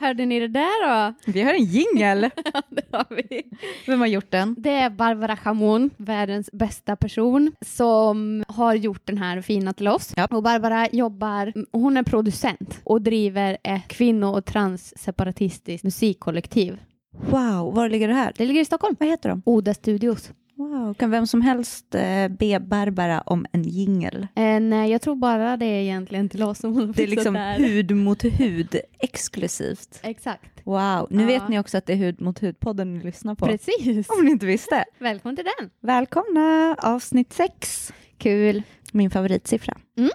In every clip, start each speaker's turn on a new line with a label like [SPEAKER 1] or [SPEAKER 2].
[SPEAKER 1] hörde ni det där då?
[SPEAKER 2] Vi har en jingel.
[SPEAKER 1] Ja, det har vi.
[SPEAKER 2] Vem har gjort den?
[SPEAKER 1] Det är Barbara Chamon, världens bästa person, som har gjort den här fina till oss.
[SPEAKER 2] Ja.
[SPEAKER 1] Och Barbara jobbar, hon är producent och driver ett kvinno och transseparatistiskt musikkollektiv.
[SPEAKER 2] Wow, var ligger det här?
[SPEAKER 1] Det ligger i Stockholm.
[SPEAKER 2] Vad heter de?
[SPEAKER 1] Oda Studios.
[SPEAKER 2] Wow, kan vem som helst eh, be Barbara om en jingel?
[SPEAKER 1] Eh, nej, jag tror bara det är egentligen till oss som hon har
[SPEAKER 2] Det är
[SPEAKER 1] fixat
[SPEAKER 2] liksom
[SPEAKER 1] det här.
[SPEAKER 2] hud mot hud exklusivt.
[SPEAKER 1] Exakt.
[SPEAKER 2] Wow, nu
[SPEAKER 1] Ja.
[SPEAKER 2] vet ni också att det är hud mot hud-podden ni lyssnar på.
[SPEAKER 1] Precis.
[SPEAKER 2] Om ni inte visste.
[SPEAKER 1] Välkommen till den.
[SPEAKER 2] Välkomna avsnitt sex.
[SPEAKER 1] Kul.
[SPEAKER 2] Min favoritsiffra.
[SPEAKER 1] Mm.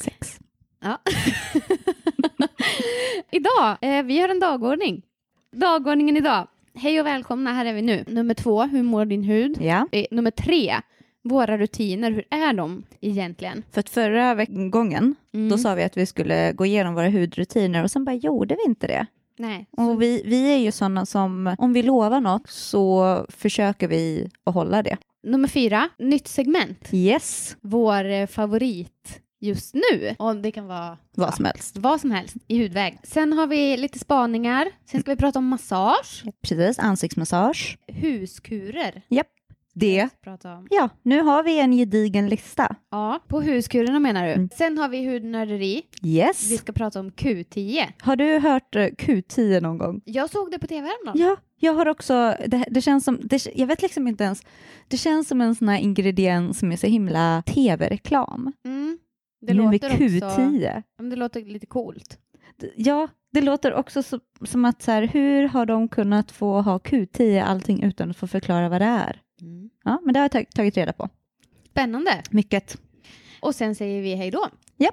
[SPEAKER 2] Sex.
[SPEAKER 1] Idag, eh, vi har en dagordning. Dagordningen idag. Hej och välkomna, här är vi nu. Nummer två, hur mår din hud?
[SPEAKER 2] Ja,
[SPEAKER 1] Eh, nummer tre, våra rutiner, hur är de egentligen?
[SPEAKER 2] för att förra veck- gången
[SPEAKER 1] Mm.
[SPEAKER 2] då sa vi att vi skulle gå igenom våra hudrutiner och sen bara gjorde vi inte det.
[SPEAKER 1] Nej.
[SPEAKER 2] Och vi, vi är ju sådana som, om vi lovar något så försöker vi att hålla det.
[SPEAKER 1] Nummer fyra, nytt segment.
[SPEAKER 2] Yes,
[SPEAKER 1] Vår eh, favorit just nu. Och det kan vara
[SPEAKER 2] vad som helst.
[SPEAKER 1] vad som helst i hudväg. Sen har vi lite spaningar. Sen ska vi prata om massage,
[SPEAKER 2] Precis, ansiktsmassage.
[SPEAKER 1] huskurer.
[SPEAKER 2] Det.
[SPEAKER 1] Prata om.
[SPEAKER 2] Ja, nu har vi en gedigen lista.
[SPEAKER 1] Ja, på huskurerna menar du.
[SPEAKER 2] Mm.
[SPEAKER 1] Sen har vi hudnörderi. Vi
[SPEAKER 2] Yes.
[SPEAKER 1] ska prata om Q10.
[SPEAKER 2] Har du hört eh, Q10 någon gång?
[SPEAKER 1] Jag såg det på tv häromdagen.
[SPEAKER 2] Ja, jag har också, det, det känns som, det, jag vet liksom inte ens, det känns som en sån här ingrediens som är så himla tv-reklam.
[SPEAKER 1] Mm. Det,
[SPEAKER 2] nu med
[SPEAKER 1] låter också,
[SPEAKER 2] Q10.
[SPEAKER 1] Ja, men det låter lite coolt.
[SPEAKER 2] D- Ja, det låter också så, som att så här, hur har de kunnat få ha Q10 allting utan att få förklara vad det är? Ja, men det har jag tag- tagit reda på.
[SPEAKER 1] Spännande.
[SPEAKER 2] Mycket.
[SPEAKER 1] Och sen säger vi hej då.
[SPEAKER 2] Hej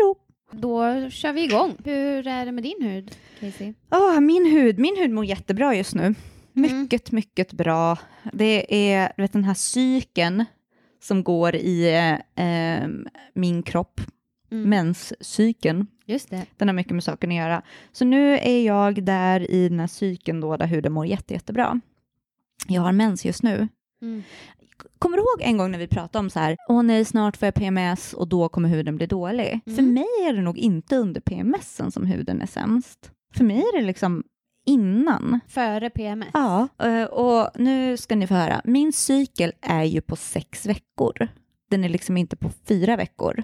[SPEAKER 2] då!
[SPEAKER 1] Då kör vi igång. Hur är det med din hud, Casey? Mm.
[SPEAKER 2] Åh, min, hud, min hud mår jättebra just nu. Mycket, mycket bra. Det är du vet, den här cykeln som går i eh, eh, min kropp,
[SPEAKER 1] Mm.
[SPEAKER 2] menscykeln.
[SPEAKER 1] Just det.
[SPEAKER 2] Den har mycket med saken att göra. Så nu är jag där i den här cykeln då, där huden mår jätte, jättebra. Jag har mens just nu.
[SPEAKER 1] Mm.
[SPEAKER 2] Kommer du ihåg en gång när vi pratade om så här, åh nej, snart får jag PMS och då kommer huden bli dålig.
[SPEAKER 1] Mm.
[SPEAKER 2] För mig är det nog inte under PMSen som huden är sämst. För mig är det liksom innan.
[SPEAKER 1] Före PMS.
[SPEAKER 2] Ja, eh, och nu ska ni få höra. Min cykel är ju på sex veckor. Den är liksom inte på fyra veckor.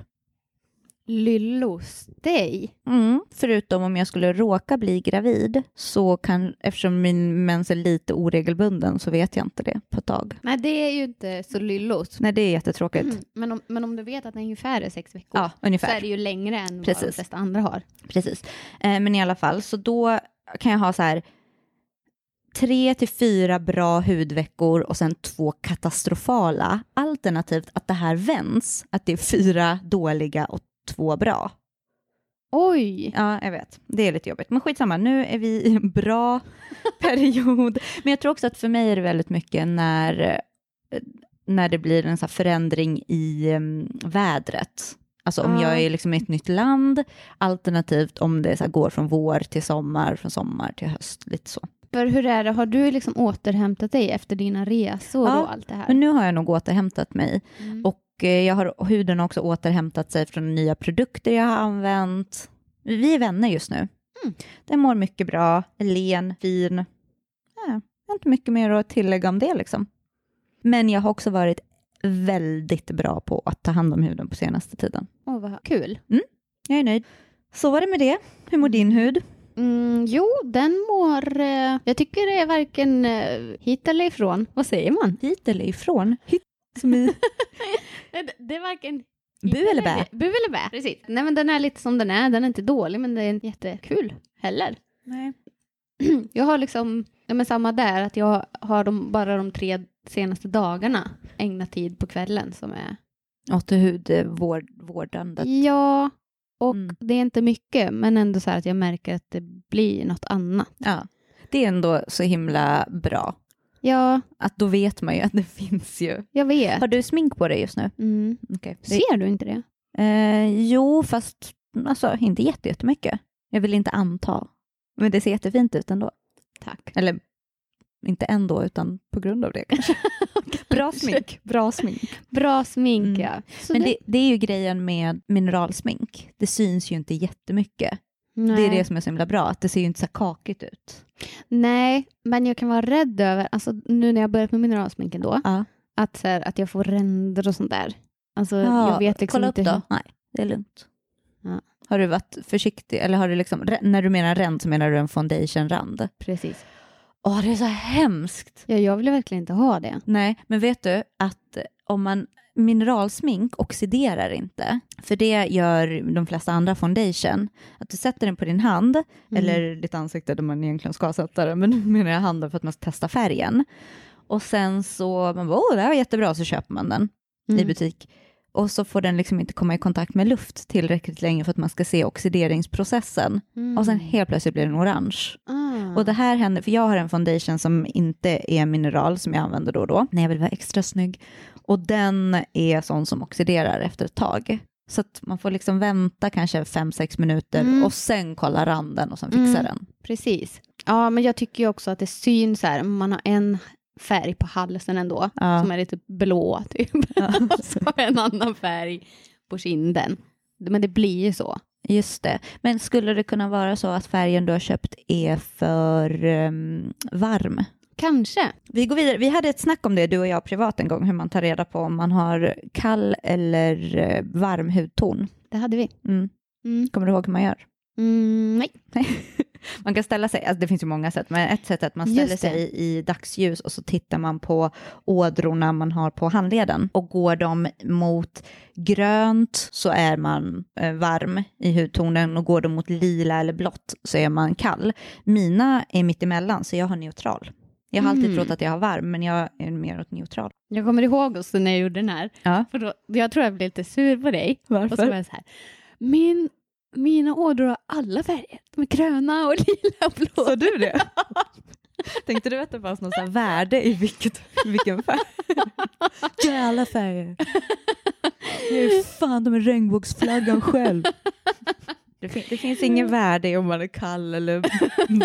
[SPEAKER 1] Lyllostej.
[SPEAKER 2] Mm. Förutom om jag skulle råka bli gravid, så kan, eftersom min mens är lite oregelbunden så vet jag inte det på ett tag.
[SPEAKER 1] Nej, det är ju inte så lyllos.
[SPEAKER 2] Nej, det är jättetråkigt.
[SPEAKER 1] Mm. Men, om, men om du vet att den ungefär är sex veckor
[SPEAKER 2] Ja,
[SPEAKER 1] så
[SPEAKER 2] ungefär.
[SPEAKER 1] är det ju längre än vad de
[SPEAKER 2] Precis.
[SPEAKER 1] flesta andra har.
[SPEAKER 2] Precis. Eh, men i alla fall, så då kan jag ha så här tre till fyra bra hudveckor och sen två katastrofala, alternativt att det här vänds, att det är fyra dåliga och två bra.
[SPEAKER 1] Oj!
[SPEAKER 2] Ja, jag vet. Det är lite jobbigt. Men skitsamma, nu är vi i en bra period. Men jag tror också att för mig är det väldigt mycket när, eh, när det blir en så här förändring i em, vädret. Alltså om
[SPEAKER 1] Ja.
[SPEAKER 2] jag är liksom i ett nytt land, alternativt om det så här går från vår till sommar, från sommar till höst, lite så.
[SPEAKER 1] För hur är det, har du liksom återhämtat dig efter dina resor
[SPEAKER 2] Ja,
[SPEAKER 1] och allt det här?
[SPEAKER 2] Men nu har jag nog återhämtat mig.
[SPEAKER 1] Mm.
[SPEAKER 2] Och eh, jag har, huden har också återhämtat sig från nya produkter jag har använt. Vi- Vi är vänner just nu.
[SPEAKER 1] Mm.
[SPEAKER 2] Den mår mycket bra, är len, fin. Ja, jag har inte mycket mer att tillägga om det. Liksom. Men jag har också varit väldigt bra på att ta hand om huden på senaste tiden.
[SPEAKER 1] Åh, vad kul.
[SPEAKER 2] Jag är nöjd. Så var det med det. Hur mår din hud?
[SPEAKER 1] Mm, jo, den mår... Eh, jag tycker det är varken eh, hit eller ifrån. Vad säger man?
[SPEAKER 2] Hit eller ifrån? Hit som i
[SPEAKER 1] Det, är varken...
[SPEAKER 2] bu eller bä?
[SPEAKER 1] Bu eller bä, precis. Nej, men den är lite som den är. Den är inte dålig, men den är inte jättekul heller.
[SPEAKER 2] Nej.
[SPEAKER 1] Jag har liksom... Ja, men samma där, att jag har de, bara de tre senaste dagarna ägnat tid på kvällen som är...
[SPEAKER 2] Åt hudvårdandet.
[SPEAKER 1] Ja, och
[SPEAKER 2] Mm.
[SPEAKER 1] det är inte mycket, men ändå så här att jag märker att det blir något annat.
[SPEAKER 2] Ja. Det är ändå så himla bra.
[SPEAKER 1] Ja,
[SPEAKER 2] att då vet man ju att det finns ju.
[SPEAKER 1] jag vet.
[SPEAKER 2] Har du smink på dig just nu?
[SPEAKER 1] Mm.
[SPEAKER 2] Okay.
[SPEAKER 1] Ser du inte det?
[SPEAKER 2] Eh, jo, fast alltså, inte jätte- jättemycket. Jag vill inte anta. Men det ser jättefint ut ändå.
[SPEAKER 1] Tack.
[SPEAKER 2] Eller inte ändå, utan på grund av det kanske. bra smink. Bra smink.
[SPEAKER 1] Bra smink,
[SPEAKER 2] Mm.
[SPEAKER 1] ja. Så
[SPEAKER 2] Men det, det är ju grejen med mineralsmink. Det syns ju inte jättemycket.
[SPEAKER 1] Nej.
[SPEAKER 2] Det är det som är så himla bra, att det ser ju inte så här kakigt ut.
[SPEAKER 1] Nej, men jag kan vara rädd över, alltså nu när jag börjat med mineralsminken då,
[SPEAKER 2] Ja.
[SPEAKER 1] att, så här, att jag får ränder och sånt där. Alltså, jag vet liksom
[SPEAKER 2] kolla
[SPEAKER 1] inte
[SPEAKER 2] upp då.
[SPEAKER 1] hur-
[SPEAKER 2] Nej, det är lugnt.
[SPEAKER 1] Ja.
[SPEAKER 2] Har du varit försiktig, eller har du liksom, re- när du menar rand så menar du en foundation-rand?
[SPEAKER 1] Precis.
[SPEAKER 2] Åh, det är så hemskt!
[SPEAKER 1] Ja, jag vill verkligen inte ha det.
[SPEAKER 2] Nej, men vet du att om man mineralsmink oxiderar inte, för det gör de flesta andra foundation. Att du sätter den på din hand,
[SPEAKER 1] Mm.
[SPEAKER 2] eller ditt ansikte där man egentligen ska sätta den, men nu menar jag handen för att man ska testa färgen. Och sen så, man bara, åh, det här var jättebra, så köper man den i
[SPEAKER 1] Mm.
[SPEAKER 2] butik. Och så får den liksom inte komma i kontakt med luft tillräckligt länge för att man ska se oxideringsprocessen.
[SPEAKER 1] Mm.
[SPEAKER 2] Och sen helt plötsligt blir den orange.
[SPEAKER 1] Ah.
[SPEAKER 2] Och det här händer, för jag har en foundation som inte är mineral som jag använder då och då, när jag vill vara extra snygg. Och den är sån som oxiderar efter ett tag. Så att man får liksom vänta kanske 5-6 minuter
[SPEAKER 1] Mm.
[SPEAKER 2] och sen kolla randen och sen fixa
[SPEAKER 1] Mm.
[SPEAKER 2] den.
[SPEAKER 1] Precis. Ja, men jag tycker ju också att det syns så här, man har en färg på halsen ändå,
[SPEAKER 2] Ja.
[SPEAKER 1] som är lite blå typ,
[SPEAKER 2] Ja.
[SPEAKER 1] och så en annan färg på kinden. Men det blir ju så.
[SPEAKER 2] Just det. Men skulle det kunna vara så att färgen du har köpt är för ehm, varm?
[SPEAKER 1] Kanske.
[SPEAKER 2] Vi går vidare. Vi hade ett snack om det, du och jag privat en gång, hur man tar reda på om man har kall eller eh, varm hudton.
[SPEAKER 1] Det hade vi.
[SPEAKER 2] Mm.
[SPEAKER 1] Mm.
[SPEAKER 2] Kommer du ihåg hur man gör?
[SPEAKER 1] Mm, nej.
[SPEAKER 2] Man kan ställa sig, alltså det finns ju många sätt, men ett sätt är att man
[SPEAKER 1] Just
[SPEAKER 2] ställer
[SPEAKER 1] det.
[SPEAKER 2] sig i dagsljus och så tittar man på ådrorna man har på handleden. Och går de mot grönt så är man eh, varm i hudtonen och går de mot lila eller blått så är man kall. Mina är mitt emellan så jag har neutral. Jag har alltid
[SPEAKER 1] Mm.
[SPEAKER 2] trott att jag har varm, men jag är mer åt neutral.
[SPEAKER 1] Jag kommer ihåg också när jag gjorde den här,
[SPEAKER 2] Ja.
[SPEAKER 1] för då, jag tror jag blev lite sur på dig.
[SPEAKER 2] Varför?
[SPEAKER 1] Och så var jag så här, min, mina ådror har alla färger, de är gröna och lila och blå.
[SPEAKER 2] Sa du det? Tänkte du att det fanns något så här värde i vilket, vilken färg? Jag är alla färger. Jag är fan de är regnbågsflaggan själv. Det, fin- det finns ingen värde i om man är kall eller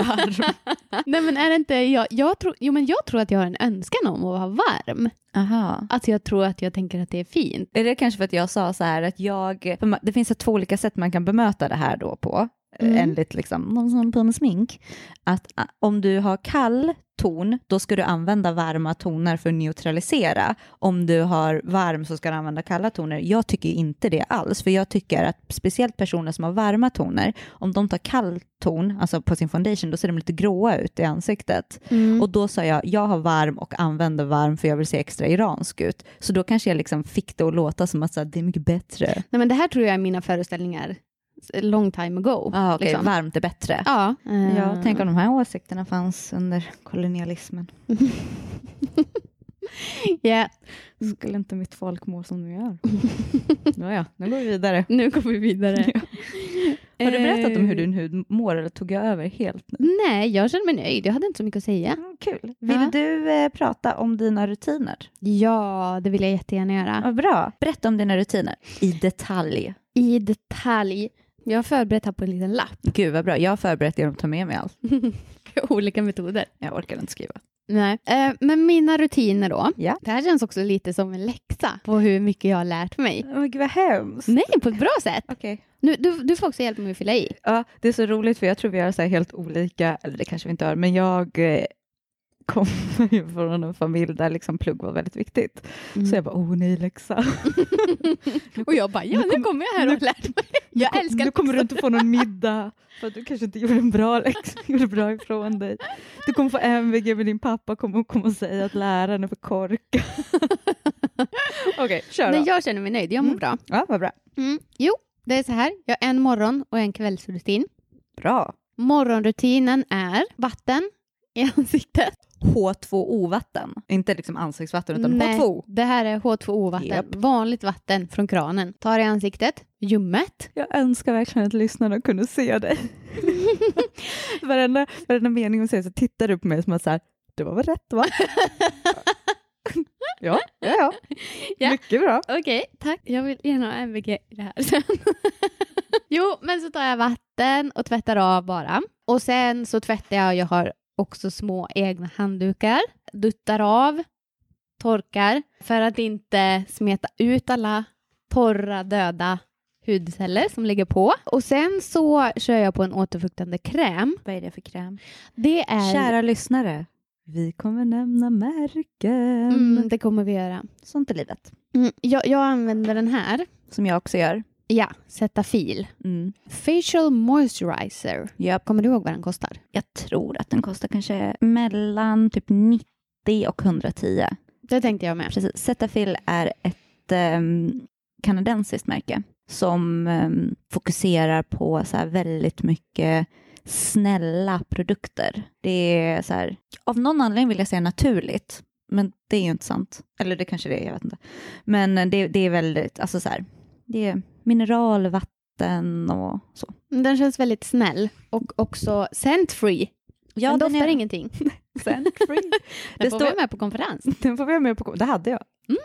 [SPEAKER 2] varm.
[SPEAKER 1] Nej men är det inte, jag, jag, tror, jo, men jag tror att jag har en önskan om att vara varm.
[SPEAKER 2] Aha.
[SPEAKER 1] Alltså jag tror att jag tänker att det är fint.
[SPEAKER 2] Är det kanske för att jag sa så här att jag, för ma- det finns två olika sätt man kan bemöta det här då på,
[SPEAKER 1] Mm.
[SPEAKER 2] enligt liksom, någon som håller på med smink, att ah, om du har kall ton, då ska du använda varma toner för att neutralisera. Om du har varm så ska du använda kalla toner. Jag tycker inte det alls, för jag tycker att speciellt personer som har varma toner, om de tar kall ton, alltså på sin foundation, då ser de lite gråa ut i ansiktet. Och då sa jag, jag har varm och använder varm för jag vill se extra iransk ut. Så då kanske jag liksom fick det att låta som att så här, det är mycket bättre.
[SPEAKER 1] Nej, men det här tror jag är mina föreställningar s- long time ago.
[SPEAKER 2] Ah, okay.
[SPEAKER 1] liksom.
[SPEAKER 2] Varmt är bättre.
[SPEAKER 1] Ja, Eh,
[SPEAKER 2] Ja, Mm. tänk om de här åsikterna fanns under kolonialismen.
[SPEAKER 1] Ja,
[SPEAKER 2] Skulle inte mitt folk må som de gör? Nåja, nu går vi vidare.
[SPEAKER 1] nu går vi vidare.
[SPEAKER 2] Har du berättat om hur
[SPEAKER 1] Eh,
[SPEAKER 2] din hud mår eller tog jag över helt? nu?
[SPEAKER 1] Nej, jag känner mig nöjd. Jag hade inte så mycket att säga.
[SPEAKER 2] Mm, kul. Vill
[SPEAKER 1] Ja.
[SPEAKER 2] du eh, prata om dina rutiner?
[SPEAKER 1] Ja, det vill jag jättegärna göra.
[SPEAKER 2] Vad bra. Berätta om dina rutiner. I detalj.
[SPEAKER 1] I detalj. Jag har förberett här på en liten lapp.
[SPEAKER 2] Gud vad bra. Jag har förberett genom att ta med mig allt.
[SPEAKER 1] Olika metoder.
[SPEAKER 2] Jag orkar inte skriva.
[SPEAKER 1] Nej. Eh, men mina rutiner då.
[SPEAKER 2] Ja.
[SPEAKER 1] Det här känns också lite som en läxa på hur mycket jag har lärt mig.
[SPEAKER 2] Men gud vad hemskt.
[SPEAKER 1] Nej, på ett bra sätt.
[SPEAKER 2] Okej.
[SPEAKER 1] Nu, du, du får också hjälpa mig att fylla i.
[SPEAKER 2] Ja, det är så roligt för jag tror vi har så här helt olika, eller det kanske vi inte har, men jag eh, kommer ju från en familj där liksom plugg var väldigt viktigt. Så jag bara, oh nej läxa.
[SPEAKER 1] Och jag bara, ja
[SPEAKER 2] Nu
[SPEAKER 1] nu
[SPEAKER 2] kommer-
[SPEAKER 1] kommer jag här och
[SPEAKER 2] nu-
[SPEAKER 1] lär mig. Jag
[SPEAKER 2] nu,
[SPEAKER 1] älskar
[SPEAKER 2] Nu kommer du
[SPEAKER 1] läxor.
[SPEAKER 2] inte få någon middag för att du kanske inte gjorde en bra läxa, gjorde bra ifrån dig. Du kommer få MVG men din pappa kommer kommer säga att läraren är för korkad. Okej, kör då.
[SPEAKER 1] Nej, jag känner mig nöjd, jag mår
[SPEAKER 2] Mm.
[SPEAKER 1] bra.
[SPEAKER 2] Ja, vad bra.
[SPEAKER 1] Mm. Jo, det är så här, jag har en morgon och en kvällsrutin.
[SPEAKER 2] Bra.
[SPEAKER 1] Morgonrutinen är vatten i ansiktet.
[SPEAKER 2] H2O-vatten, inte liksom ansiktsvatten utan
[SPEAKER 1] Nej,
[SPEAKER 2] H2O.
[SPEAKER 1] Det här är H2O-vatten,
[SPEAKER 2] Japp.
[SPEAKER 1] vanligt vatten från kranen. Tar i ansiktet, ljummet.
[SPEAKER 2] Jag önskar verkligen att lyssnarna kunde se dig. varenda, varenda mening hon säger så tittar du på mig som att så här, det var väl rätt va? ja, ja, ja.
[SPEAKER 1] Ja.
[SPEAKER 2] Mycket bra.
[SPEAKER 1] Okej, tack. Jag vill gärna ha MVG i det här sen. jo, men så tar jag vatten och tvättar av bara. Och sen så tvättar jag, jag har också små egna handdukar. Duttar av, torkar, för att inte smeta ut alla torra, döda hudceller som ligger på. Och sen så kör jag på en återfuktande kräm.
[SPEAKER 2] Vad är det för kräm?
[SPEAKER 1] Det är...
[SPEAKER 2] Kära lyssnare, vi kommer nämna märken.
[SPEAKER 1] Mm, det kommer vi göra.
[SPEAKER 2] Sånt är livet.
[SPEAKER 1] Mm, jag, jag använder den här.
[SPEAKER 2] Som jag också gör.
[SPEAKER 1] Ja, Cetaphil.
[SPEAKER 2] Mm.
[SPEAKER 1] Facial Moisturizer.
[SPEAKER 2] Japp.
[SPEAKER 1] Kommer du ihåg vad den kostar?
[SPEAKER 2] Jag tror att den kostar kanske mellan typ 90 och 110.
[SPEAKER 1] Det tänkte jag med.
[SPEAKER 2] Precis. Cetaphil är ett ehm, kanadensiskt märke som ehm, fokuserar på så här väldigt mycket snälla produkter. Det är så här, av någon anledning vill jag säga naturligt, men det är ju inte sant. Eller det kanske det är, jag vet inte. Men eh, det, det är väldigt, alltså så här, det är mineralvatten och så.
[SPEAKER 1] Mm, Den känns väldigt snäll och också scent free.
[SPEAKER 2] Ja,
[SPEAKER 1] den
[SPEAKER 2] den
[SPEAKER 1] doftar
[SPEAKER 2] är-
[SPEAKER 1] ingenting.
[SPEAKER 2] Scent-free.
[SPEAKER 1] Den
[SPEAKER 2] Det
[SPEAKER 1] får
[SPEAKER 2] står-
[SPEAKER 1] vi med på konferens.
[SPEAKER 2] den får vi ha med på Det hade jag.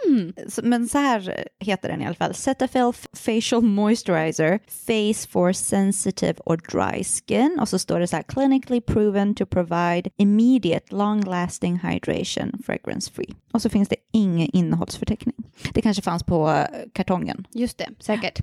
[SPEAKER 1] Mm.
[SPEAKER 2] Så- Men så här heter den i alla fall. Cetaphil Facial Moisturizer Face for Sensitive or Dry Skin. Och så står det så här clinically proven to provide immediate long lasting hydration fragrance free. Och så finns det ingen innehållsförteckning. Det kanske fanns på eh, kartongen.
[SPEAKER 1] Just det, säkert.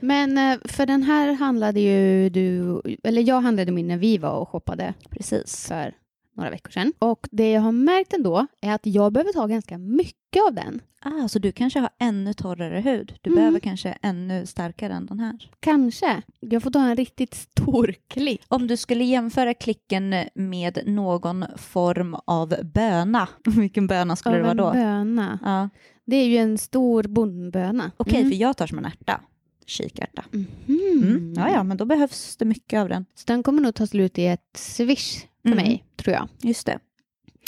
[SPEAKER 1] Men eh, för den här handlade ju du, eller jag handlade min när vi var och shoppade
[SPEAKER 2] Precis.
[SPEAKER 1] för några veckor sedan. Och det jag har märkt ändå är att jag behöver ta ganska mycket av den.
[SPEAKER 2] Ah, så du kanske har ännu torrare hud. Du
[SPEAKER 1] Mm.
[SPEAKER 2] behöver kanske ännu starkare än den här.
[SPEAKER 1] Kanske. Jag får ta en riktigt stor klick.
[SPEAKER 2] Om du skulle jämföra klicken med någon form av böna, vilken böna skulle det
[SPEAKER 1] av
[SPEAKER 2] vara
[SPEAKER 1] en
[SPEAKER 2] då?
[SPEAKER 1] böna.
[SPEAKER 2] Ja.
[SPEAKER 1] Det är ju en stor bondböna.
[SPEAKER 2] Okej, för jag tar som en ärta. Kikärta.
[SPEAKER 1] Mm.
[SPEAKER 2] Mm.
[SPEAKER 1] Mhm.
[SPEAKER 2] Ja, ja, men då behövs det mycket av den.
[SPEAKER 1] Så den kommer nog ta slut i ett swish för
[SPEAKER 2] Mm.
[SPEAKER 1] mig, tror jag.
[SPEAKER 2] Just det.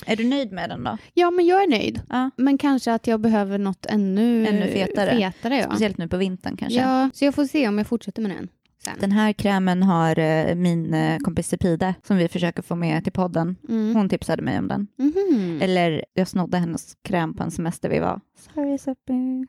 [SPEAKER 2] Är du nöjd med den då?
[SPEAKER 1] Ja, men jag är nöjd.
[SPEAKER 2] Ja.
[SPEAKER 1] Men kanske att jag behöver något ännu,
[SPEAKER 2] Ännu fetare.
[SPEAKER 1] ja.
[SPEAKER 2] Speciellt nu på vintern kanske.
[SPEAKER 1] ja. Så jag får se om jag fortsätter med den sen.
[SPEAKER 2] Den här krämen har eh, min eh, kompis Sepide som vi försöker få med till podden.
[SPEAKER 1] Mm.
[SPEAKER 2] Hon tipsade mig om den.
[SPEAKER 1] Mhm.
[SPEAKER 2] Eller jag snodde hennes kräm på en semester vi var. Sorry Seppi.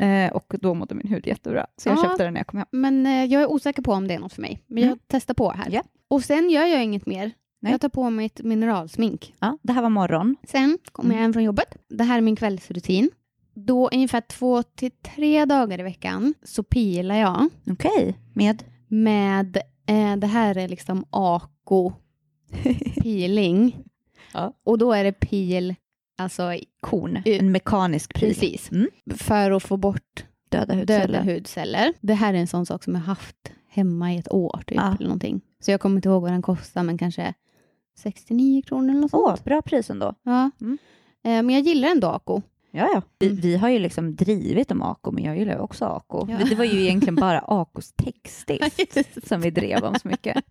[SPEAKER 2] eh, och då mådde min hud jättebra. Så jag
[SPEAKER 1] Ja.
[SPEAKER 2] köpte den när jag kom hem.
[SPEAKER 1] Men eh, jag är osäker på om det är något för mig. Men
[SPEAKER 2] Mm.
[SPEAKER 1] jag testar på här.
[SPEAKER 2] Ja.
[SPEAKER 1] Och sen gör jag inget mer.
[SPEAKER 2] Nej.
[SPEAKER 1] Jag tar på mig ett mineralsmink.
[SPEAKER 2] Ja, det här var morgon.
[SPEAKER 1] Sen kommer
[SPEAKER 2] Mm.
[SPEAKER 1] jag hem från jobbet. Det här är min kvällsrutin. Då ungefär två till tre dagar i veckan så pilar jag
[SPEAKER 2] Okej, med?
[SPEAKER 1] med, eh, det här är liksom ako peeling.
[SPEAKER 2] Ja.
[SPEAKER 1] Och då är det pil, alltså i-
[SPEAKER 2] Korn.
[SPEAKER 1] Eh,
[SPEAKER 2] En mekanisk pryl.
[SPEAKER 1] precis,
[SPEAKER 2] Mm.
[SPEAKER 1] för att få bort
[SPEAKER 2] Döda hudceller.
[SPEAKER 1] döda hudceller. Det här är en sån sak som jag haft hemma i ett år typ,
[SPEAKER 2] Ja.
[SPEAKER 1] eller någonting. Så jag kommer inte ihåg vad den kostar, men kanske 69 kronor eller något sånt.
[SPEAKER 2] Åh, bra pris ändå.
[SPEAKER 1] Ja.
[SPEAKER 2] Mm.
[SPEAKER 1] Eh, Men jag gillar ändå ako.
[SPEAKER 2] Ja, ja. Vi,
[SPEAKER 1] Mm.
[SPEAKER 2] vi har ju liksom drivit om Ako, men jag gillar ju också Ako.
[SPEAKER 1] Ja.
[SPEAKER 2] Men Det var ju egentligen bara Akos textstift som vi drev om så mycket.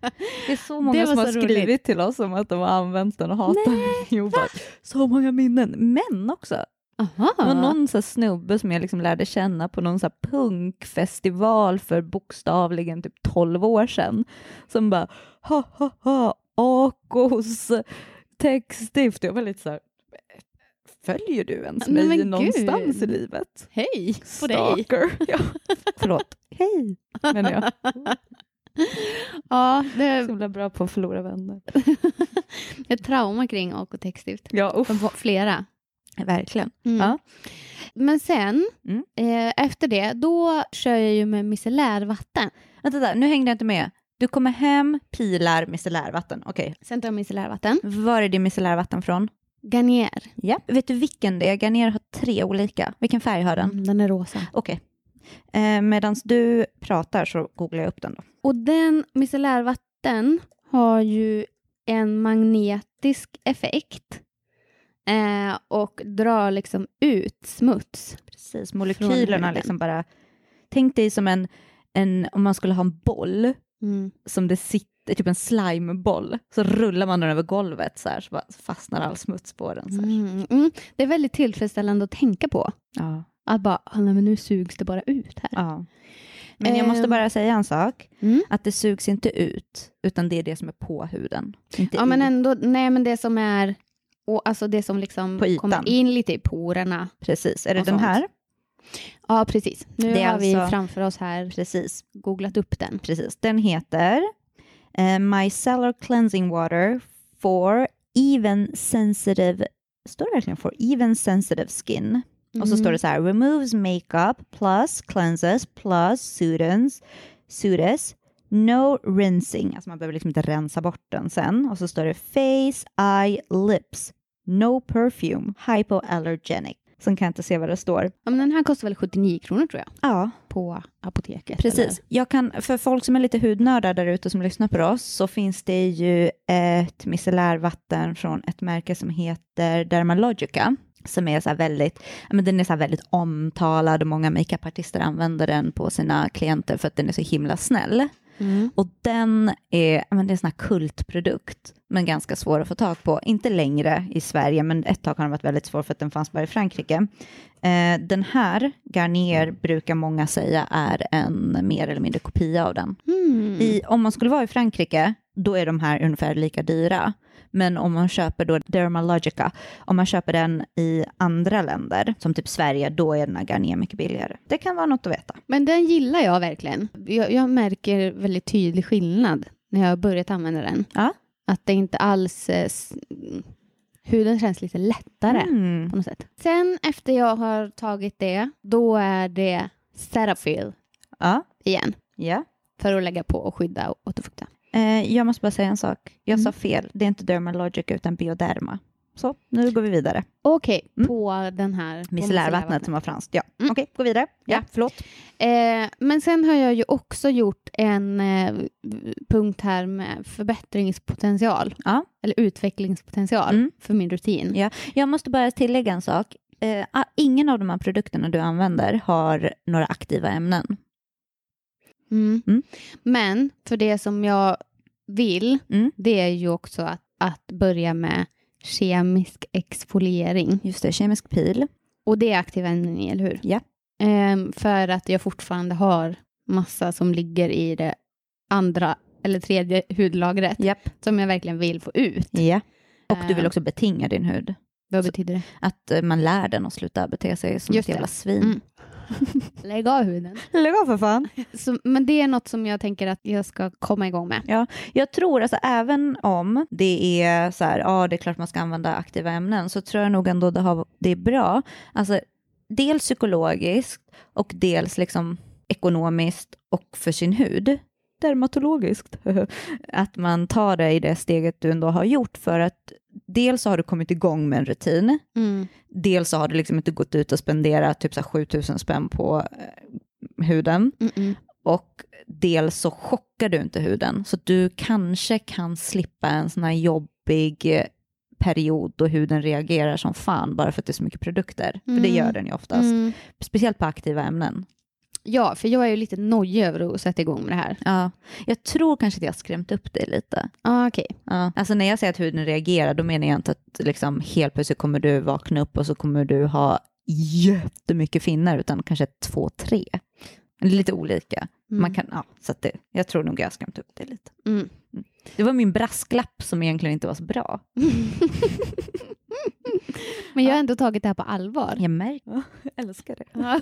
[SPEAKER 2] Det är så många
[SPEAKER 1] Det var
[SPEAKER 2] som har
[SPEAKER 1] så
[SPEAKER 2] skrivit
[SPEAKER 1] roligt.
[SPEAKER 2] till oss om att de har använt den och hatar den. Jo, bara, så många minnen. Män också. Det var
[SPEAKER 1] Aha.
[SPEAKER 2] någon så här snubbe som jag liksom lärde känna på någon så här punkfestival för bokstavligen typ 12 år sedan som bara ha ha ha Akos textstift. Jag var lite så här följer du ens
[SPEAKER 1] Nej,
[SPEAKER 2] mig
[SPEAKER 1] men
[SPEAKER 2] någonstans
[SPEAKER 1] gud.
[SPEAKER 2] i livet?
[SPEAKER 1] Hej på dig!
[SPEAKER 2] Stalker. Ja. Förlåt. Hej, menar jag.
[SPEAKER 1] Ja,
[SPEAKER 2] Så
[SPEAKER 1] det
[SPEAKER 2] himla bra på att förlora vänner.
[SPEAKER 1] ett trauma kring ako textstift.
[SPEAKER 2] Ja, uff.
[SPEAKER 1] Flera.
[SPEAKER 2] Verkligen.
[SPEAKER 1] Mm.
[SPEAKER 2] Ja.
[SPEAKER 1] Men sen,
[SPEAKER 2] Mm.
[SPEAKER 1] eh, efter det, då kör jag ju med micellärvatten.
[SPEAKER 2] Vänta där, nu hängde jag inte med. Du kommer hem, pilar micellärvatten. Okej,
[SPEAKER 1] Sen tar jag micellärvatten.
[SPEAKER 2] var är det micellärvatten från?
[SPEAKER 1] Garnier.
[SPEAKER 2] Ja. Vet du vilken det är? Garnier har tre olika. Vilken färg har den?
[SPEAKER 1] Mm, den är rosa.
[SPEAKER 2] Okej. Eh, Medan du pratar så googlar jag upp den då.
[SPEAKER 1] Och den micellärvatten har ju en magnetisk effekt eh, och drar liksom ut smuts.
[SPEAKER 2] Precis,
[SPEAKER 1] Från
[SPEAKER 2] molekylerna
[SPEAKER 1] huden.
[SPEAKER 2] liksom bara... Tänk dig som en, en... Om man skulle ha en boll
[SPEAKER 1] Mm.
[SPEAKER 2] som det sitter, typ en slimeboll, så rullar man den över golvet så här, så bara fastnar all smuts på den. Så här.
[SPEAKER 1] Mm, mm. Det är väldigt tillfredsställande att tänka på.
[SPEAKER 2] Ja.
[SPEAKER 1] Att bara, "Ah, nej, men nu sugs det bara ut här.
[SPEAKER 2] ja. Men jag måste
[SPEAKER 1] Ehm.
[SPEAKER 2] bara säga en sak,
[SPEAKER 1] Mm.
[SPEAKER 2] att det sugs inte ut, utan det är det som är på huden. Inte
[SPEAKER 1] Ja, men
[SPEAKER 2] i.
[SPEAKER 1] ändå, nej men det som är, och alltså det som liksom
[SPEAKER 2] På ytan.
[SPEAKER 1] kommer in lite i porerna.
[SPEAKER 2] Precis, är det
[SPEAKER 1] och
[SPEAKER 2] den
[SPEAKER 1] sånt.
[SPEAKER 2] här?
[SPEAKER 1] Ja, precis. Nu
[SPEAKER 2] Det är
[SPEAKER 1] har vi
[SPEAKER 2] alltså-
[SPEAKER 1] framför oss här
[SPEAKER 2] Precis.
[SPEAKER 1] googlat upp den.
[SPEAKER 2] Precis, den heter eh, Micellar Cleansing Water for Even Sensitive, står det verkligen for Even Sensitive Skin? Och så
[SPEAKER 1] Mm.
[SPEAKER 2] står det så här, removes makeup plus cleanses plus sootens, soothes, no rinsing. Alltså man behöver liksom inte rensa bort den sen. Och så står det face, eye, lips, no perfume, hypoallergenic. Sen kan jag inte se vad det står.
[SPEAKER 1] Ja, men den här kostar väl 79 kronor tror jag,
[SPEAKER 2] Ja,
[SPEAKER 1] på apoteket.
[SPEAKER 2] Precis.
[SPEAKER 1] eller?
[SPEAKER 2] Jag kan, för folk som är lite hudnördar där ute som lyssnar på oss så finns det ju ett micellärvatten från ett märke som heter Dermalogica som är så här väldigt, ja, men den är så här väldigt omtalad och många makeupartister använder den på sina klienter för att den är så himla snäll.
[SPEAKER 1] Mm.
[SPEAKER 2] Och den är, ja, men det är en sån här kultprodukt men ganska svår att få tag på. Inte längre i Sverige men ett tag har den varit väldigt svår för att den fanns bara i Frankrike. Eh, den här, Garnier, brukar många säga är en mer eller mindre kopia av den.
[SPEAKER 1] Mm.
[SPEAKER 2] I, om man skulle vara i Frankrike, då är de här ungefär lika dyra. Men om man köper då Dermalogica, om man köper den i andra länder, som typ Sverige, då är den här Garnier mycket billigare. Det kan vara något att veta.
[SPEAKER 1] Men den gillar jag verkligen. Jag, jag märker väldigt tydlig skillnad när jag har börjat använda den.
[SPEAKER 2] Ja.
[SPEAKER 1] Att det inte alls... Eh, s- mm, huden känns lite lättare
[SPEAKER 2] Mm.
[SPEAKER 1] på något sätt. Sen efter jag har tagit det, då är det Cetaphil
[SPEAKER 2] Ja,
[SPEAKER 1] igen.
[SPEAKER 2] ja.
[SPEAKER 1] För att lägga på och skydda och återfukta.
[SPEAKER 2] Eh, jag måste bara säga en sak. Jag sa
[SPEAKER 1] Mm.
[SPEAKER 2] fel. Det är inte Dermalogica utan Bioderma. Så, nu går vi vidare.
[SPEAKER 1] Okej,
[SPEAKER 2] Mm.
[SPEAKER 1] på den här... på
[SPEAKER 2] Micellärvattnet som var franskt. Ja,
[SPEAKER 1] Mm.
[SPEAKER 2] okej, gå vidare. Ja,
[SPEAKER 1] Ja.
[SPEAKER 2] förlåt.
[SPEAKER 1] Eh, men sen har jag ju också gjort en eh, punkt här med förbättringspotential.
[SPEAKER 2] Ja.
[SPEAKER 1] Eller utvecklingspotential
[SPEAKER 2] Mm.
[SPEAKER 1] för min rutin.
[SPEAKER 2] Ja. Jag måste bara tillägga en sak. Eh, ah, ingen av de här produkterna du använder har några aktiva ämnen.
[SPEAKER 1] Mm.
[SPEAKER 2] Mm.
[SPEAKER 1] Men för det som jag vill,
[SPEAKER 2] Mm.
[SPEAKER 1] det är ju också att, att börja med kemisk exfoliering.
[SPEAKER 2] Just det, kemisk pil.
[SPEAKER 1] Och det är aktiva ämnen i, eller hur?
[SPEAKER 2] Ja.
[SPEAKER 1] Ehm, för att jag fortfarande har massa som ligger i det andra eller tredje hudlagret
[SPEAKER 2] Japp.
[SPEAKER 1] som jag verkligen vill få ut.
[SPEAKER 2] Ja. Och du vill
[SPEAKER 1] Eh,
[SPEAKER 2] också betinga din hud.
[SPEAKER 1] Vad
[SPEAKER 2] Så-
[SPEAKER 1] betyder det?
[SPEAKER 2] Att eh, man lär den att sluta bete sig som
[SPEAKER 1] Just
[SPEAKER 2] ett jävla
[SPEAKER 1] det.
[SPEAKER 2] svin.
[SPEAKER 1] Mm. Lägg av huden.
[SPEAKER 2] Lägg av för fan.
[SPEAKER 1] Så, men det är något som jag tänker att jag ska komma igång med.
[SPEAKER 2] Jag tror alltså även om det är så här, ja det är klart man ska använda aktiva ämnen, så tror jag nog ändå det, har, det är bra. Alltså dels psykologiskt och dels liksom ekonomiskt och för sin hud. Dermatologiskt. att man tar det i det steget du ändå har gjort för att dels så har du kommit igång med en rutin,
[SPEAKER 1] Mm,
[SPEAKER 2] dels så har du liksom inte gått ut och spenderat typ så här 7000 spänn på eh, huden
[SPEAKER 1] Mm-mm.
[SPEAKER 2] och dels så chockar du inte huden. Så du kanske kan slippa en sån här jobbig eh, period då huden reagerar som fan bara för att det är så mycket produkter. För det
[SPEAKER 1] Mm.
[SPEAKER 2] gör den ju oftast.
[SPEAKER 1] Mm.
[SPEAKER 2] Speciellt på aktiva ämnen.
[SPEAKER 1] Ja, för jag är ju lite nojig över att sätta igång med det här.
[SPEAKER 2] Ja. Jag tror kanske att jag har skrämt upp dig lite.
[SPEAKER 1] Ah, Okej.
[SPEAKER 2] Ja. Alltså när jag säger att huden reagerar då menar jag inte att liksom helt plötsligt kommer du vakna upp och så kommer du ha jättemycket finnar utan kanske två, tre. Lite olika.
[SPEAKER 1] Mm.
[SPEAKER 2] Man kan, ja, så att det, jag tror nog jag har skrämt upp det lite.
[SPEAKER 1] Mm.
[SPEAKER 2] Det var min brasklapp som egentligen inte var så bra.
[SPEAKER 1] Men jag har ändå tagit det här på allvar.
[SPEAKER 2] Jag märker. jag älskar det.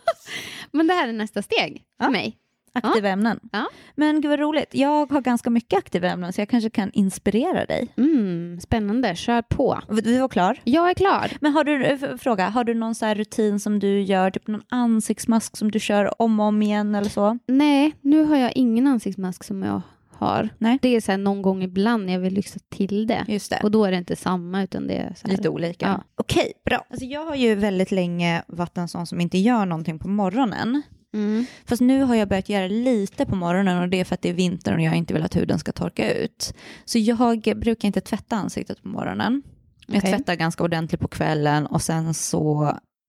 [SPEAKER 1] Men det här är nästa steg för
[SPEAKER 2] Ja.
[SPEAKER 1] mig.
[SPEAKER 2] Aktiva ämnen.
[SPEAKER 1] Ja.
[SPEAKER 2] Men gud vad roligt. Jag har ganska mycket aktiva ämnen så jag kanske kan inspirera dig.
[SPEAKER 1] Mm, spännande, kör på.
[SPEAKER 2] Du var klar.
[SPEAKER 1] Jag är klar.
[SPEAKER 2] Men har du, eh, f- fråga, har du någon så här rutin som du gör, typ någon ansiktsmask som du kör om och om igen eller så?
[SPEAKER 1] Nej, nu har jag ingen ansiktsmask som jag har.
[SPEAKER 2] Nej.
[SPEAKER 1] Det är så här någon gång ibland jag vill lyxa till det.
[SPEAKER 2] Just det.
[SPEAKER 1] Och då är det inte samma utan det är så här.
[SPEAKER 2] Lite olika.
[SPEAKER 1] Ja.
[SPEAKER 2] Okej, bra. Alltså jag har ju väldigt länge varit en sån som inte gör någonting på morgonen.
[SPEAKER 1] Mm.
[SPEAKER 2] Fast nu har jag börjat göra lite på morgonen och det är för att det är vinter och jag inte vill att huden ska torka ut. Så jag brukar inte tvätta ansiktet på morgonen. Jag
[SPEAKER 1] Okej.
[SPEAKER 2] tvättar ganska ordentligt på kvällen och sen så,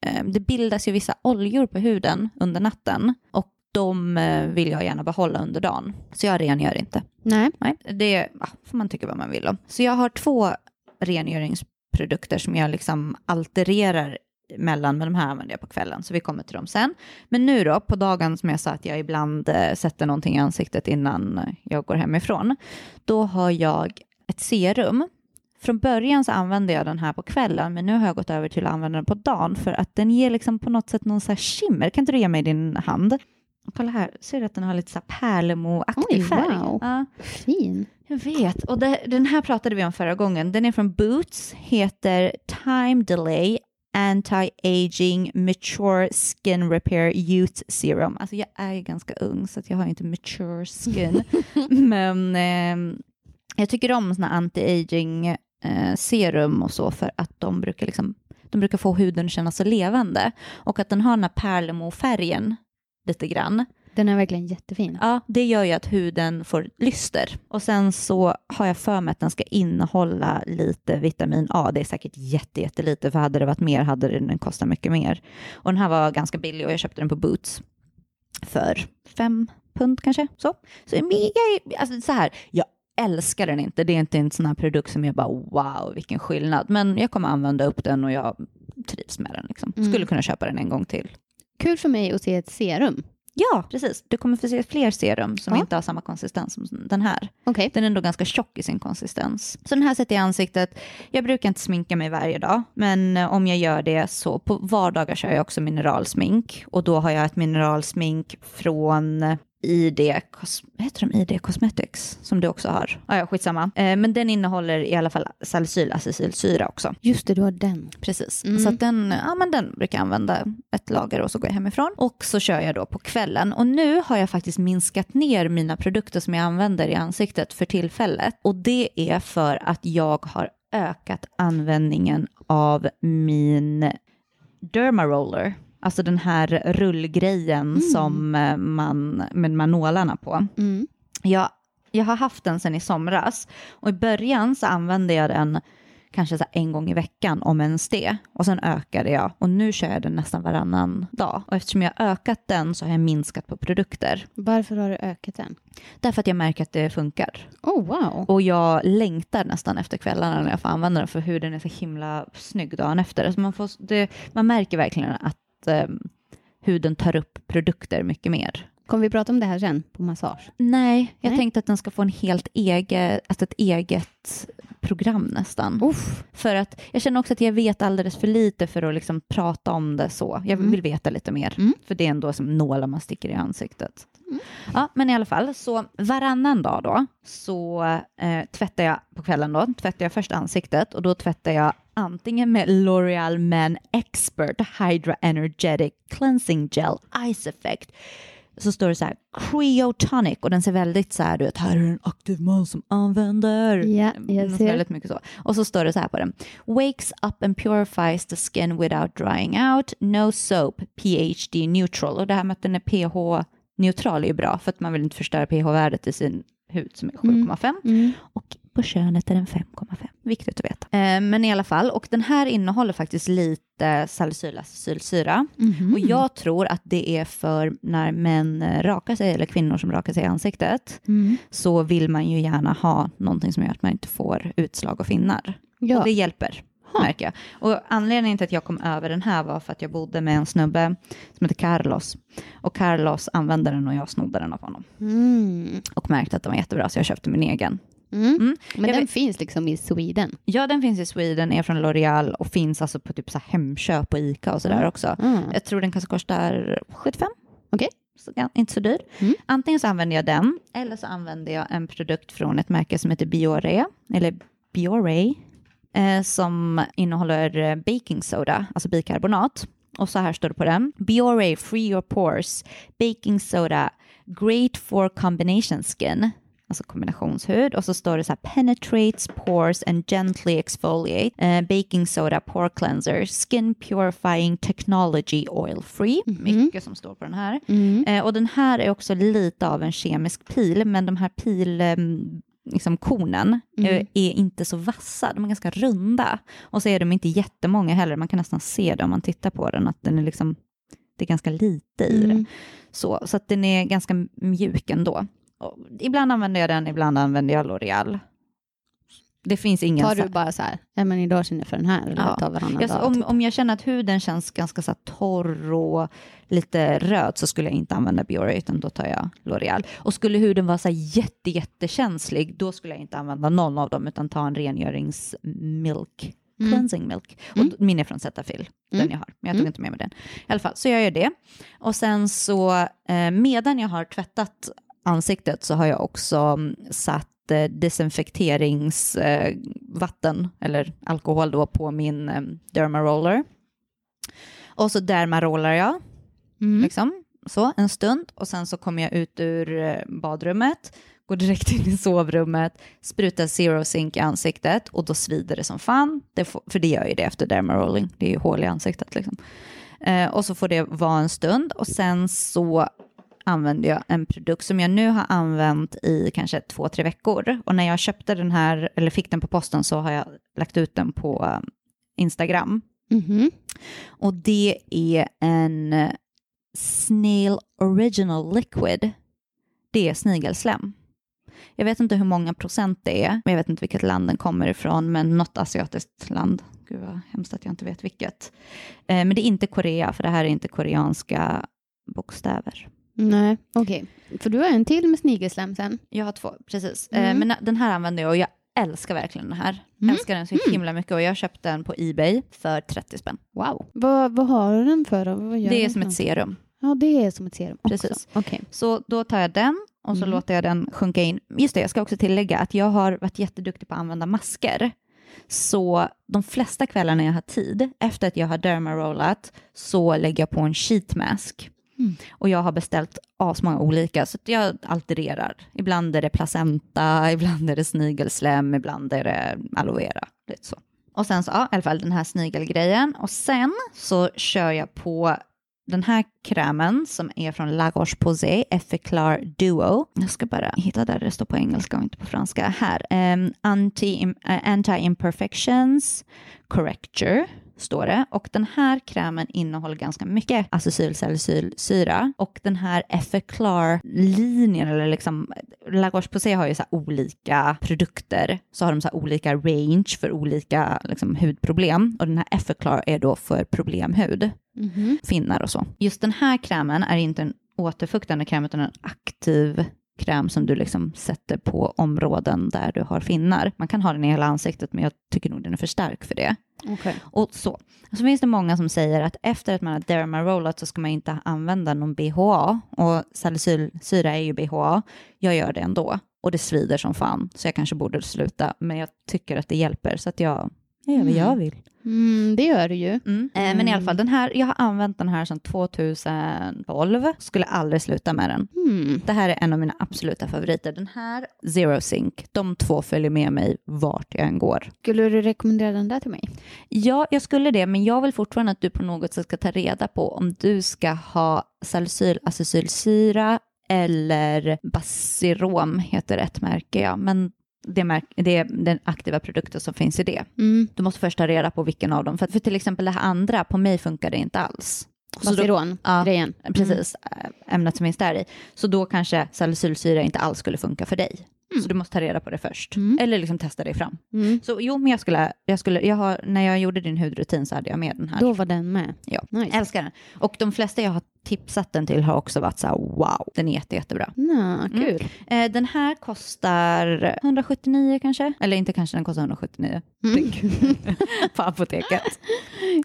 [SPEAKER 2] eh, det bildas ju vissa oljor på huden under natten och de eh, vill jag gärna behålla under dagen. Så jag rengör inte.
[SPEAKER 1] Nej.
[SPEAKER 2] Nej, det ja, får man tycka vad man vill om. Så jag har två rengöringsprodukter som jag liksom altererar mellan, men de här använder jag på kvällen, så vi kommer till dem sen. Men nu då, på dagen som jag sa att jag ibland eh, sätter någonting i ansiktet innan eh, jag går hemifrån, då har jag ett serum. Från början så använde jag den här på kvällen, men nu har jag gått över till att använda den på dagen, för att den ger liksom på något sätt någon så här skimmer. Kan inte du ge mig din hand? Kolla här, ser du att den har lite så
[SPEAKER 1] Oj,
[SPEAKER 2] här pärlemoaktig färg?
[SPEAKER 1] wow.
[SPEAKER 2] Ja.
[SPEAKER 1] Fin.
[SPEAKER 2] Jag vet. Och det, den här pratade vi om förra gången. Den är från Boots, heter Time Delay Anti-Aging Mature Skin Repair Youth Serum. Alltså jag är ju ganska ung så att jag har ju inte mature skin. Men ehm, jag tycker om såna anti-aging eh, serum och så för att de brukar, liksom, de brukar få huden att kännas så levande. Och att den har den här pärlemorfärgen lite grann.
[SPEAKER 1] Den är verkligen jättefin.
[SPEAKER 2] Ja, det gör ju att huden får lyster. Och sen så har jag för mig att den ska innehålla lite vitamin A. Det är säkert jätte, jättelite, för hade det varit mer hade den kostat mycket mer. Och den här var ganska billig och jag köpte den på Boots för fem pund kanske. Så, så men jag, alltså så här, jag älskar den inte. Det är inte en sån här produkt som jag bara wow, vilken skillnad. Men jag kommer använda upp den och jag trivs med den. Liksom.
[SPEAKER 1] Mm.
[SPEAKER 2] Skulle kunna köpa den en gång till.
[SPEAKER 1] Kul för mig att se ett serum.
[SPEAKER 2] Ja, precis. Du kommer få se fler serum som
[SPEAKER 1] Ja.
[SPEAKER 2] inte har samma konsistens som den här.
[SPEAKER 1] Okej.
[SPEAKER 2] Den är ändå ganska tjock i sin konsistens. Så den här sätter jag i ansiktet. Jag brukar inte sminka mig varje dag, men eh, om jag gör det så på vardagar kör jag också mineralsmink. Och då har jag ett mineralsmink från eh, ID, Cos- heter de ID Cosmetics? Som du också har. Ah, ja, skitsamma. Eh, men den innehåller i alla fall salicylacetylsyra också.
[SPEAKER 1] Just det, du har den.
[SPEAKER 2] Precis,
[SPEAKER 1] Mm.
[SPEAKER 2] så att den, ja, men den brukar jag använda ett lager och så går jag hemifrån. Och så kör jag då på kvällen. Och nu har jag faktiskt minskat ner mina produkter som jag använder i ansiktet för tillfället. Och det är för att jag har ökat användningen av min dermaroller. Alltså den här rullgrejen
[SPEAKER 1] Mm.
[SPEAKER 2] som eh, man, med man nålarna på.
[SPEAKER 1] Mm.
[SPEAKER 2] Jag, jag har haft den sedan i somras och i början så använde jag den kanske så här en gång i veckan om ens det och sen ökade jag och nu kör jag den nästan varannan dag och eftersom jag har ökat den så har jag minskat på produkter
[SPEAKER 1] Varför har du ökat den?
[SPEAKER 2] därför att jag märker att det funkar
[SPEAKER 1] Oh, wow.
[SPEAKER 2] och jag längtar nästan efter kvällarna när jag får använda den för hur den är så himla snygg dagen efter. Alltså man, får, det, man märker verkligen att eh, huden tar upp produkter mycket mer.
[SPEAKER 1] Kommer vi prata om det här sen på massage?
[SPEAKER 2] Nej, jag
[SPEAKER 1] Nej.
[SPEAKER 2] tänkte att den ska få en helt egen, alltså ett eget program nästan.
[SPEAKER 1] Uff.
[SPEAKER 2] För att jag känner också att jag vet alldeles för lite för att liksom prata om det så. Jag
[SPEAKER 1] Mm.
[SPEAKER 2] vill veta lite mer,
[SPEAKER 1] Mm.
[SPEAKER 2] för det är ändå som nålar man sticker i ansiktet.
[SPEAKER 1] Mm.
[SPEAKER 2] Ja, men i alla fall, så varannan dag då så eh, tvättar jag på kvällen då, tvättar jag först ansiktet och då tvättar jag antingen med L'Oreal Men Expert Hydra Energetic Cleansing Gel Ice Effect så står det så här Creotonic och den ser väldigt så här du vet, här är en aktiv man som använder
[SPEAKER 1] Ja, jag
[SPEAKER 2] den
[SPEAKER 1] ser.
[SPEAKER 2] ser väldigt mycket så. Och så står det så här på den. Wakes up and purifies the skin without drying out. No soap, PhD neutral. Och det här med att den är pH neutral är ju bra för att man vill inte förstöra pH-värdet i sin hud som är 7,5
[SPEAKER 1] Mm.
[SPEAKER 2] och på könet är den 5,5. Viktigt att veta. Eh, men i alla fall, och den här innehåller faktiskt lite salicylacetylsyra.
[SPEAKER 1] Mhm.
[SPEAKER 2] Och jag tror att det är för när män eh, rakar sig, eller kvinnor som rakar sig i ansiktet,
[SPEAKER 1] Mm.
[SPEAKER 2] så vill man ju gärna ha någonting som gör att man inte får utslag och finnar.
[SPEAKER 1] Ja.
[SPEAKER 2] Och det hjälper, märker jag. Och anledningen till att jag kom över den här var för att jag bodde med en snubbe som heter Carlos. Och Carlos använde den och jag snodde den av honom.
[SPEAKER 1] Mm.
[SPEAKER 2] Och märkte att den var jättebra så jag köpte min egen.
[SPEAKER 1] Mm.
[SPEAKER 2] Mm.
[SPEAKER 1] Men
[SPEAKER 2] Jag
[SPEAKER 1] den
[SPEAKER 2] vet-
[SPEAKER 1] finns liksom i Sweden.
[SPEAKER 2] Ja, den finns i Sweden, är från L'Oreal och finns alltså på typ så här Hemköp och Ica och sådär också.
[SPEAKER 1] Mm.
[SPEAKER 2] Jag tror den kanske kostar 75.
[SPEAKER 1] Okej.
[SPEAKER 2] Så gan- inte så dyr.
[SPEAKER 1] Mm.
[SPEAKER 2] Antingen så använder jag den eller så använder jag en produkt från ett märke som heter Biore, eller Biore, eh, som innehåller eh, baking soda, alltså bikarbonat. Och så här står det på den. Biore Free Your Pores Baking Soda Great for Combination Skin. Alltså kombinationshud. Och så står det så här penetrates pores and gently exfoliate. Eh, baking soda pore cleanser. Skin purifying technology oil free. Mycket som står på den här.
[SPEAKER 1] Mm.
[SPEAKER 2] Eh, och den här är också lite av en kemisk pil, men de här pil... eh, Liksom kornen eh, är inte så vassa, de är ganska runda. Och så är de inte jättemånga heller, man kan nästan se det om man tittar på den, att den är liksom, det är ganska lite i den.
[SPEAKER 1] Mm.
[SPEAKER 2] Så, så att den är ganska mjuk ändå. Och ibland använder jag den, ibland använder jag L'Oreal. Det finns ingen...
[SPEAKER 1] Tar
[SPEAKER 2] så-
[SPEAKER 1] du bara så här, ja men idag känner jag för den här, eller
[SPEAKER 2] Ja.
[SPEAKER 1] tar varannan
[SPEAKER 2] jag,
[SPEAKER 1] dag?
[SPEAKER 2] om, om jag känner att huden känns ganska så här torr och lite röd så skulle jag inte använda Biore utan då tar jag L'Oreal. Och skulle huden vara så här jätte, jättekänslig då skulle jag inte använda någon av dem utan ta en rengöringsmilk.
[SPEAKER 1] Mm.
[SPEAKER 2] Cleansing milk.
[SPEAKER 1] Mm.
[SPEAKER 2] Och min är från Cetaphil, den
[SPEAKER 1] Mm.
[SPEAKER 2] jag har. Men jag tog
[SPEAKER 1] Mm.
[SPEAKER 2] inte med mig den. I alla fall, så jag gör det. Och sen så eh, medan jag har tvättat ansiktet så har jag också mm, satt eh, desinfekteringsvatten eh, vatten, eller alkohol då på min eh, dermaroller. Och så dermarollar jag
[SPEAKER 1] Mm.
[SPEAKER 2] liksom, så, en stund och sen så kommer jag ut ur eh, badrummet, går direkt in i sovrummet, sprutar zero zinc i ansiktet och då svider det som fan, det får, för det gör ju det efter dermarolling, det är ju hål i ansiktet liksom. Eh, och så får det vara en stund och sen så använder jag en produkt som jag nu har använt i kanske två, tre veckor. Och när jag köpte den här, eller fick den på posten, så har jag lagt ut den på eh, Instagram.
[SPEAKER 1] Mhm.
[SPEAKER 2] Och det är en eh, Snail Original Liquid. Det är snigelslem. Jag vet inte hur många procent det är, men jag vet inte vilket land den kommer ifrån, men något asiatiskt land. Gud vad hemskt att jag inte vet vilket. Eh, Men det är inte Korea, för det här är inte koreanska bokstäver.
[SPEAKER 1] Nej, okej. För du har en till med snigelslem sen.
[SPEAKER 2] Jag har två, precis.
[SPEAKER 1] Mm.
[SPEAKER 2] Eh, Men na- den här använder jag och jag älskar verkligen den här.
[SPEAKER 1] Mm.
[SPEAKER 2] Älskar den så himla mycket och jag köpte den på Ebay för 30 spänn. Wow.
[SPEAKER 1] Vad, vad har du den för då? Vad gör
[SPEAKER 2] Det är
[SPEAKER 1] den
[SPEAKER 2] som
[SPEAKER 1] för?
[SPEAKER 2] ett serum.
[SPEAKER 1] Ja, det är som ett serum också.
[SPEAKER 2] Precis.
[SPEAKER 1] Okej.
[SPEAKER 2] Så då tar jag den och så
[SPEAKER 1] Mm.
[SPEAKER 2] låter jag den sjunka in. Just det, jag ska också tillägga att jag har varit jätteduktig på att använda masker. Så de flesta kvällar när jag har tid, efter att jag har dermarollat, så lägger jag på en sheetmask.
[SPEAKER 1] Mm.
[SPEAKER 2] Och jag har beställt asmånga olika, så att jag altererar. Ibland är det placenta, ibland är det snigelslem, ibland är det aloe vera. Lite så. Och sen så, ja, i alla fall den här snigelgrejen. Och sen så kör jag på den här krämen som är från Lagos Posay, Effeclar Duo. Jag ska bara hitta där det står på engelska och inte på franska. Här. Em, anti, eh, anti-imperfections, correcture står det. Och den här krämen innehåller ganska mycket acetylsalicylsyra. Och den här Effeclar-linjen, eller liksom Lagos Posay har ju så här olika produkter. Så har de så här olika range för olika liksom, hudproblem. Och den här Effeclar är då för problemhud
[SPEAKER 1] Mhm.
[SPEAKER 2] finnar och så. Just den här krämen är inte en återfuktande kräm utan en aktiv kräm som du liksom sätter på områden där du har finnar. Man kan ha den i hela ansiktet men jag tycker nog den är för stark för det.
[SPEAKER 1] Okej.
[SPEAKER 2] Och så. så finns det många som säger att efter att man har dermarollat så ska man inte använda någon BHA och salicylsyra är ju BHA. Jag gör det ändå och det svider som fan så jag kanske borde sluta men jag tycker att det hjälper så att jag, jag gör vad jag
[SPEAKER 1] Mm.
[SPEAKER 2] vill.
[SPEAKER 1] Mm, det gör du ju.
[SPEAKER 2] Mm. Eh, men i alla fall, den här, jag har använt den här sedan 2012. Skulle aldrig sluta med den.
[SPEAKER 1] Mm.
[SPEAKER 2] Det här är en av mina absoluta favoriter. Den här, Zero Sync. De två följer med mig vart jag än går.
[SPEAKER 1] Skulle du rekommendera den där till mig?
[SPEAKER 2] Ja, jag skulle det, men jag vill fortfarande att du på något sätt ska ta reda på om du ska ha salicylacetylsyra eller Basirom heter ett märke, ja. Men det, märk- det är den aktiva produkten som finns i det.
[SPEAKER 1] Mm.
[SPEAKER 2] Du måste först ta reda på vilken av dem. För, för till exempel det här andra, på mig funkar det inte alls. Så då- Ja,
[SPEAKER 1] Baseron-grejen.
[SPEAKER 2] precis. Äh, Ämnet som finns där i. Så då kanske salicylsyra inte alls skulle funka för dig.
[SPEAKER 1] Mm.
[SPEAKER 2] Så du måste ta reda på det först.
[SPEAKER 1] Mm.
[SPEAKER 2] Eller liksom testa dig fram.
[SPEAKER 1] Mm. Mm.
[SPEAKER 2] Så jo, men jag skulle, jag skulle jag har, när jag gjorde din hudrutin så hade jag med den här.
[SPEAKER 1] Då var den med.
[SPEAKER 2] Ja.
[SPEAKER 1] Nice.
[SPEAKER 2] Älskar den. Och de flesta jag har tipsat den till har också varit så här, wow, den är jätte, jättebra.
[SPEAKER 1] Nå, kul.
[SPEAKER 2] Eh, den här kostar 179 kanske? Eller inte kanske, den kostar 179.
[SPEAKER 1] Mm.
[SPEAKER 2] på apoteket.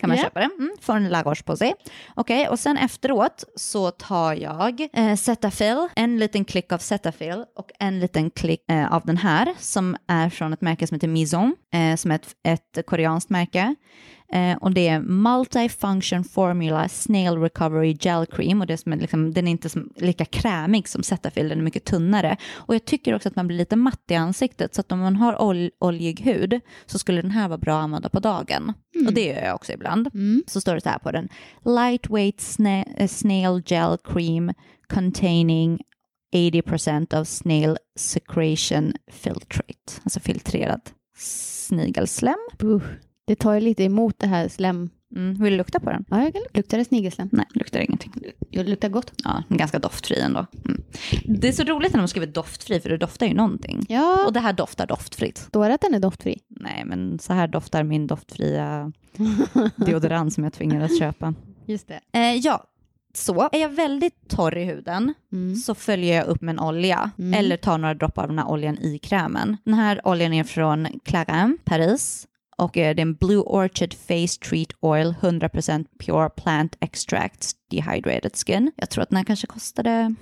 [SPEAKER 2] Kan man
[SPEAKER 1] Ja.
[SPEAKER 2] köpa den. Mm, får en lagage på sig. Okej, och sen efteråt så tar jag eh, Cetaphil, en liten klick av Cetaphil och en liten klick eh, av den här som är från ett märke som heter Mizon, eh, som är ett, ett koreanskt märke. Eh, och det är Multifunction Formula Snail Recovery Gel Cream och det som är liksom, den är inte som, lika krämig som Cetaphil, den är mycket tunnare. Och jag tycker också att man blir lite matt i ansiktet så att om man har ol- oljig hud så skulle den här vara bra att använda på dagen. Och det gör jag också ibland.
[SPEAKER 1] Mm.
[SPEAKER 2] Så står det så här på den. Lightweight sna- eh, snail gel cream containing 80% of snail secretion filtrate. Alltså filtrerad snigelslem.
[SPEAKER 1] Buh. Det tar ju lite emot det här slem...
[SPEAKER 2] Mm, vill du lukta på den?
[SPEAKER 1] Ja, jag kan lukta det snigelsläm.
[SPEAKER 2] Nej, luktar ingenting.
[SPEAKER 1] Det luktar gott.
[SPEAKER 2] Ja, den är ganska doftfri ändå. Mm. Det är så roligt när de skriver doftfri för det doftar ju någonting.
[SPEAKER 1] Ja,
[SPEAKER 2] Och det här doftar doftfritt.
[SPEAKER 1] står det att den är doftfri?
[SPEAKER 2] Nej, men så här doftar min doftfria deodorant som jag tvingades köpa.
[SPEAKER 1] Just det.
[SPEAKER 2] Eh, ja, så. Är jag väldigt torr i huden
[SPEAKER 1] Mm.
[SPEAKER 2] så följer jag upp med en olja
[SPEAKER 1] Mm.
[SPEAKER 2] eller tar några droppar av den här oljan i krämen. Den här oljan är från Clarin, Paris och eh, det är en Blue Orchid Face Treat Oil 100% Pure Plant Extracts Dehydrated Skin. Jag tror att den här kanske kostade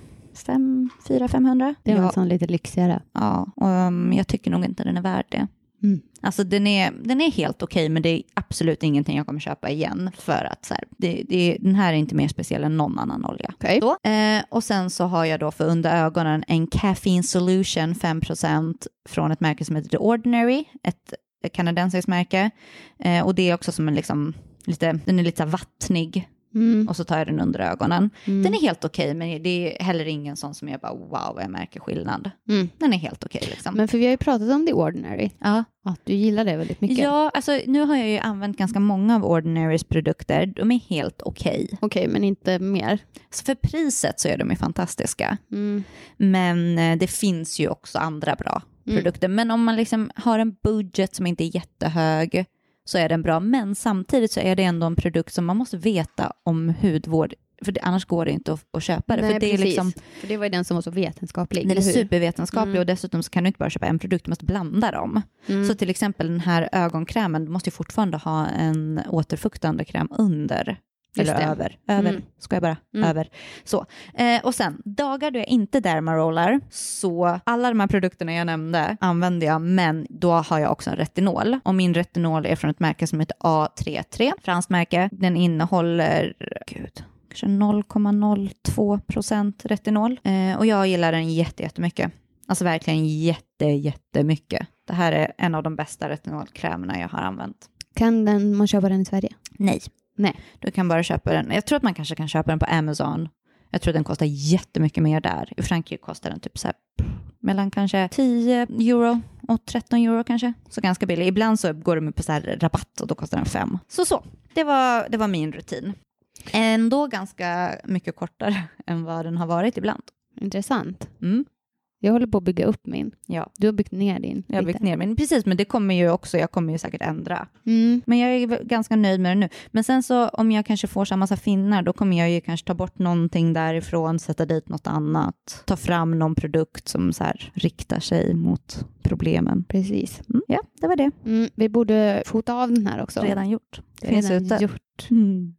[SPEAKER 2] 5, 4, 500.
[SPEAKER 1] Det var
[SPEAKER 2] ja,
[SPEAKER 1] en sån lite lyxigare.
[SPEAKER 2] ja, och, um, jag tycker nog inte den är värd det.
[SPEAKER 1] Mm.
[SPEAKER 2] Alltså den är, den är helt okej men det är absolut ingenting jag kommer köpa igen för att så här, det, det, den här är inte mer speciell än någon annan olja.
[SPEAKER 1] Okej.
[SPEAKER 2] Så, eh, och sen så har jag då för under ögonen en Caffeine Solution 5% från ett märke som heter The Ordinary, ett kanadensiskt märke. Eh, och det är också som en liksom, lite, den är lite så här vattnig
[SPEAKER 1] Mm.
[SPEAKER 2] och så tar jag den under ögonen.
[SPEAKER 1] Mm.
[SPEAKER 2] Den är helt okej men det är heller ingen sån som jag bara wow jag märker skillnad.
[SPEAKER 1] Mm.
[SPEAKER 2] Den är helt okej liksom.
[SPEAKER 1] Men för vi har ju pratat om The Ordinary,
[SPEAKER 2] ja.
[SPEAKER 1] att du gillar det väldigt mycket.
[SPEAKER 2] Ja, alltså nu har jag ju använt ganska många av Ordinarys produkter. De är helt okej.
[SPEAKER 1] Okej, men inte mer.
[SPEAKER 2] Så för priset så är de ju fantastiska.
[SPEAKER 1] Mm.
[SPEAKER 2] Men eh, det finns ju också andra bra
[SPEAKER 1] Mm.
[SPEAKER 2] produkter. Men om man liksom har en budget som inte är jättehög så är den bra. Men samtidigt så är det ändå en produkt som man måste veta om hudvård. För det, annars går det inte att, att köpa det. för det är
[SPEAKER 1] precis.
[SPEAKER 2] liksom,
[SPEAKER 1] för det var ju den som var så vetenskaplig.
[SPEAKER 2] den är
[SPEAKER 1] eller hur?
[SPEAKER 2] supervetenskaplig
[SPEAKER 1] Mm.
[SPEAKER 2] och dessutom så kan du inte bara köpa en produkt, du måste blanda dem.
[SPEAKER 1] Mm.
[SPEAKER 2] Så till exempel den här ögonkrämen, du måste ju fortfarande ha en återfuktande kräm under.
[SPEAKER 1] Just
[SPEAKER 2] eller
[SPEAKER 1] det.
[SPEAKER 2] över. Över,
[SPEAKER 1] Mm.
[SPEAKER 2] ska jag bara.
[SPEAKER 1] Mm.
[SPEAKER 2] Över. Så. Eh, och sen, dagar då jag inte dermarollar, så alla de här produkterna jag nämnde använder jag, men då har jag också en retinol. Och min retinol är från ett märke som heter A33, franskt märke. Den innehåller, gud, kanske 0,02 procent retinol. Eh, och jag gillar den jätte, jättemycket. Alltså verkligen jätte, jättemycket. Det här är en av de bästa retinolkrämerna jag har använt.
[SPEAKER 1] Kan den, man köpa den i Sverige?
[SPEAKER 2] Nej.
[SPEAKER 1] Nej.
[SPEAKER 2] Du kan bara köpa den. Jag tror att man kanske kan köpa den på Amazon. Jag tror att den kostar jättemycket mer där. I Frankrike kostar den typ så här pff, mellan kanske 10 euro och 13 euro kanske. Så ganska billig. Ibland så går de på så här rabatt och då kostar den 5. Så så, det var, det var min rutin. Ändå ganska mycket kortare än vad den har varit ibland.
[SPEAKER 1] Intressant.
[SPEAKER 2] Mm.
[SPEAKER 1] Jag håller på att bygga upp min.
[SPEAKER 2] Ja.
[SPEAKER 1] Du har byggt ner din.
[SPEAKER 2] Jag har
[SPEAKER 1] lite.
[SPEAKER 2] byggt ner min. Precis, men det kommer ju också, jag kommer ju säkert ändra.
[SPEAKER 1] Mm.
[SPEAKER 2] Men jag är ganska nöjd med det nu. Men sen så om jag kanske får så här massa finnar, då kommer jag ju kanske ta bort någonting därifrån, sätta dit något annat, ta fram någon produkt som så här riktar sig mot problemen.
[SPEAKER 1] Precis.
[SPEAKER 2] Mm, ja, det var det.
[SPEAKER 1] Mm. Vi borde fota av den här också.
[SPEAKER 2] Redan gjort. Det
[SPEAKER 1] Redan
[SPEAKER 2] finns ute.
[SPEAKER 1] gjort.
[SPEAKER 2] Mm.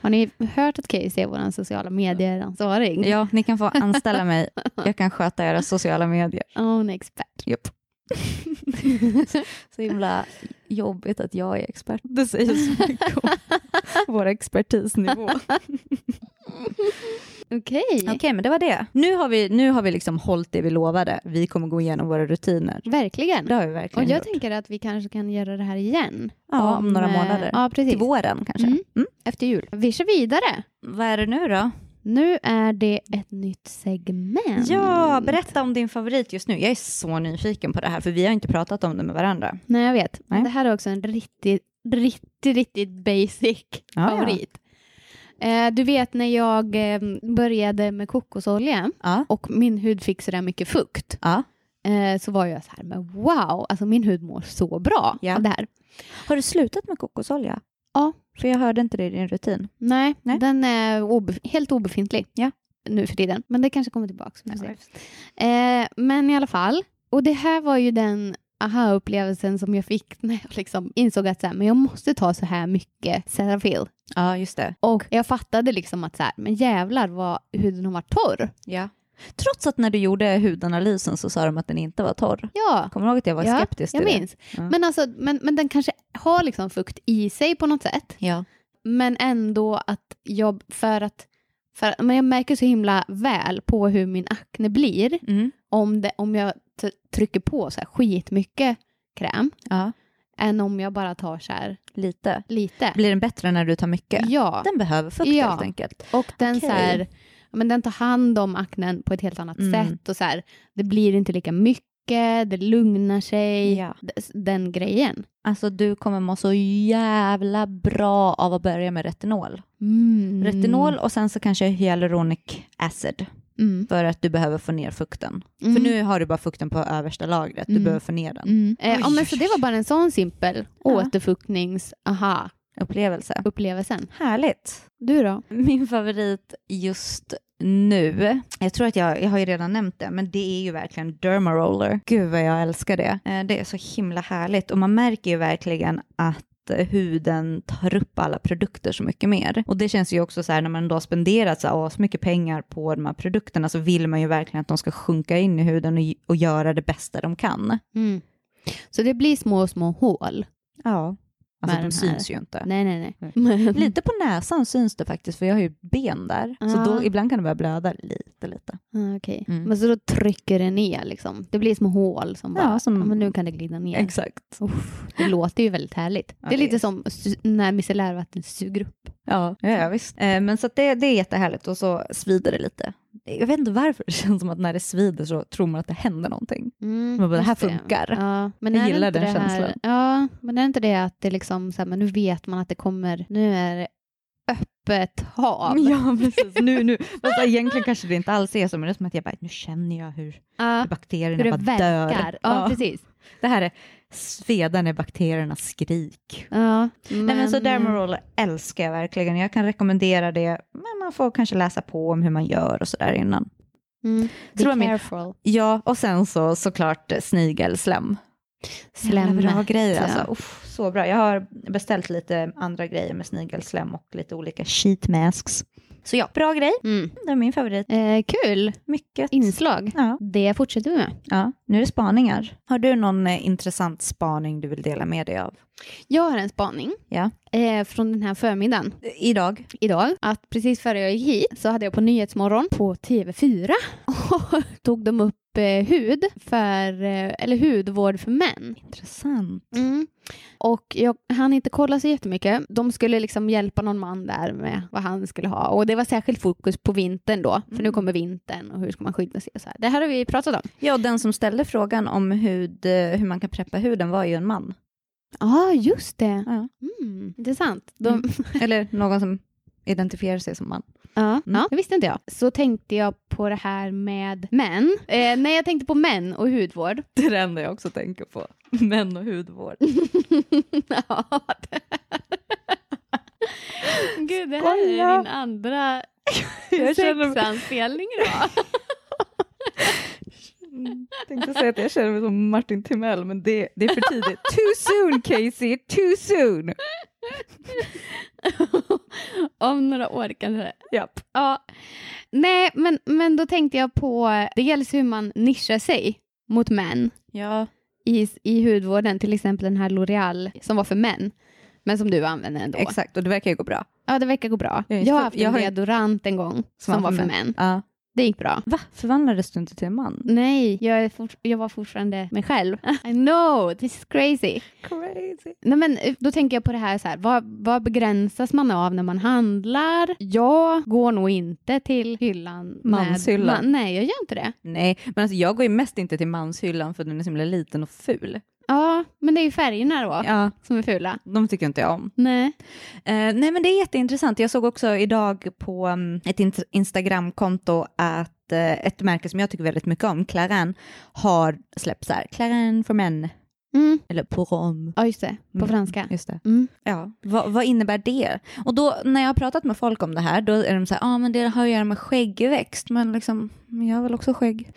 [SPEAKER 1] Har ni hört att Casey är vår sociala medier-ansvarig?
[SPEAKER 2] Ja, ni kan få anställa mig. Jag kan sköta era sociala medier.
[SPEAKER 1] Ja, Hon är expert.
[SPEAKER 2] Japp. Så himla jobbigt att jag är expert. Det säger så mycket om vår expertisnivå.
[SPEAKER 1] Okej.
[SPEAKER 2] Okej, men det var det. Nu har vi, nu har vi liksom hållit det vi lovade. Vi kommer gå igenom våra rutiner.
[SPEAKER 1] Verkligen.
[SPEAKER 2] Det har vi
[SPEAKER 1] Och
[SPEAKER 2] verkligen
[SPEAKER 1] jag
[SPEAKER 2] gjort.
[SPEAKER 1] tänker att vi kanske kan göra det här igen.
[SPEAKER 2] ja, om några
[SPEAKER 1] eh,
[SPEAKER 2] månader.
[SPEAKER 1] Ja,
[SPEAKER 2] Till
[SPEAKER 1] precis.
[SPEAKER 2] våren kanske.
[SPEAKER 1] Mm. Efter jul. Vi kör vidare.
[SPEAKER 2] Vad är det nu då?
[SPEAKER 1] Nu är det ett nytt segment.
[SPEAKER 2] Ja, berätta om din favorit just nu. Jag är så nyfiken på det här, för vi har inte pratat om det med varandra.
[SPEAKER 1] Nej, jag vet. Men
[SPEAKER 2] Nej.
[SPEAKER 1] det här är också en riktigt, riktigt, riktigt basic
[SPEAKER 2] Ah, Ja,
[SPEAKER 1] favorit. Eh, Du vet när jag eh, började med kokosolja
[SPEAKER 2] Ja.
[SPEAKER 1] och min hud fick sådär mycket fukt
[SPEAKER 2] Ja.
[SPEAKER 1] eh, så var jag så här, men wow, alltså min hud mår så bra
[SPEAKER 2] Ja.
[SPEAKER 1] av det här.
[SPEAKER 2] Har du slutat med kokosolja?
[SPEAKER 1] Ja.
[SPEAKER 2] För jag hörde inte det i din rutin.
[SPEAKER 1] Nej,
[SPEAKER 2] Nej.
[SPEAKER 1] den är obe- helt obefintlig
[SPEAKER 2] Ja.
[SPEAKER 1] nu för tiden. Men det kanske kommer tillbaka. vi får se. Eh, men i alla fall, och det här var ju den aha-upplevelsen som jag fick när jag liksom insåg att så här, men jag måste ta så här mycket Cetaphil.
[SPEAKER 2] Ja, just det.
[SPEAKER 1] Och jag fattade liksom att så här, men jävlar vad huden har varit torr.
[SPEAKER 2] Ja. Trots att när du gjorde hudanalysen så sa de att den inte var torr.
[SPEAKER 1] Ja,
[SPEAKER 2] Kommer du ihåg att jag var
[SPEAKER 1] Ja,
[SPEAKER 2] skeptisk till
[SPEAKER 1] jag
[SPEAKER 2] det?
[SPEAKER 1] minns.
[SPEAKER 2] Ja.
[SPEAKER 1] Men, alltså, men, men den kanske har liksom fukt i sig på något sätt.
[SPEAKER 2] Ja.
[SPEAKER 1] Men ändå att jag, för att, för, att- men jag märker så himla väl på hur min akne blir
[SPEAKER 2] Mm.
[SPEAKER 1] om, det, om jag t- trycker på så här skitmycket kräm
[SPEAKER 2] ja.
[SPEAKER 1] än om jag bara tar så här
[SPEAKER 2] Lite.
[SPEAKER 1] lite.
[SPEAKER 2] Blir den bättre när du tar mycket?
[SPEAKER 1] Ja,
[SPEAKER 2] Den behöver fukt
[SPEAKER 1] Ja.
[SPEAKER 2] helt enkelt.
[SPEAKER 1] och den,
[SPEAKER 2] Okej.
[SPEAKER 1] så här, ja, men den tar hand om aknen på ett helt annat
[SPEAKER 2] Mm.
[SPEAKER 1] sätt. Och så här, det blir inte lika mycket, det lugnar sig.
[SPEAKER 2] Ja.
[SPEAKER 1] D- Den grejen.
[SPEAKER 2] Alltså du kommer må så jävla bra av att börja med retinol.
[SPEAKER 1] Mm.
[SPEAKER 2] Retinol och sen så kanske hyaluronic acid
[SPEAKER 1] Mm.
[SPEAKER 2] för att du behöver få ner fukten.
[SPEAKER 1] Mm.
[SPEAKER 2] För nu har du bara fukten på översta lagret, du
[SPEAKER 1] Mm.
[SPEAKER 2] behöver få ner den.
[SPEAKER 1] Mm. Eh,
[SPEAKER 2] Oj,
[SPEAKER 1] ja, men
[SPEAKER 2] oj,
[SPEAKER 1] så
[SPEAKER 2] oj.
[SPEAKER 1] det var bara en sån simpel
[SPEAKER 2] Ja.
[SPEAKER 1] återfuktnings-aha-upplevelsen.
[SPEAKER 2] Upplevelse. Härligt.
[SPEAKER 1] Du då?
[SPEAKER 2] Min favorit just nu, jag tror att jag, jag har ju redan nämnt det, men det är ju verkligen Dermaroller. Gud vad jag älskar det. Eh, Det är så himla härligt och man märker ju verkligen att eh, huden tar upp alla produkter så mycket mer. Och det känns ju också så här när man då har spenderat så, här, "Åh, så mycket pengar på de här produkterna så vill man ju verkligen att de ska sjunka in i huden och, och göra det bästa de kan.
[SPEAKER 1] Mm. Så det blir små, små hål.
[SPEAKER 2] Ja.
[SPEAKER 1] Med
[SPEAKER 2] Alltså de
[SPEAKER 1] den
[SPEAKER 2] syns ju inte.
[SPEAKER 1] Nej, nej, nej.
[SPEAKER 2] Nej.
[SPEAKER 1] Men,
[SPEAKER 2] Lite på näsan syns det faktiskt för jag har ju ben där. Så
[SPEAKER 1] Ja.
[SPEAKER 2] då, ibland kan det börja blöda lite lite.
[SPEAKER 1] Ah, okej.
[SPEAKER 2] Mm.
[SPEAKER 1] men så då trycker det ner liksom. Det blir små hål som
[SPEAKER 2] Ja,
[SPEAKER 1] bara, ja,
[SPEAKER 2] som-
[SPEAKER 1] men nu kan det glida ner.
[SPEAKER 2] Mm. Exakt.
[SPEAKER 1] Uff, det låter ju väldigt härligt.
[SPEAKER 2] Ja,
[SPEAKER 1] det är
[SPEAKER 2] det
[SPEAKER 1] lite
[SPEAKER 2] är-
[SPEAKER 1] som su- när micellärvatten suger upp.
[SPEAKER 2] Ja, ja, ja visst. Eh, men så att det, det är jättehärligt och så svider det lite. Jag vet inte varför det känns som att när det svider så tror man att det händer någonting.
[SPEAKER 1] Mm,
[SPEAKER 2] Man bara, det här
[SPEAKER 1] just
[SPEAKER 2] funkar.
[SPEAKER 1] Ja, men
[SPEAKER 2] Jag
[SPEAKER 1] är det
[SPEAKER 2] gillar
[SPEAKER 1] inte
[SPEAKER 2] den
[SPEAKER 1] det här,
[SPEAKER 2] känslan.
[SPEAKER 1] Ja, men är det inte det att det liksom så här, men nu vet man att det kommer, nu är det öppet hav.
[SPEAKER 2] Ja, precis. Nu, nu. Fast egentligen kanske det inte alls är så, men det är som att jag bara, nu känner jag hur
[SPEAKER 1] Ja,
[SPEAKER 2] bakterierna
[SPEAKER 1] hur det
[SPEAKER 2] bara
[SPEAKER 1] verkar.
[SPEAKER 2] dör.
[SPEAKER 1] Ja,
[SPEAKER 2] Ja.
[SPEAKER 1] precis.
[SPEAKER 2] Det här är svedan är bakteriernas skrik.
[SPEAKER 1] Ja,
[SPEAKER 2] Nej, men så Dermaroller älskar jag verkligen. Jag kan rekommendera det, men man får kanske läsa på om hur man gör och sådär innan.
[SPEAKER 1] Mm, be
[SPEAKER 2] Tror jag min-
[SPEAKER 1] careful.
[SPEAKER 2] Ja, och sen så såklart eh, snigelslem.
[SPEAKER 1] Slemmet.
[SPEAKER 2] Jävla Bra grej alltså.
[SPEAKER 1] Ja.
[SPEAKER 2] Uff, så bra. Jag har beställt lite andra grejer med snigelslem och lite olika sheet masks. Så ja, bra grej.
[SPEAKER 1] Mm.
[SPEAKER 2] Det är min favorit.
[SPEAKER 1] Eh, kul
[SPEAKER 2] Mycket.
[SPEAKER 1] inslag.
[SPEAKER 2] ja,
[SPEAKER 1] Det fortsätter vi med.
[SPEAKER 2] ja, nu är det spaningar. Har du någon eh, intressant spaning du vill dela med dig av?
[SPEAKER 1] Jag har en spaning
[SPEAKER 2] Ja.
[SPEAKER 1] eh, från den här förmiddagen
[SPEAKER 2] Idag.
[SPEAKER 1] idag. Att precis före jag gick hit så hade jag på Nyhetsmorgon på TV4 och tog de upp eh, hud för, eh, eller hudvård för män.
[SPEAKER 2] Intressant.
[SPEAKER 1] Mm. Och jag hann inte kolla så jättemycket. De skulle liksom hjälpa någon man där med vad han skulle ha. Och det var särskilt fokus på vintern då, för nu
[SPEAKER 2] Mm.
[SPEAKER 1] kommer vintern och hur ska man skydda sig och så här. Det här har vi pratat om.
[SPEAKER 2] Ja, och den som ställde frågan om hud, eh, hur man kan preppa huden var ju en man.
[SPEAKER 1] Ja, ah, just det.
[SPEAKER 2] Ja.
[SPEAKER 1] Mm. Intressant. De,
[SPEAKER 2] Mm. Eller någon som identifierar sig som man.
[SPEAKER 1] Ja,
[SPEAKER 2] Mm.
[SPEAKER 1] ja, det visste inte jag. Så tänkte jag på det här med män. Eh, nej, jag tänkte på män och hudvård.
[SPEAKER 2] Det är det enda jag också tänker på. Män och hudvård.
[SPEAKER 1] ja, det... Gud, det här är
[SPEAKER 2] Skoja.
[SPEAKER 1] din andra
[SPEAKER 2] Jag känner mig,
[SPEAKER 1] sexanspelning idag.
[SPEAKER 2] Mm, tänkte säga att jag känner mig som Martin Timell, men det, det är för tidigt. Too soon Casey, too soon!
[SPEAKER 1] Om några år kanske. det.
[SPEAKER 2] Japp.
[SPEAKER 1] Ja. Nej, men, men då tänkte jag på dels hur man nischar sig mot män
[SPEAKER 2] Ja.
[SPEAKER 1] i, i hudvården, till exempel den här L'Oreal som var för män, men som du använder ändå.
[SPEAKER 2] Exakt, och det verkar ju gå bra.
[SPEAKER 1] Ja, det verkar gå bra.
[SPEAKER 2] Jag är
[SPEAKER 1] Jag har
[SPEAKER 2] så-
[SPEAKER 1] haft
[SPEAKER 2] jag
[SPEAKER 1] en
[SPEAKER 2] har-
[SPEAKER 1] deodorant en gång som, var för män.
[SPEAKER 2] Ja.
[SPEAKER 1] Det gick bra.
[SPEAKER 2] Va? Förvandlades du inte till en man?
[SPEAKER 1] Nej, jag, är fort, jag var fortfarande mig själv. I know, this is crazy.
[SPEAKER 2] Crazy.
[SPEAKER 1] Nej, men eh, då tänker jag på det här, så här vad, vad begränsas man av när man handlar? Jag går nog inte till hyllan. med-
[SPEAKER 2] Manshyllan.
[SPEAKER 1] Man, nej, jag gör inte det.
[SPEAKER 2] Nej, men alltså jag går ju mest inte till manshyllan för den är så himla liten och ful.
[SPEAKER 1] Ja, men det är ju färgerna då
[SPEAKER 2] Ja,
[SPEAKER 1] som är fula.
[SPEAKER 2] de tycker inte jag om.
[SPEAKER 1] Nej.
[SPEAKER 2] Eh, nej men det är jätteintressant. Jag såg också idag på mm, ett int- Instagramkonto att eh, ett märke som jag tycker väldigt mycket om, Clarin, har släppt så här, Clarin för män,
[SPEAKER 1] Mm.
[SPEAKER 2] eller pour homme.
[SPEAKER 1] Ja, just det. På
[SPEAKER 2] Mm.
[SPEAKER 1] franska.
[SPEAKER 2] Just det.
[SPEAKER 1] Mm.
[SPEAKER 2] Ja. Vad- vad innebär det? Och då när jag har pratat med folk om det här, då är de så här, ja ah, men det har att göra med skäggväxt, men liksom, men jag har väl också skägg.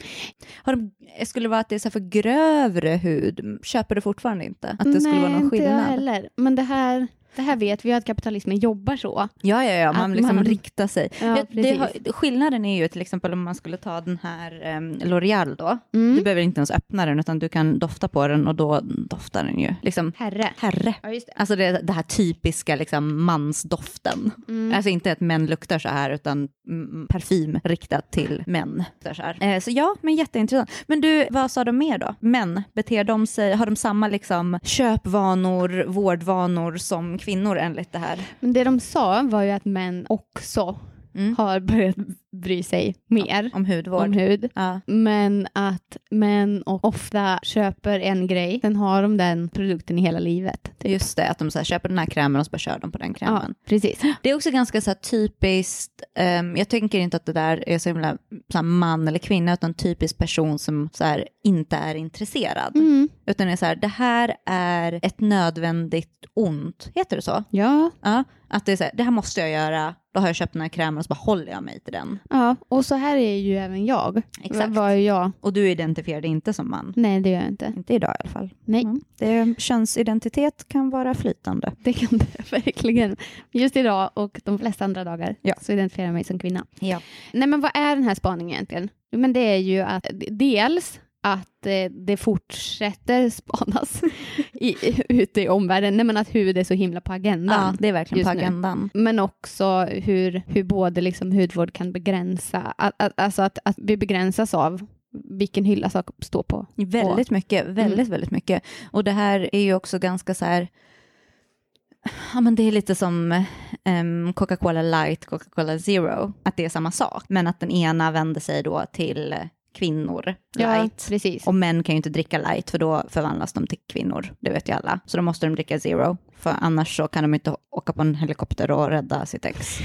[SPEAKER 2] Har de, skulle det vara att det är så här för grövre hud, köper du fortfarande inte? Att det skulle
[SPEAKER 1] nej,
[SPEAKER 2] vara någon
[SPEAKER 1] inte jag
[SPEAKER 2] skillnad?
[SPEAKER 1] heller. Men det här, det här vet vi ju att kapitalismen jobbar så.
[SPEAKER 2] Ja, ja, ja, man
[SPEAKER 1] Att
[SPEAKER 2] liksom
[SPEAKER 1] man-
[SPEAKER 2] riktar sig.
[SPEAKER 1] Ja,
[SPEAKER 2] det, det
[SPEAKER 1] precis.
[SPEAKER 2] har, skillnaden är ju till exempel om man skulle ta den här um, L'Oreal då. Du
[SPEAKER 1] Mm.
[SPEAKER 2] behöver inte ens öppna den utan du kan dofta på den och då doftar den ju liksom
[SPEAKER 1] Herre.
[SPEAKER 2] herre.
[SPEAKER 1] Ja, just det.
[SPEAKER 2] Alltså det, det här typiska liksom mansdoften.
[SPEAKER 1] Mm.
[SPEAKER 2] Alltså inte att män luktar så här utan mm, parfym riktat till män. luktar Så, här. Eh, så ja, men jätteintressant. Men du, vad sa de mer då? Män, beter de sig, har de samma liksom köpvanor, vårdvanor som kvinnor enligt det här?
[SPEAKER 1] Men det de sa var ju att män också
[SPEAKER 2] Mm.
[SPEAKER 1] har börjat bry sig mer
[SPEAKER 2] Om hudvård?
[SPEAKER 1] om hud.
[SPEAKER 2] Ja.
[SPEAKER 1] Men att män och ofta köper en grej, sen har de den produkten i hela livet.
[SPEAKER 2] Det är Just det, att de så här, köper den här krämen och så bara kör de på den krämen.
[SPEAKER 1] precis.
[SPEAKER 2] Det är också ganska så här, typiskt, ehm, jag tänker inte att det där är så himla så här, man eller kvinna, utan typisk person som så här, inte är intresserad.
[SPEAKER 1] Mm.
[SPEAKER 2] Utan det är så här, det här är ett nödvändigt ont, heter det så?
[SPEAKER 1] Ja,
[SPEAKER 2] Ja, att det är så här, det här måste jag göra, då har jag köpt den här krämen och så bara håller jag mig till den.
[SPEAKER 1] ja, och så här är ju även jag.
[SPEAKER 2] Exakt.
[SPEAKER 1] Var är jag?
[SPEAKER 2] Och du identifierar dig inte som man.
[SPEAKER 1] Nej, det gör jag inte.
[SPEAKER 2] Inte idag i alla fall.
[SPEAKER 1] Nej,
[SPEAKER 2] Mm. Det, könsidentitet kan vara flytande.
[SPEAKER 1] det kan det verkligen. Just idag och de flesta andra dagar
[SPEAKER 2] Ja.
[SPEAKER 1] så identifierar jag mig som kvinna.
[SPEAKER 2] Ja.
[SPEAKER 1] Nej, men vad är den här spaningen egentligen? Jo, Men det är ju att dels att eh, det fortsätter spanas i, ute i omvärlden. Nej, men att hud är så himla på agendan.
[SPEAKER 2] Ja, det är verkligen på
[SPEAKER 1] just nu.
[SPEAKER 2] agendan.
[SPEAKER 1] Men också hur, hur både liksom hudvård kan begränsa, att, att, alltså att, att vi begränsas av vilken hylla saker står på.
[SPEAKER 2] Väldigt mycket,
[SPEAKER 1] Mm.
[SPEAKER 2] väldigt, väldigt mycket. Och det här är ju också ganska så här, ja men det är lite som ehm, Coca-Cola light, Coca-Cola zero, att det är samma sak, men att den ena vänder sig då till kvinnor light.
[SPEAKER 1] Ja, precis.
[SPEAKER 2] Och män kan ju inte dricka light för då förvandlas de till kvinnor, det vet ju alla. Så då måste de dricka zero, för annars så kan de inte åka på en helikopter och rädda sitt ex.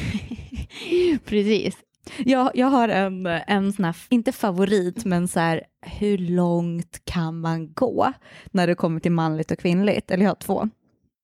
[SPEAKER 1] precis.
[SPEAKER 2] Jag, jag har en, en sån här, inte favorit, men så här, hur långt kan man gå när det kommer till manligt och kvinnligt? Eller jag har två.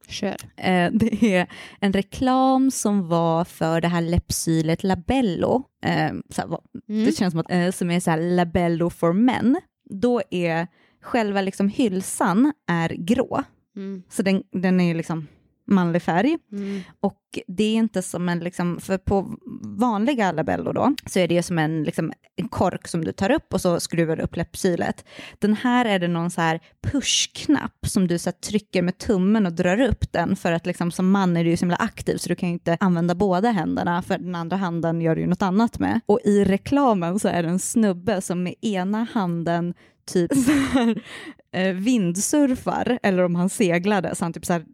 [SPEAKER 1] Kör.
[SPEAKER 2] Eh, det är en reklam som var för det här läppsylet Labello, eh, så här, vad-
[SPEAKER 1] Mm.
[SPEAKER 2] det känns som att, eh, som är så här Labello for men. Då är själva liksom hylsan är grå,
[SPEAKER 1] Mm.
[SPEAKER 2] så den, den är ju liksom manlig färg.
[SPEAKER 1] Mm.
[SPEAKER 2] Och det är inte som en, liksom, för på vanliga labello då, så är det ju som en, liksom, en kork som du tar upp och så skruvar du upp läppsylet. Den här är det någon så här push-knapp som du så här, trycker med tummen och drar upp den för att liksom, som man är du ju så himla aktiv så du kan ju inte använda båda händerna för den andra handen gör du ju något annat med. Och i reklamen så är det en snubbe som med ena handen typ så här, eh, vindsurfar eller om han seglade så han typ så här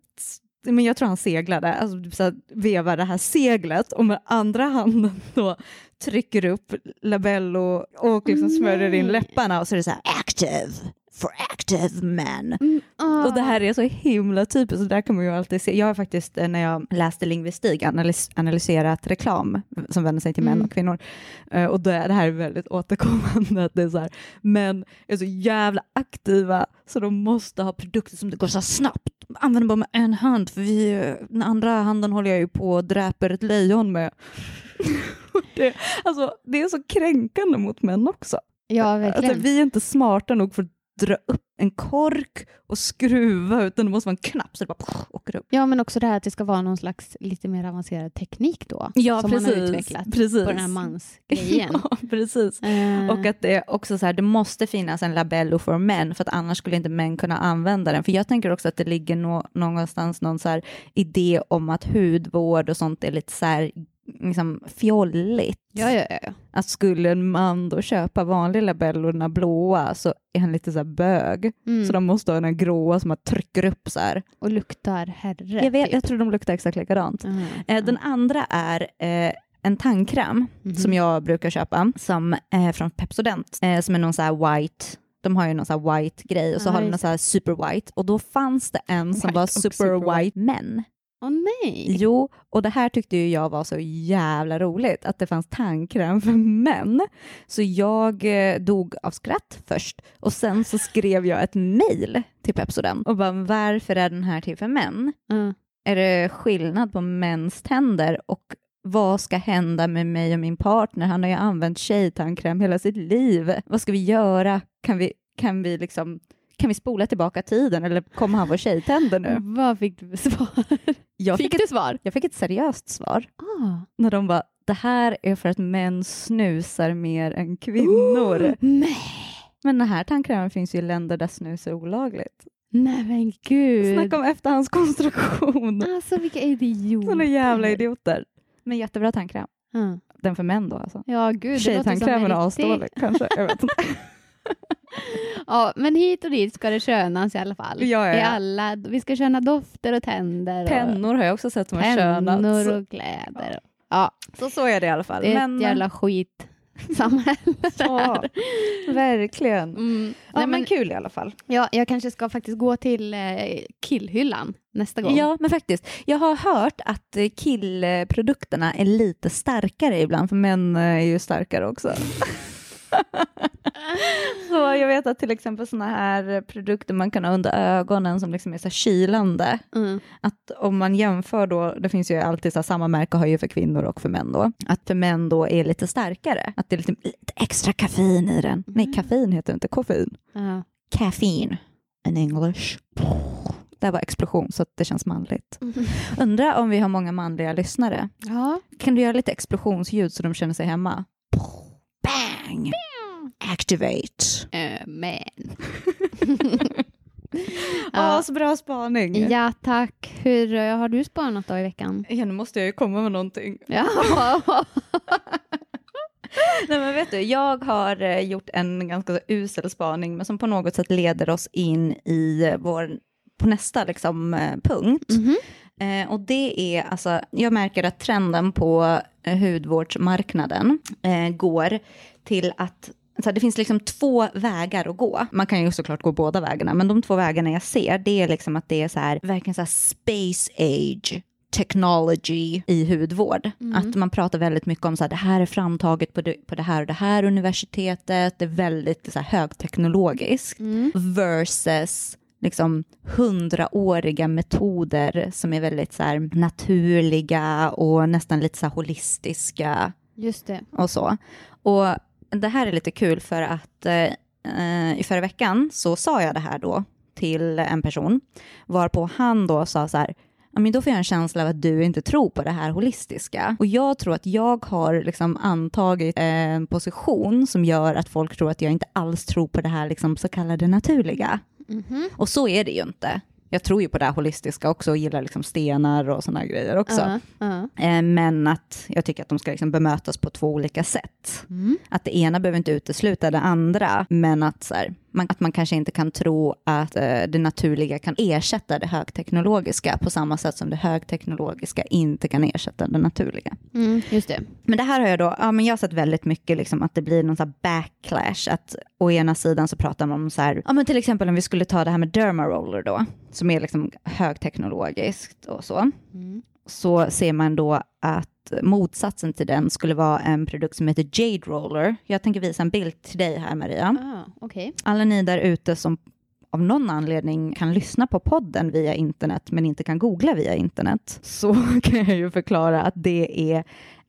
[SPEAKER 2] men jag tror han seglade, alltså typ så här, vevar det här seglet och med andra handen då trycker upp labello och liksom smörjer in
[SPEAKER 1] Nej.
[SPEAKER 2] läpparna och så är det så här active for active men.
[SPEAKER 1] Mm.
[SPEAKER 2] Och det här är så himla typiskt, så där kan man ju alltid se. Jag har faktiskt eh, när jag läste lingvistik analys- analyserat reklam som vänder sig till män
[SPEAKER 1] Mm.
[SPEAKER 2] och kvinnor. Eh, Och det, det här är väldigt återkommande, att det är så här, män är så jävla aktiva så de måste ha produkter som det går så här snabbt. Använder bara med en hand, för vi, eh, den andra handen håller jag ju på och dräper ett lejon med. Och det, alltså, det är så kränkande mot män också.
[SPEAKER 1] Ja, verkligen.
[SPEAKER 2] Alltså, vi är inte smarta nog för att dra upp en kork och skruva utan det måste vara en knapp så det bara pff, åker upp.
[SPEAKER 1] Ja, men också det här att det ska vara någon slags lite mer avancerad teknik då. som man har utvecklat
[SPEAKER 2] precis.
[SPEAKER 1] på den här mansgrejen.
[SPEAKER 2] ja, precis.
[SPEAKER 1] Eh,
[SPEAKER 2] Och att det är också så här, det måste finnas en labello för män för att annars skulle inte män kunna använda den. För jag tänker också att det ligger nå- någonstans någon så här idé om att hudvård och sånt är lite så här liksom fjolligt.
[SPEAKER 1] ja, ja, ja, ja.
[SPEAKER 2] Att skulle en man då köpa vanliga labellorna blåa så är han lite så här bög.
[SPEAKER 1] Mm.
[SPEAKER 2] Så de måste ha den här gråa som man trycker upp så här.
[SPEAKER 1] Och luktar herre.
[SPEAKER 2] Jag, vet,
[SPEAKER 1] typ.
[SPEAKER 2] jag tror de luktar exakt likadant.
[SPEAKER 1] Mm.
[SPEAKER 2] Eh, Den andra är eh, en tandkräm
[SPEAKER 1] Mhm.
[SPEAKER 2] som jag brukar köpa som eh, från Pepsodent eh, som är någon så här white de har ju någon så här white grej och så
[SPEAKER 1] Ja,
[SPEAKER 2] har de
[SPEAKER 1] just
[SPEAKER 2] någon så här super white och då fanns det en som
[SPEAKER 1] White
[SPEAKER 2] var
[SPEAKER 1] och
[SPEAKER 2] super,
[SPEAKER 1] super
[SPEAKER 2] white men.
[SPEAKER 1] Åh nej!
[SPEAKER 2] Jo, och det här tyckte ju jag var så jävla roligt, att det fanns tandkräm för män. Så jag eh, dog av skratt först och sen så skrev jag ett mejl till Pepsodent och bara varför är den här till för män?
[SPEAKER 1] Mm.
[SPEAKER 2] Är det skillnad på mäns tänder och vad ska hända med mig och min partner? Han har ju använt tjejtandkräm hela sitt liv. Vad ska vi göra? Kan vi, kan vi, liksom, kan vi spola tillbaka tiden eller kommer han vara tjejtänder nu?
[SPEAKER 1] Vad fick du för svar?
[SPEAKER 2] Jag
[SPEAKER 1] Mm. fick
[SPEAKER 2] fick,
[SPEAKER 1] du svar?
[SPEAKER 2] jag fick ett seriöst svar
[SPEAKER 1] Ah.
[SPEAKER 2] när de bara det här är för att män snusar mer än kvinnor.
[SPEAKER 1] Nej,
[SPEAKER 2] Men den här tandkrämen finns ju i länder där snus är olagligt.
[SPEAKER 1] nej men gud.
[SPEAKER 2] Snacka om efterhandskonstruktion.
[SPEAKER 1] Alltså vilka idioter.
[SPEAKER 2] Såna jävla idioter. Men jättebra tandkräm.
[SPEAKER 1] Ja.
[SPEAKER 2] Den för män då alltså.
[SPEAKER 1] Ja, gud. det låter som en
[SPEAKER 2] Tjejtandkrämen är
[SPEAKER 1] riktig-
[SPEAKER 2] asdålig kanske. Jag vet inte.
[SPEAKER 1] Ja, men hit och dit ska det könas i alla fall.
[SPEAKER 2] Ja, ja,
[SPEAKER 1] I
[SPEAKER 2] ja.
[SPEAKER 1] alla, vi ska köna dofter och tänder. Och
[SPEAKER 2] Pennor har jag också sett som har könats.
[SPEAKER 1] pennor och kläder. Ja,
[SPEAKER 2] Så så är det i alla fall.
[SPEAKER 1] det är
[SPEAKER 2] Men-
[SPEAKER 1] ett jävla skitsamhälle det
[SPEAKER 2] Ja,
[SPEAKER 1] här.
[SPEAKER 2] verkligen.
[SPEAKER 1] Mm.
[SPEAKER 2] Ja,
[SPEAKER 1] Nej,
[SPEAKER 2] men,
[SPEAKER 1] men,
[SPEAKER 2] kul i alla fall.
[SPEAKER 1] ja, jag kanske ska faktiskt gå till eh, killhyllan nästa gång.
[SPEAKER 2] Ja, men faktiskt. Jag har hört att eh, killprodukterna är lite starkare ibland, för män eh, är ju starkare också. så jag vet att till exempel sådana här produkter man kan ha under ögonen som liksom är så här kylande,
[SPEAKER 1] Mm.
[SPEAKER 2] att om man jämför då, det finns ju alltid så här, samma märke har ju för kvinnor och för män då, att för män då är lite starkare, att det är lite, lite extra kaffein i den.
[SPEAKER 1] Mm.
[SPEAKER 2] Nej, kaffein heter det inte, koffein.
[SPEAKER 1] Ja.
[SPEAKER 2] Caffeine in English. Det här var explosion så att det känns manligt. Undrar om vi har många manliga lyssnare.
[SPEAKER 1] ja.
[SPEAKER 2] Kan du göra lite explosionsljud så de känner sig hemma? Bang! activate.
[SPEAKER 1] Eh, men.
[SPEAKER 2] Ja,
[SPEAKER 1] ja.
[SPEAKER 2] så bra spaning.
[SPEAKER 1] ja, tack. Hur eh, har du spanat då i veckan?
[SPEAKER 2] Ja, nu måste jag ju komma med någonting.
[SPEAKER 1] Ja.
[SPEAKER 2] Nej, men vet du, jag har eh, gjort en ganska så usel spaning, men som på något sätt leder oss in i eh, vår, på nästa liksom, eh, punkt.
[SPEAKER 1] Mhm.
[SPEAKER 2] Eh, och det är, alltså, jag märker att trenden på eh, hudvårdsmarknaden eh, går till att så här, det finns liksom två vägar att gå. Man kan ju såklart gå båda vägarna, men de två vägarna jag ser, det är liksom att det är så här, verkligen så här space age technology i hudvård. Att man pratar väldigt mycket om så här, det här är framtaget på det, på det här och det här universitetet, det är väldigt så här, högteknologiskt
[SPEAKER 1] Mm.
[SPEAKER 2] versus liksom hundraåriga metoder som är väldigt så här naturliga och nästan lite så här holistiska
[SPEAKER 1] Just det.
[SPEAKER 2] och så. Och det här är lite kul för att eh, eh, i förra veckan så sa jag det här då till en person varpå han då sa så här "Ja, men då får jag en känsla av att du inte tror på det här holistiska. Och jag tror att jag har liksom antagit en position som gör att folk tror att jag inte alls tror på det här liksom så kallade naturliga.
[SPEAKER 1] Mhm.
[SPEAKER 2] Och så är det ju inte. Jag tror ju på det här holistiska också och gillar liksom stenar och sådana grejer också.
[SPEAKER 1] Ja, ja.
[SPEAKER 2] Eh, Men att jag tycker att de ska liksom bemötas på två olika sätt.
[SPEAKER 1] Mm.
[SPEAKER 2] Att det ena behöver inte utesluta det andra, men att, så här, man, att man kanske inte kan tro att eh, det naturliga kan ersätta det högteknologiska på samma sätt som det högteknologiska inte kan ersätta det naturliga.
[SPEAKER 1] Mm. Just det.
[SPEAKER 2] Men det här har jag då, ja men jag har sett väldigt mycket liksom att det blir någon så här backlash, att å ena sidan så pratar man om så här, ja men till exempel om vi skulle ta det här med dermaroller då, som är liksom högteknologiskt och så,
[SPEAKER 1] Mm.
[SPEAKER 2] så ser man då att motsatsen till den skulle vara en produkt som heter Jade Roller. Jag tänker visa en bild till dig här Maria.
[SPEAKER 1] Ah, Okej.
[SPEAKER 2] Alla ni där ute som av någon anledning kan lyssna på podden via internet men inte kan googla via internet så kan jag ju förklara att det är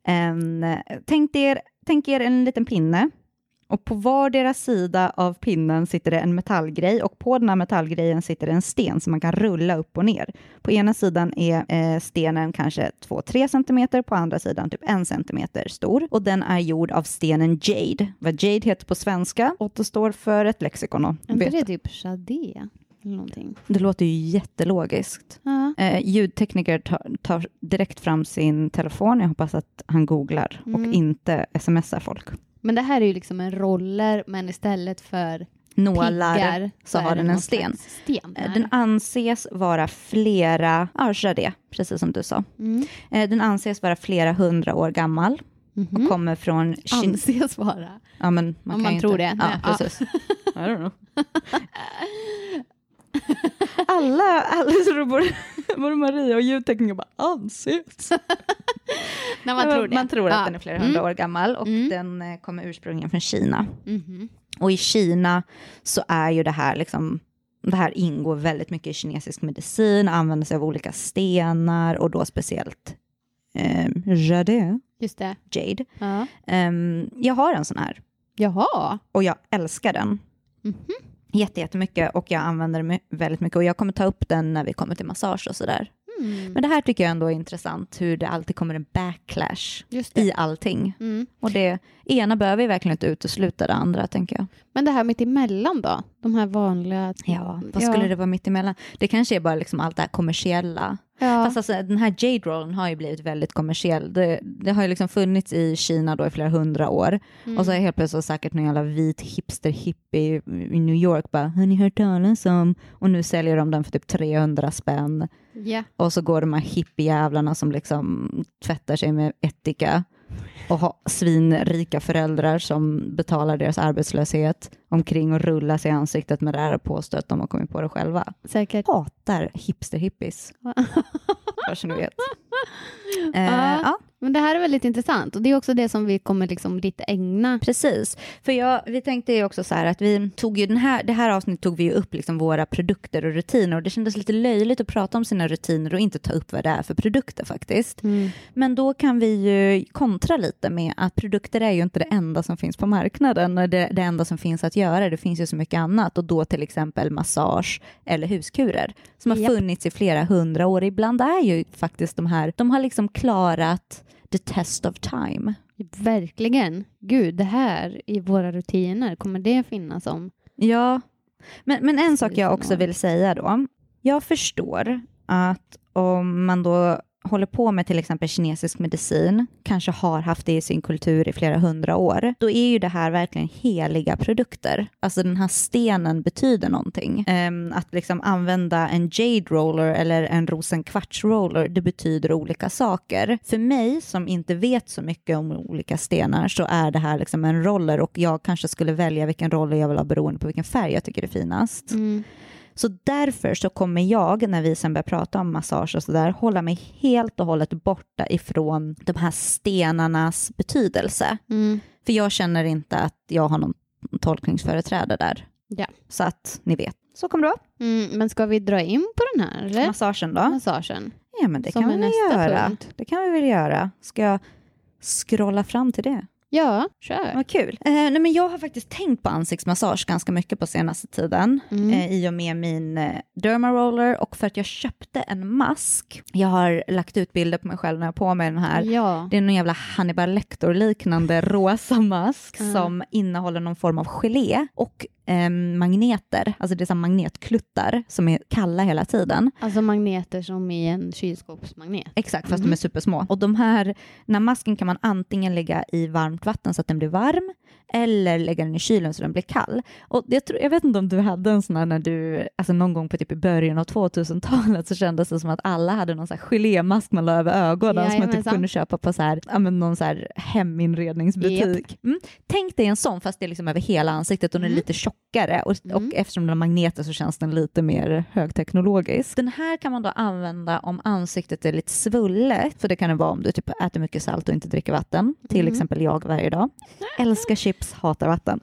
[SPEAKER 2] en... Tänk er, tänk er en liten pinne och på vardera sida av pinnen sitter det en metallgrej och på den här metallgrejen sitter det en sten som man kan rulla upp och ner. På ena sidan är eh, stenen kanske 2-3 centimeter, på andra sidan typ 1 centimeter stor och den är gjord av stenen jade. Vad jade heter på svenska återstår för ett lexikon. att
[SPEAKER 1] Är inte
[SPEAKER 2] veta.
[SPEAKER 1] det typ chadé? Eller någonting.
[SPEAKER 2] Det låter ju jättelogiskt.
[SPEAKER 1] Ja.
[SPEAKER 2] Eh, ljudtekniker tar, tar direkt fram sin telefon. Jag hoppas att han googlar
[SPEAKER 1] Mm.
[SPEAKER 2] och inte smsar folk.
[SPEAKER 1] Men det här är ju liksom en roller, men istället för
[SPEAKER 2] Nålar.
[SPEAKER 1] piggar
[SPEAKER 2] så
[SPEAKER 1] är
[SPEAKER 2] har
[SPEAKER 1] det
[SPEAKER 2] den en
[SPEAKER 1] någon
[SPEAKER 2] sten.
[SPEAKER 1] slags sten
[SPEAKER 2] Eh,
[SPEAKER 1] där.
[SPEAKER 2] Den anses vara flera, ja så är det, precis som du sa.
[SPEAKER 1] Mm.
[SPEAKER 2] Eh, Den anses vara flera hundra år gammal och
[SPEAKER 1] Mhm.
[SPEAKER 2] kommer från Kina.
[SPEAKER 1] Anses vara.
[SPEAKER 2] Ja, men man
[SPEAKER 1] Om
[SPEAKER 2] kan
[SPEAKER 1] man
[SPEAKER 2] ju
[SPEAKER 1] tror
[SPEAKER 2] inte.
[SPEAKER 1] det. Nej,
[SPEAKER 2] Ja,
[SPEAKER 1] ja.
[SPEAKER 2] precis. I don't know. Alla, alla så då både, både Maria och ljudtekniker bara anses.
[SPEAKER 1] När man tror det.
[SPEAKER 2] Man tror att
[SPEAKER 1] Ja.
[SPEAKER 2] den är flera hundra år gammal och
[SPEAKER 1] Mm.
[SPEAKER 2] den eh, kommer ursprungligen från Kina.
[SPEAKER 1] Mhm.
[SPEAKER 2] Och i Kina så är ju det här liksom, det här ingår väldigt mycket i kinesisk medicin, använder sig av olika stenar och då speciellt eh, jade,
[SPEAKER 1] Just det.
[SPEAKER 2] jade.
[SPEAKER 1] Ja.
[SPEAKER 2] Ehm, jag har en sån här
[SPEAKER 1] Jaha.
[SPEAKER 2] och jag älskar den.
[SPEAKER 1] Mhm.
[SPEAKER 2] Jätte, jättemycket och jag använder den my- väldigt mycket och jag kommer ta upp den när vi kommer till massage och sådär.
[SPEAKER 1] Mm.
[SPEAKER 2] Men det här tycker jag ändå är intressant hur det alltid kommer en backlash
[SPEAKER 1] Just det.
[SPEAKER 2] i allting.
[SPEAKER 1] Mm.
[SPEAKER 2] Och det ena behöver ju verkligen inte utesluta det andra tänker jag.
[SPEAKER 1] Men det här mitt emellan då? De här vanliga...
[SPEAKER 2] Ja, vad skulle
[SPEAKER 1] Ja.
[SPEAKER 2] det vara mitt emellan? Det kanske är bara liksom allt det här kommersiella.
[SPEAKER 1] Ja.
[SPEAKER 2] Fast alltså, den här jade-rollen har ju blivit väldigt kommersiell. Det, det har ju liksom funnits i Kina då i flera hundra år.
[SPEAKER 1] Mm.
[SPEAKER 2] Och så är helt plötsligt säkert någon jävla vit hipster-hippie i New York bara, har ni hört talas om? Och nu säljer de den för typ 300 spänn.
[SPEAKER 1] ja.
[SPEAKER 2] Och så går de här hippiejävlarna som liksom tvättar sig med ättika och har svinrika föräldrar som betalar deras arbetslöshet omkring och rullar sig i ansiktet med det här och påstår att de har kommit på det själva.
[SPEAKER 1] Säkert.
[SPEAKER 2] Hatar hipster-hippies. Bara så ni vet. Eh,
[SPEAKER 1] Ja.
[SPEAKER 2] ja,
[SPEAKER 1] Men det här är väldigt intressant och det är också det som vi kommer liksom lite ägna.
[SPEAKER 2] precis. För jag, vi tänkte ju också så här att vi tog ju den här, det här avsnittet tog vi ju upp liksom våra produkter och rutiner och det kändes lite löjligt att prata om sina rutiner och inte ta upp vad det är för produkter faktiskt. Men då kan vi ju kontra lite med att produkter är ju inte det enda som finns på marknaden och det, det enda som finns att göra. Det finns ju så mycket annat och då till exempel massage eller huskurer som har
[SPEAKER 1] Japp.
[SPEAKER 2] funnits i flera hundra år. Ibland är ju faktiskt de här, de har liksom klarat the test of time.
[SPEAKER 1] Verkligen. Gud, det här i våra rutiner, kommer det finnas om?
[SPEAKER 2] Ja, men, men en sak jag också
[SPEAKER 1] Tusen år.
[SPEAKER 2] vill säga då. Jag förstår att om man då håller på med till exempel kinesisk medicin, kanske har haft det i sin kultur i flera hundra år, då är ju det här verkligen heliga produkter. Alltså den här stenen betyder någonting. Ehm, att liksom använda en jade roller eller en rosenkvarts roller, det betyder olika saker. För mig som inte vet så mycket om olika stenar så är det här liksom en roller och jag kanske skulle välja vilken roller jag vill ha beroende på vilken färg jag tycker är finast.
[SPEAKER 1] Mm.
[SPEAKER 2] Så därför så kommer jag, när vi sen börjar prata om massage och sådär, hålla mig helt och hållet borta ifrån de här stenarnas betydelse.
[SPEAKER 1] Mm.
[SPEAKER 2] För jag känner inte att jag har någon tolkningsföreträde där.
[SPEAKER 1] Ja.
[SPEAKER 2] Så att ni vet. Så kommer det vara.
[SPEAKER 1] Mm. Men ska vi dra in på den här eller?
[SPEAKER 2] Massagen då?
[SPEAKER 1] massagen?
[SPEAKER 2] Ja, men det
[SPEAKER 1] Som
[SPEAKER 2] kan vi
[SPEAKER 1] är
[SPEAKER 2] väl
[SPEAKER 1] nästa
[SPEAKER 2] göra.
[SPEAKER 1] punkt.
[SPEAKER 2] Det kan vi väl göra. Ska jag scrolla fram till det?
[SPEAKER 1] Ja, kör.
[SPEAKER 2] Vad kul. Eh, nej, men jag har faktiskt tänkt på ansiktsmassage ganska mycket på senaste tiden.
[SPEAKER 1] Mm.
[SPEAKER 2] eh, i och med min eh, dermaroller och för att jag köpte en mask. Jag har lagt ut bilder på mig själv när jag har på mig den här.
[SPEAKER 1] Ja.
[SPEAKER 2] Det är någon jävla Hannibal Lecter-liknande rosa mask
[SPEAKER 1] Mm.
[SPEAKER 2] som innehåller någon form av gelé och eh, magneter, alltså det är som magnetkluttar som är kalla hela tiden.
[SPEAKER 1] Alltså magneter som i en kylskåpsmagnet.
[SPEAKER 2] Exakt, fast
[SPEAKER 1] Mhm.
[SPEAKER 2] de är supersmå. Och de här, den här masken kan man antingen lägga i varmt vatten så att den blir varm eller lägga den i kylen så den blir kall. Och jag, tror, jag vet inte om du hade en sån här när du, alltså någon gång på typ i början av 2000-talet så kändes det som att alla hade någon så här gelémask man la över ögonen som man typ
[SPEAKER 1] Jajamensan.
[SPEAKER 2] kunde köpa på så här, ja, men någon så här heminredningsbutik. Mm. Tänk dig en sån fast det är liksom över hela ansiktet och den är
[SPEAKER 1] Mm.
[SPEAKER 2] lite tjockare och,
[SPEAKER 1] Mm.
[SPEAKER 2] och eftersom den har magneter så känns den lite mer högteknologisk. Den här kan man då använda om ansiktet är lite svullet, för det kan det vara om du typ äter mycket salt och inte dricker vatten, till
[SPEAKER 1] Mm.
[SPEAKER 2] exempel jag varje dag. Älskar chips, hatar vatten.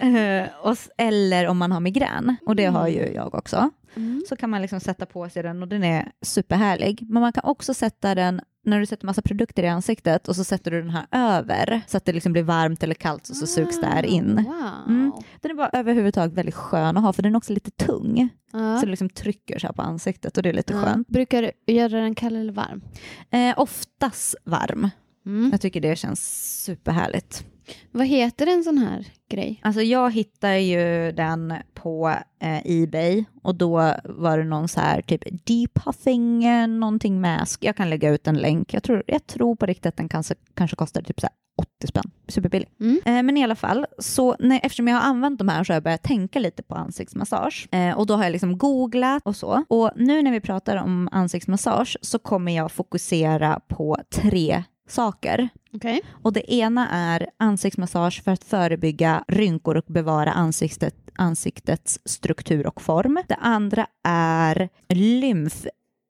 [SPEAKER 2] Eh, och, s- eller om man har migrän, och det har ju jag också
[SPEAKER 1] Mm.
[SPEAKER 2] så kan man liksom sätta på sig den och den är superhärlig. Men man kan också sätta den när du sätter massa produkter i ansiktet och så sätter du den här över så att det liksom blir varmt eller kallt och så sugs det här
[SPEAKER 1] Ah,
[SPEAKER 2] in.
[SPEAKER 1] Wow.
[SPEAKER 2] Mm. Den är bara överhuvudtaget väldigt skön att ha för den är också lite tung
[SPEAKER 1] Ja.
[SPEAKER 2] så du liksom trycker så här på ansiktet och det är lite
[SPEAKER 1] Ja.
[SPEAKER 2] skönt.
[SPEAKER 1] Brukar du göra den kall eller varm?
[SPEAKER 2] Eh, oftast varm.
[SPEAKER 1] Mm.
[SPEAKER 2] Jag tycker det känns superhärligt.
[SPEAKER 1] Vad heter en sån här grej?
[SPEAKER 2] Alltså jag hittar ju den på eh, Ebay och då var det någon så här typ depuffing eh, någonting mask. Jag kan lägga ut en länk. Jag tror, jag tror på riktigt att den kanske, kanske kostar typ så här 80 spänn. Superbillig.
[SPEAKER 1] Mm.
[SPEAKER 2] Eh, men i alla fall, så när, eftersom jag har använt de här så har jag börjat tänka lite på ansiktsmassage. Eh, och då har jag liksom googlat och så. Och nu när vi pratar om ansiktsmassage så kommer jag fokusera på tre saker.
[SPEAKER 1] Okej.
[SPEAKER 2] Och det ena är ansiktsmassage för att förebygga rynkor och bevara ansiktet, ansiktets struktur och form. Det andra är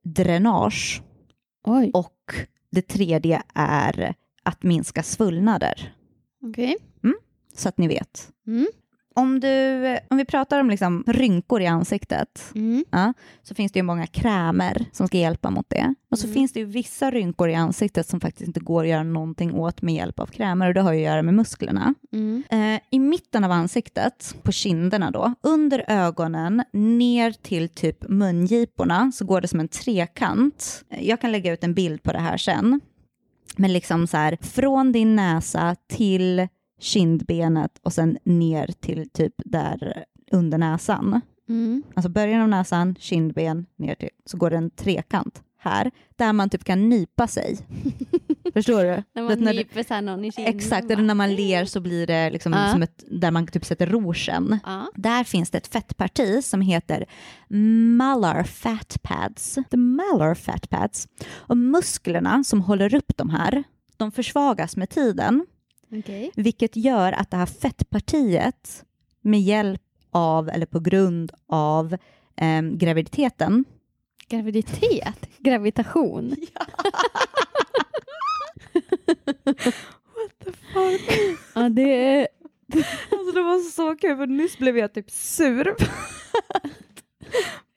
[SPEAKER 2] lymfdränage
[SPEAKER 1] Oj.
[SPEAKER 2] och det tredje är att minska svullnader.
[SPEAKER 1] Okej.
[SPEAKER 2] Så att ni vet.
[SPEAKER 1] Mm.
[SPEAKER 2] Om, du, om vi pratar om liksom rynkor i ansiktet
[SPEAKER 1] Mm.
[SPEAKER 2] så finns det ju många krämer som ska hjälpa mot det. Och så
[SPEAKER 1] Mm.
[SPEAKER 2] finns det ju vissa rynkor i ansiktet som faktiskt inte går att göra någonting åt med hjälp av krämer och det har ju att göra med musklerna.
[SPEAKER 1] Mm.
[SPEAKER 2] Eh, I mitten av ansiktet, på kinderna då, under ögonen, ner till typ mungiporna så går det som en trekant. Eh, Jag kan lägga ut en bild på det här sen. Men liksom så här, från din näsa till kindbenet och sen ner till typ där under näsan.
[SPEAKER 1] Mm.
[SPEAKER 2] Alltså början av näsan, kindben, ner till, så går det en trekant här, där man typ kan nypa sig. Förstår du?
[SPEAKER 1] När man
[SPEAKER 2] Vet när du-
[SPEAKER 1] nyper så här någon i kinden.
[SPEAKER 2] Exakt,
[SPEAKER 1] va?
[SPEAKER 2] eller när man ler så blir det liksom
[SPEAKER 1] Ja.
[SPEAKER 2] som ett, där man typ sätter rougen.
[SPEAKER 1] Ja.
[SPEAKER 2] Där finns det ett fettparti som heter Malar Fat Pads. The Malar Fat Pads. Och musklerna som håller upp de här, de försvagas med tiden
[SPEAKER 1] Okej.
[SPEAKER 2] vilket gör att det här fettpartiet med hjälp av eller på grund av eh, graviditeten
[SPEAKER 1] Graviditet. Gravitation. Ja, det är...
[SPEAKER 2] Alltså det var så kul för nyss blev jag typ sur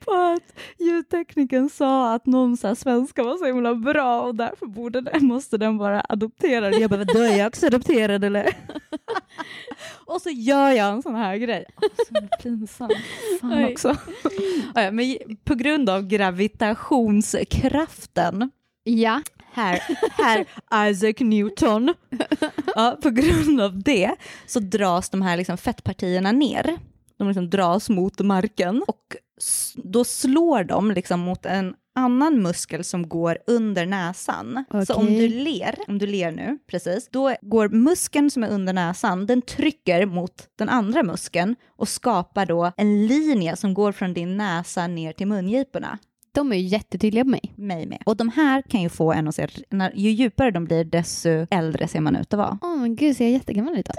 [SPEAKER 2] på att ljudteknikern sa att någon så här svenska var så himla bra och därför borde den, måste den vara adopterad. Jag bara, "Vadå, är jag också adopterad eller? och så gör jag en sån här grej. Åh, så pinsamt. Fan
[SPEAKER 1] Oj.
[SPEAKER 2] också. Ja, Men på grund av gravitationskraften
[SPEAKER 1] Ja.
[SPEAKER 2] Här, här Isaac Newton. Ja, på grund av det så dras de här liksom fettpartierna ner. De liksom dras mot marken och s- då slår de liksom mot en annan muskel som går under näsan. Så om
[SPEAKER 1] Okej.
[SPEAKER 2] du ler, om du ler nu, precis, då går muskeln som är under näsan, den trycker mot den andra muskeln och skapar då en linje som går från din näsa ner till mungiporna.
[SPEAKER 1] De är ju jättetydliga på mig.
[SPEAKER 2] Mig med. Och de här kan ju få en att se, när, ju djupare de blir desto äldre ser man ut att vara.
[SPEAKER 1] Åh men gud, ser jag jättegammal ut då?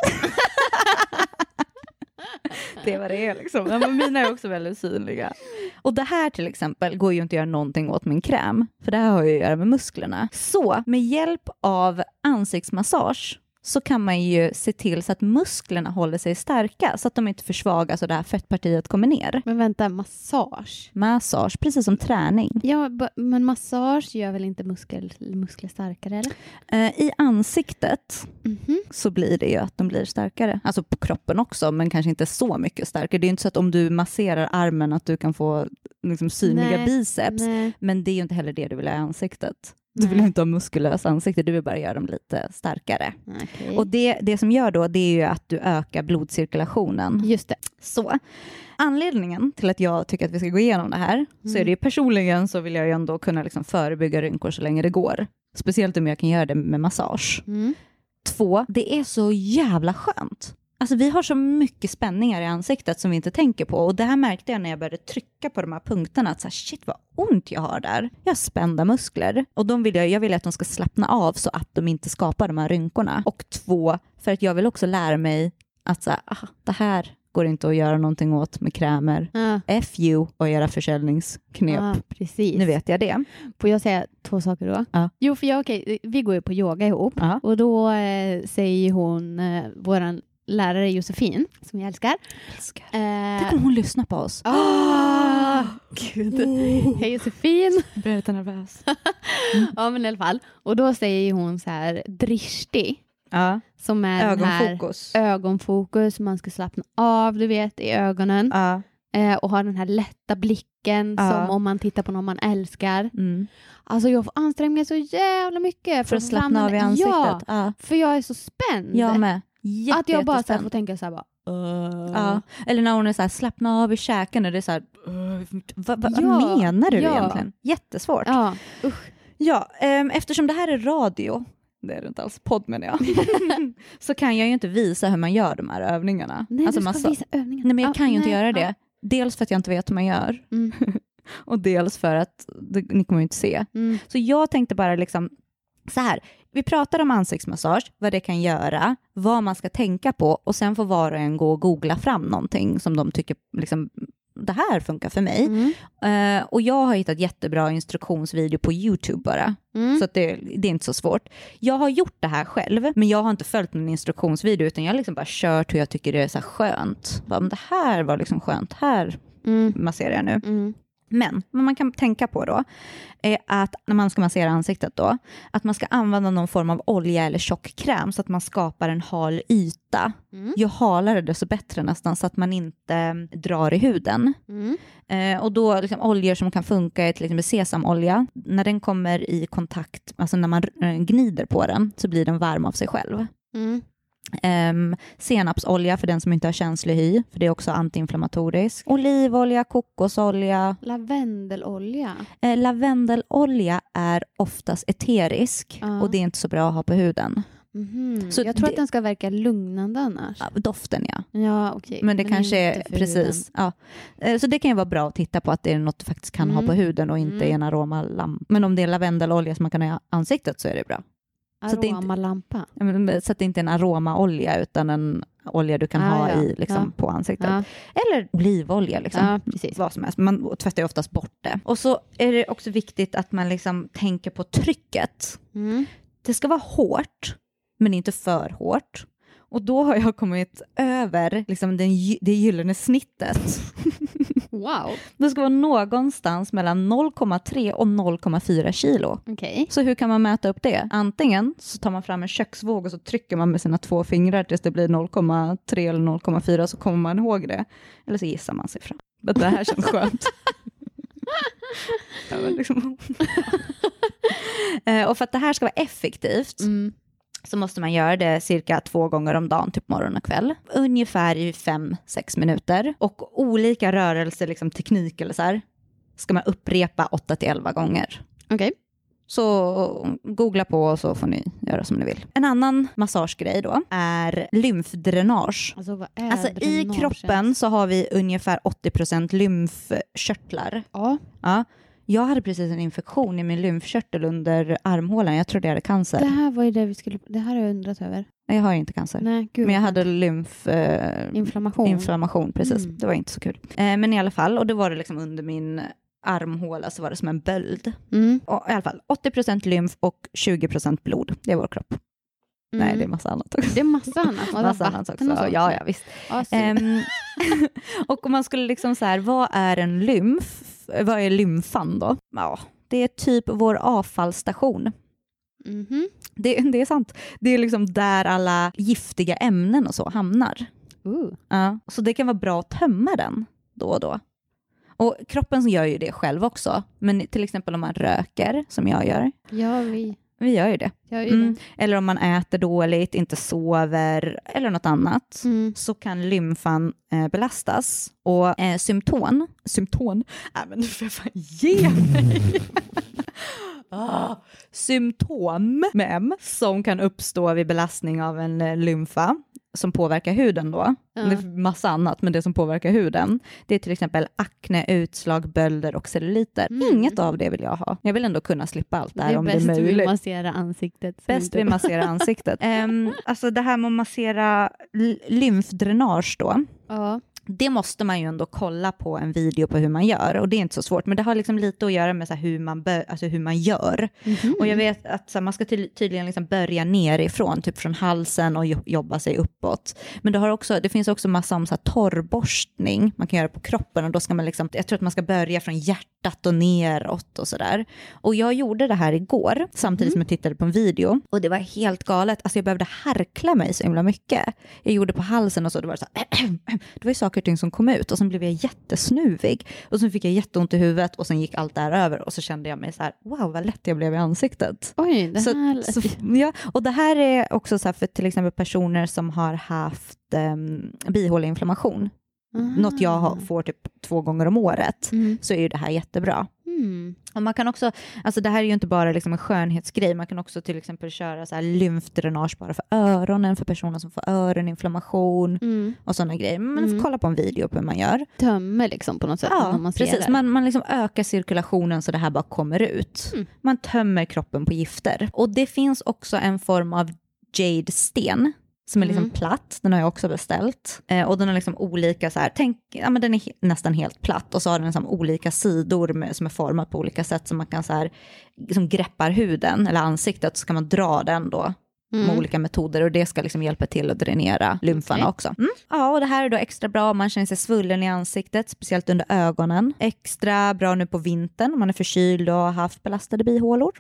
[SPEAKER 2] Det var det är liksom. Ja, men mina är också väldigt synliga. Och det här till exempel går ju inte att göra någonting åt min kräm, för det här har ju att göra med musklerna. Så med hjälp av ansiktsmassage så kan man ju se till så att musklerna håller sig starka så att de inte försvagas och det här fettpartiet kommer ner.
[SPEAKER 1] Men vänta, massage?
[SPEAKER 2] Massage, precis som träning.
[SPEAKER 1] Ja, ba- men massage gör väl inte muskel, muskler starkare eller?
[SPEAKER 2] Eh, I ansiktet
[SPEAKER 1] Mhm.
[SPEAKER 2] så blir det ju att de blir starkare. Alltså på kroppen också, men kanske inte så mycket starkare. Det är ju inte så att om du masserar armen att du kan få liksom, synliga
[SPEAKER 1] Nej,
[SPEAKER 2] biceps.
[SPEAKER 1] Nej.
[SPEAKER 2] Men det är ju inte heller det du vill ha i ansiktet. Du vill
[SPEAKER 1] Nej.
[SPEAKER 2] ju inte ha muskulösa ansikten, du vill bara göra dem lite starkare.
[SPEAKER 1] Mm. Okej.
[SPEAKER 2] Och det, det som gör då, det är ju att du ökar blodcirkulationen.
[SPEAKER 1] Just det.
[SPEAKER 2] Så anledningen till att jag tycker att vi ska gå igenom det här, så
[SPEAKER 1] Mm.
[SPEAKER 2] är det ju personligen så vill jag ju ändå kunna liksom förebygga rynkor så länge det går. Speciellt om jag kan göra det med massage.
[SPEAKER 1] Mm.
[SPEAKER 2] Två, det är så jävla skönt. Alltså vi har så mycket spänningar i ansiktet som vi inte tänker på och det här märkte jag när jag började trycka på de här punkterna att så här, shit vad ont jag har där. Jag har spända muskler och de vill jag, jag vill att de ska slappna av så att de inte skapar de här rynkorna. Och två, för att jag vill också lära mig att så här, aha, det här går inte att göra någonting åt med krämer.
[SPEAKER 1] Ja,
[SPEAKER 2] F you och era försäljningsknep.
[SPEAKER 1] Mm. ja, Ah, precis.
[SPEAKER 2] Nu vet jag det.
[SPEAKER 1] Får jag säga två saker då?
[SPEAKER 2] Ja.
[SPEAKER 1] Jo, för jag, okej, vi går ju på yoga ihop.
[SPEAKER 2] Ja.
[SPEAKER 1] Och då eh, säger hon, eh, vår lärare Josefin, som jag älskar.
[SPEAKER 2] Älskar. Tänk
[SPEAKER 1] Eh,
[SPEAKER 2] om hon lyssnar på oss. Mm.
[SPEAKER 1] ah, gud. Hej Josefin.
[SPEAKER 2] Jag blir lite nervös.
[SPEAKER 1] Ja, men i alla fall. Och då säger hon så här, drishti,
[SPEAKER 2] Ja.
[SPEAKER 1] som är den här
[SPEAKER 2] Ögonfokus.
[SPEAKER 1] ögonfokus, man ska slappna av, du vet, i ögonen.
[SPEAKER 2] Ja.
[SPEAKER 1] Eh, och ha den här lätta blicken
[SPEAKER 2] Ja.
[SPEAKER 1] som om man tittar på någon man älskar.
[SPEAKER 2] Mm.
[SPEAKER 1] Alltså jag får ansträngningar så jävla mycket.
[SPEAKER 2] För att
[SPEAKER 1] få
[SPEAKER 2] slappna
[SPEAKER 1] fram
[SPEAKER 2] av i
[SPEAKER 1] den-
[SPEAKER 2] ansiktet.
[SPEAKER 1] Ja,
[SPEAKER 2] Ja.
[SPEAKER 1] för jag är så spänd.
[SPEAKER 2] Jag med.
[SPEAKER 1] att jag bara så här,
[SPEAKER 2] Jättejättespänd.
[SPEAKER 1] får tänka så här bara.
[SPEAKER 2] ja. Eller när hon är så här, slappna av i käken och det är så här, "Ugh, vad, vad,
[SPEAKER 1] Ja,
[SPEAKER 2] vad menar du
[SPEAKER 1] ja.
[SPEAKER 2] egentligen? Jättesvårt. Ja,
[SPEAKER 1] Ja, usch.
[SPEAKER 2] ehm, eftersom det här är radio, det är det inte alls, podd menar jag, så kan jag ju inte visa hur man gör de här övningarna.
[SPEAKER 1] Nej,
[SPEAKER 2] Alltså,
[SPEAKER 1] du ska
[SPEAKER 2] massa-
[SPEAKER 1] visa övningen.
[SPEAKER 2] Nej men jag
[SPEAKER 1] Ja,
[SPEAKER 2] kan ju inte
[SPEAKER 1] nej,
[SPEAKER 2] göra
[SPEAKER 1] ja.
[SPEAKER 2] det. Dels för att jag inte vet hur man gör
[SPEAKER 1] Mm,
[SPEAKER 2] och dels för att det, ni kommer ju inte se.
[SPEAKER 1] mm,
[SPEAKER 2] Så jag tänkte bara liksom så här, vi pratar om ansiktsmassage, vad det kan göra, vad man ska tänka på och sen får var och en gå och googla fram någonting som de tycker liksom, det här funkar för mig.
[SPEAKER 1] mm,
[SPEAKER 2] Eh, och jag har hittat jättebra instruktionsvideo på YouTube bara,
[SPEAKER 1] mm.
[SPEAKER 2] så att det, det är inte så svårt. Jag har gjort det här själv, men jag har inte följt någon instruktionsvideo utan jag har liksom bara kört hur jag tycker det är så här skönt. Bara, men det här var liksom skönt, här
[SPEAKER 1] mm,
[SPEAKER 2] masserar jag nu.
[SPEAKER 1] mm.
[SPEAKER 2] Men vad man kan tänka på då är att när man ska massera ansiktet då, att man ska använda någon form av olja eller tjock kräm så att man skapar en hal yta.
[SPEAKER 1] Mm.
[SPEAKER 2] Ju halare desto bättre nästan så att man inte mm, drar i huden.
[SPEAKER 1] Mm.
[SPEAKER 2] Eh, och då liksom, oljor som kan funka är till exempel sesamolja. När den kommer i kontakt, alltså när man eh, gnider på den så blir den varm av sig själv.
[SPEAKER 1] Mm.
[SPEAKER 2] Ehm, senapsolja för den som inte har känslig hy, för det är också antiinflammatoriskt. Olivolja, kokosolja,
[SPEAKER 1] Lavendelolja.
[SPEAKER 2] Eh, lavendelolja är oftast eterisk
[SPEAKER 1] Ja.
[SPEAKER 2] och det är inte så bra att ha på huden.
[SPEAKER 1] Mhm.
[SPEAKER 2] Så
[SPEAKER 1] jag tror
[SPEAKER 2] det-
[SPEAKER 1] att den ska verka lugnande annars.
[SPEAKER 2] Ja, Doften ja,
[SPEAKER 1] Ja, okej.
[SPEAKER 2] men det kanske
[SPEAKER 1] inte
[SPEAKER 2] är
[SPEAKER 1] för
[SPEAKER 2] precis. Ja. Eh, Så det kan ju vara bra att titta på att det är något du faktiskt kan ha
[SPEAKER 1] Mm.
[SPEAKER 2] på huden och inte
[SPEAKER 1] Mm.
[SPEAKER 2] är en aromalamp. Men om det är lavendelolja som man kan ha i ansiktet så är det bra. Så
[SPEAKER 1] huden.
[SPEAKER 2] att det inte-
[SPEAKER 1] Aromalampa.
[SPEAKER 2] Ja, men- Så att det inte är en aromaolja utan en olja du kan
[SPEAKER 1] Ah,
[SPEAKER 2] ha
[SPEAKER 1] ja.
[SPEAKER 2] i, liksom, på ansiktet.
[SPEAKER 1] Ja,
[SPEAKER 2] Eller olivolja liksom.
[SPEAKER 1] ja, precis.
[SPEAKER 2] vad som helst. Man tvättar ju oftast bort det. Och så är det också viktigt att man liksom tänker på trycket.
[SPEAKER 1] Mm.
[SPEAKER 2] det ska vara hårt, men inte för hårt. Och då har jag kommit över liksom den, gy- det gyllene snittet.
[SPEAKER 1] Wow,
[SPEAKER 2] Det ska vara någonstans mellan 0,3 och 0,4 kilo.
[SPEAKER 1] okej.
[SPEAKER 2] Så hur kan man mäta upp det? Antingen så tar man fram en köksvåg och så trycker man med sina två fingrar tills det blir 0,3 eller 0,4 så kommer man ihåg det. Eller så gissar man sig fram. Men det här känns skönt. Ja, men liksom. Eh, Och för att det här ska vara effektivt
[SPEAKER 1] Mm.
[SPEAKER 2] så måste man göra det cirka två gånger om dagen, typ morgon och kväll. Ungefär i fem, sex minuter. Och olika rörelser, liksom teknik eller så här, ska man upprepa 8 till 11 gånger.
[SPEAKER 1] Okej.
[SPEAKER 2] Så googla på och så får ni göra som ni vill. En annan massagegrej då är lymfdränage.
[SPEAKER 1] Alltså vad är
[SPEAKER 2] Alltså i
[SPEAKER 1] dränagen?
[SPEAKER 2] kroppen så har vi ungefär 80% lymfkörtlar.
[SPEAKER 1] Ja.
[SPEAKER 2] Ja. Jag hade precis en infektion i min lymfkörtel under armhålan. Jag trodde jag hade cancer.
[SPEAKER 1] Det här var ju det vi skulle... Det här har jag undrat över.
[SPEAKER 2] Nej, jag har inte cancer.
[SPEAKER 1] Nej, gud.
[SPEAKER 2] Men jag hade eh, lymfinflammation,
[SPEAKER 1] Inflammation.
[SPEAKER 2] inflammation precis.
[SPEAKER 1] Oh. Mm.
[SPEAKER 2] Det var inte så kul. Eh, men i alla fall, och då var det liksom under min armhåla så var det som en böld.
[SPEAKER 1] Mm.
[SPEAKER 2] Och, I alla fall 80 lymf och 20 blod. Det är vår kropp. Nej, det är massa annat också.
[SPEAKER 1] Mm. Det är massa annat.
[SPEAKER 2] Massa annat också.
[SPEAKER 1] vatten och sånt.
[SPEAKER 2] Ja, ja, visst.
[SPEAKER 1] Ja, synd.
[SPEAKER 2] Ehm, och om man skulle liksom så här, vad är en lymf? Vad är lymfan då? Ja, det är typ vår avfallsstation.
[SPEAKER 1] Mhm.
[SPEAKER 2] Det, det är sant. Det är liksom där alla giftiga ämnen och så hamnar.
[SPEAKER 1] Ooh.
[SPEAKER 2] Ja. Så det kan vara bra att tömma den då och då. Och kroppen gör ju det själv också, men till exempel om man röker, som jag gör,
[SPEAKER 1] Ja, vi...
[SPEAKER 2] vi gör ju det.
[SPEAKER 1] Jag är ju
[SPEAKER 2] Mm. Eller om man äter dåligt, inte sover eller något annat,
[SPEAKER 1] det. Mm.
[SPEAKER 2] så kan lymfan eh, belastas. Och eh, symptom, symptom, nej men nu får jag fan ge mig! ah, symptom med M, som kan uppstå vid belastning av en eh, lymfa som påverkar huden då.
[SPEAKER 1] Ja.
[SPEAKER 2] Det är massa annat, men det som påverkar huden, det är till exempel akne, utslag, bölder och celluliter.
[SPEAKER 1] Mm.
[SPEAKER 2] Inget av det vill jag ha. Jag vill ändå kunna slippa allt det här
[SPEAKER 1] Det är
[SPEAKER 2] om det är
[SPEAKER 1] bäst vi
[SPEAKER 2] möjligt.
[SPEAKER 1] masserar ansiktet. sen typ.
[SPEAKER 2] Bäst
[SPEAKER 1] du-
[SPEAKER 2] vid massera ansiktet. Ehm, alltså det här med att massera l- lymfdränage då,
[SPEAKER 1] Ja.
[SPEAKER 2] det måste man ju ändå kolla på en video på hur man gör och det är inte så svårt, men det har liksom lite att göra med så här hur, man bö- alltså hur man gör.
[SPEAKER 1] Mhm.
[SPEAKER 2] Och jag vet att så här, man ska ty- tydligen liksom börja nerifrån, typ från halsen och jo- jobba sig uppåt. Men det, har också, det finns också massa om så här torrborstning man kan göra på kroppen och då ska man liksom, jag tror att man ska börja från hjärtat och neråt och sådär. Och jag gjorde det här igår, samtidigt som jag tittade på en video och det var helt galet, alltså jag behövde harkla mig så himla mycket. Jag gjorde på halsen och så, det var så här, det var ju saker och ting som kom ut och sen blev jag jättesnuvig och sen fick jag jätteont i huvudet och sen gick allt det här över och så kände jag mig så här, wow vad lätt jag blev i ansiktet.
[SPEAKER 1] Oj, det
[SPEAKER 2] Så-
[SPEAKER 1] här...
[SPEAKER 2] Så, ja, och det här är också så här för till exempel personer som har haft um, bihåleinflammation,
[SPEAKER 1] Aha.
[SPEAKER 2] något jag
[SPEAKER 1] Ah.
[SPEAKER 2] har, får typ två gånger om året,
[SPEAKER 1] Mm.
[SPEAKER 2] så är ju det här jättebra.
[SPEAKER 1] Mm.
[SPEAKER 2] Och man kan också, alltså det här är ju inte bara liksom en skönhetsgrej, man kan också till exempel köra så här lymfdränage bara för öronen, för personer som får öroninflammation
[SPEAKER 1] Mm.
[SPEAKER 2] och sådana grejer. Men
[SPEAKER 1] Mm.
[SPEAKER 2] kolla på en video på hur man gör.
[SPEAKER 1] Tömmer liksom på något sätt. när man ser
[SPEAKER 2] precis.
[SPEAKER 1] det.
[SPEAKER 2] Man, man liksom ökar cirkulationen så det här bara kommer ut.
[SPEAKER 1] Mm.
[SPEAKER 2] Man tömmer kroppen på gifter. Och det finns också en form av jade-sten som är liksom
[SPEAKER 1] Mm.
[SPEAKER 2] platt, den har jag också beställt. Eh, och den har liksom olika, så här, tänk, ja, men den är he- nästan helt platt och så har den liksom olika sidor med, som är formad på olika sätt som man kan så här, som greppar huden eller ansiktet så kan man dra den då med
[SPEAKER 1] Mm.
[SPEAKER 2] olika metoder och det ska liksom hjälpa till att dränera lymfan
[SPEAKER 1] Okej.
[SPEAKER 2] också. Mm. Ja, och det här är då extra bra om man känner sig svullen i ansiktet, speciellt under ögonen. Extra bra nu på vintern om man är förkyld och har haft belastade bihålor.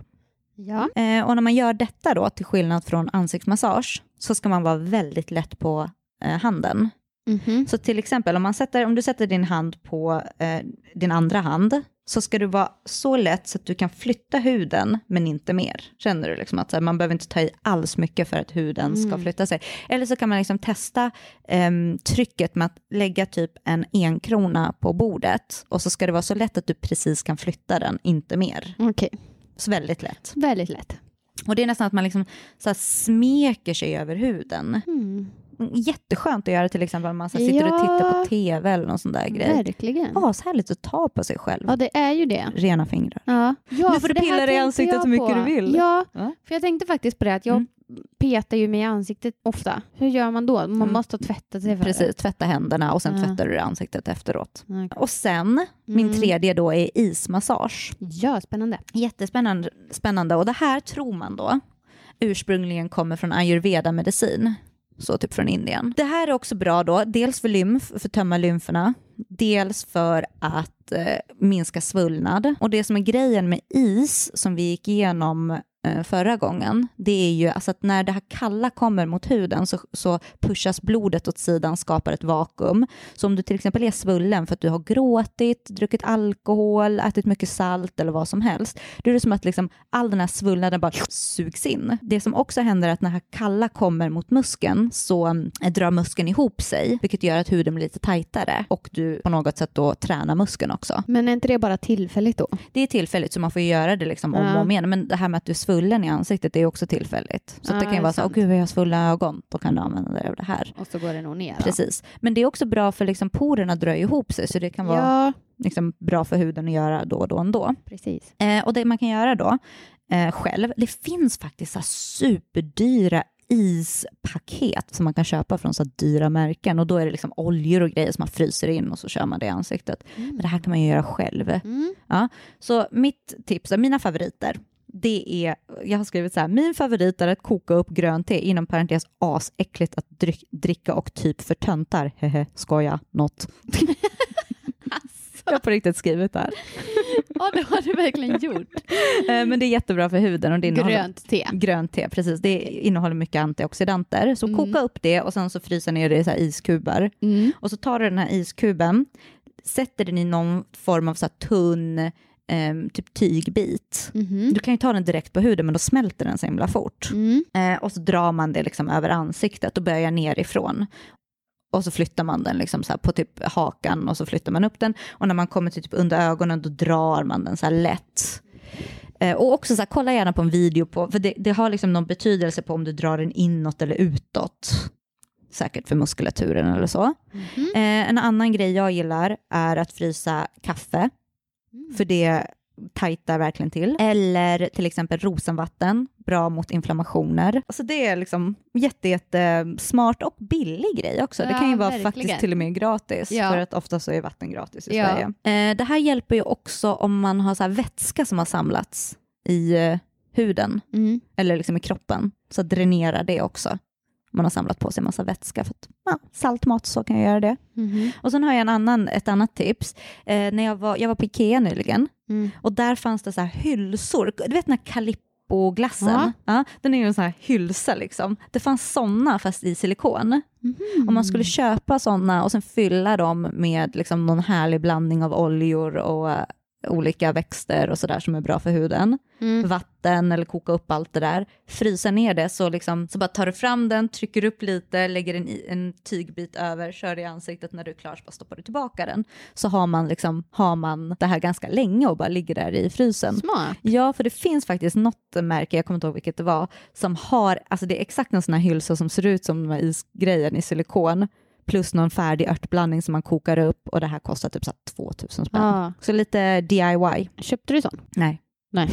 [SPEAKER 1] Ja.
[SPEAKER 2] Eh, och när man gör detta då, till skillnad från ansiktsmassage, så ska man vara väldigt lätt på eh, handen.
[SPEAKER 1] Mhm.
[SPEAKER 2] Så till exempel om, man sätter, om du sätter din hand på eh, din andra hand så ska du vara så lätt så att du kan flytta huden men inte mer. Känner du liksom att så här, man behöver inte ta i alls mycket för att huden ska
[SPEAKER 1] Mm.
[SPEAKER 2] flytta sig. Eller så kan man liksom testa ehm, trycket med att lägga typ en enkrona på bordet och så ska det vara så lätt att du precis kan flytta den, inte mer.
[SPEAKER 1] Okej,
[SPEAKER 2] Så väldigt lätt.
[SPEAKER 1] väldigt lätt.
[SPEAKER 2] Och det är nästan att man liksom så här, smeker sig över huden.
[SPEAKER 1] Mm.
[SPEAKER 2] Jätteskönt att göra till exempel om man så här, sitter och tittar på
[SPEAKER 1] Ja.
[SPEAKER 2] tv eller någon sån där grej
[SPEAKER 1] Verkligen. Ja.
[SPEAKER 2] ashärligt att ta på sig själv.
[SPEAKER 1] det är ju det.
[SPEAKER 2] Rena fingrar.
[SPEAKER 1] Ja. Ja,
[SPEAKER 2] Nu får
[SPEAKER 1] för
[SPEAKER 2] du
[SPEAKER 1] det här
[SPEAKER 2] pilla dig i
[SPEAKER 1] tänkte
[SPEAKER 2] ansiktet
[SPEAKER 1] jag
[SPEAKER 2] hur mycket
[SPEAKER 1] på.
[SPEAKER 2] du vill.
[SPEAKER 1] Ja,
[SPEAKER 2] Ja.
[SPEAKER 1] för jag tänkte faktiskt på det att jag
[SPEAKER 2] Mm.
[SPEAKER 1] petar ju mig i ansiktet ofta. Hur gör man då? Man
[SPEAKER 2] Mm.
[SPEAKER 1] måste tvätta sig för det.
[SPEAKER 2] Precis, tvätta händerna och sen
[SPEAKER 1] Ja.
[SPEAKER 2] tvättar du ansiktet efteråt.
[SPEAKER 1] Okej.
[SPEAKER 2] Och sen, min
[SPEAKER 1] Mm.
[SPEAKER 2] tredje då är ismassage.
[SPEAKER 1] Ja, spännande.
[SPEAKER 2] Jättespännande. Spännande. Och det här tror man då ursprungligen kommer från ayurveda-medicin. Så typ från Indien. Det här är också bra då, dels för lymf, för att tömma lymferna, dels för att eh, minska svullnad. Och det som är grejen med is som vi gick igenom eh, förra gången, det är ju alltså att när det här kalla kommer mot huden så, så pushas blodet åt sidan, skapar ett vakuum. Så om du till exempel är svullen för att du har gråtit, druckit alkohol, ätit mycket salt eller vad som helst, då är det som att liksom all den här svullnaden bara sugs in. Det som också händer är att när det här kalla kommer mot muskeln så eh, drar muskeln ihop sig, vilket gör att huden blir lite tajtare och du på något sätt då tränar muskeln också.
[SPEAKER 1] Men är inte det bara tillfälligt då?
[SPEAKER 2] Det är tillfälligt så man får ju göra det liksom om
[SPEAKER 1] Ja.
[SPEAKER 2] och om igen. Men det här med att du är svullen i ansiktet det är också tillfälligt. Så
[SPEAKER 1] Ja,
[SPEAKER 2] att det kan
[SPEAKER 1] det
[SPEAKER 2] ju
[SPEAKER 1] är
[SPEAKER 2] vara så, åh
[SPEAKER 1] sant.
[SPEAKER 2] gud vad jag har svullna ögon, då kan du använda dig av det här.
[SPEAKER 1] Och så går det nog ner.
[SPEAKER 2] Precis. Men det är också bra för liksom porerna drar ju ihop sig så det kan vara
[SPEAKER 1] Ja,
[SPEAKER 2] liksom bra för huden att göra då och då ändå.
[SPEAKER 1] precis.
[SPEAKER 2] Eh, och det man kan göra då eh, själv, det finns faktiskt så här superdyra ispaket som man kan köpa från så här dyra märken och då är det liksom oljor och grejer som man fryser in och så kör man det i ansiktet. Men det här kan man ju göra själv.
[SPEAKER 1] Mm.
[SPEAKER 2] Så mitt tips, eh, mina favoriter, det är, jag har skrivit så här, min favorit är att koka upp grönt te, inom parentes asäckligt att dryck, dricka och typ för töntar, hehe, skoja, not. Jag har på riktigt skrivit det här.
[SPEAKER 1] Ja, det har du verkligen gjort.
[SPEAKER 2] Eh, Men det är jättebra för huden och det innehåller
[SPEAKER 1] Grönt te.
[SPEAKER 2] grönt te, precis, det innehåller mycket antioxidanter. Så
[SPEAKER 1] Mm.
[SPEAKER 2] koka upp det och sen så fryser ner det i så här iskuber.
[SPEAKER 1] Mm.
[SPEAKER 2] Och så tar du den här iskuben, sätter den i någon form av så här tunn eh, typ tygbit.
[SPEAKER 1] Mhm.
[SPEAKER 2] Du kan ju ta den direkt på huden men då smälter den så himla fort.
[SPEAKER 1] Mm.
[SPEAKER 2] Eh, och så drar man det liksom över ansiktet och börjar nerifrån. Och så flyttar man den liksom så här på typ hakan och så flyttar man upp den. Och när man kommer till typ under ögonen då drar man den så här lätt. Eh, och också så här, kolla gärna på en video på, för det, det har liksom någon betydelse på om du drar den inåt eller utåt. Säkert för muskulaturen eller så.
[SPEAKER 1] Mhm.
[SPEAKER 2] Eh, en annan grej jag gillar är att frysa kaffe
[SPEAKER 1] Mm.
[SPEAKER 2] för det tajtar verkligen till. Eller till exempel rosenvatten, bra mot inflammationer. Alltså det är liksom jätte, jätte smart och billig grej också. det
[SPEAKER 1] Ja,
[SPEAKER 2] kan ju vara
[SPEAKER 1] verkligen.
[SPEAKER 2] faktiskt till och med gratis,
[SPEAKER 1] Ja.
[SPEAKER 2] för att ofta så är vatten gratis i
[SPEAKER 1] Ja.
[SPEAKER 2] Sverige. Eh, det här hjälper ju också om man har så här vätska som har samlats i eh, huden
[SPEAKER 1] Mm.
[SPEAKER 2] eller liksom i kroppen, så dränera det också. Om Man har samlat på sig en massa vätska. För att, ja, salt mat, så kan jag göra det.
[SPEAKER 1] Mhm.
[SPEAKER 2] Och sen har jag en annan, ett annat tips. Eh, när jag, var, jag var på Ikea nyligen
[SPEAKER 1] Mm.
[SPEAKER 2] och där fanns det så här hylsor. Du vet den här Calippo-glassen?
[SPEAKER 1] Ja.
[SPEAKER 2] Ja. den är ju en sån här hylsa liksom. Det fanns såna fast i silikon.
[SPEAKER 1] Mhm.
[SPEAKER 2] Om man skulle köpa såna och sen fylla dem med liksom någon härlig blandning av oljor och eh, olika växter och sådär som är bra för huden.
[SPEAKER 1] Mm.
[SPEAKER 2] Vatten eller koka upp allt det där. Frysa ner det så, liksom, så bara tar du fram den, trycker upp lite, lägger en, i- en tygbit över, kör det i ansiktet när du är klar så bara stoppar du tillbaka den. Så har man, liksom, har man det här ganska länge och bara ligger där i frysen.
[SPEAKER 1] Smart.
[SPEAKER 2] Ja, för det finns faktiskt något märke, jag kommer inte ihåg vilket det var, som har, alltså det är exakt en sån här hylsa som ser ut som de här isgrejen i silikon, plus någon färdig örtblandning som man kokar upp och det här kostar typ så här 2000 spänn.
[SPEAKER 1] Ja.
[SPEAKER 2] Så lite DIY.
[SPEAKER 1] Köpte du sån?
[SPEAKER 2] Nej.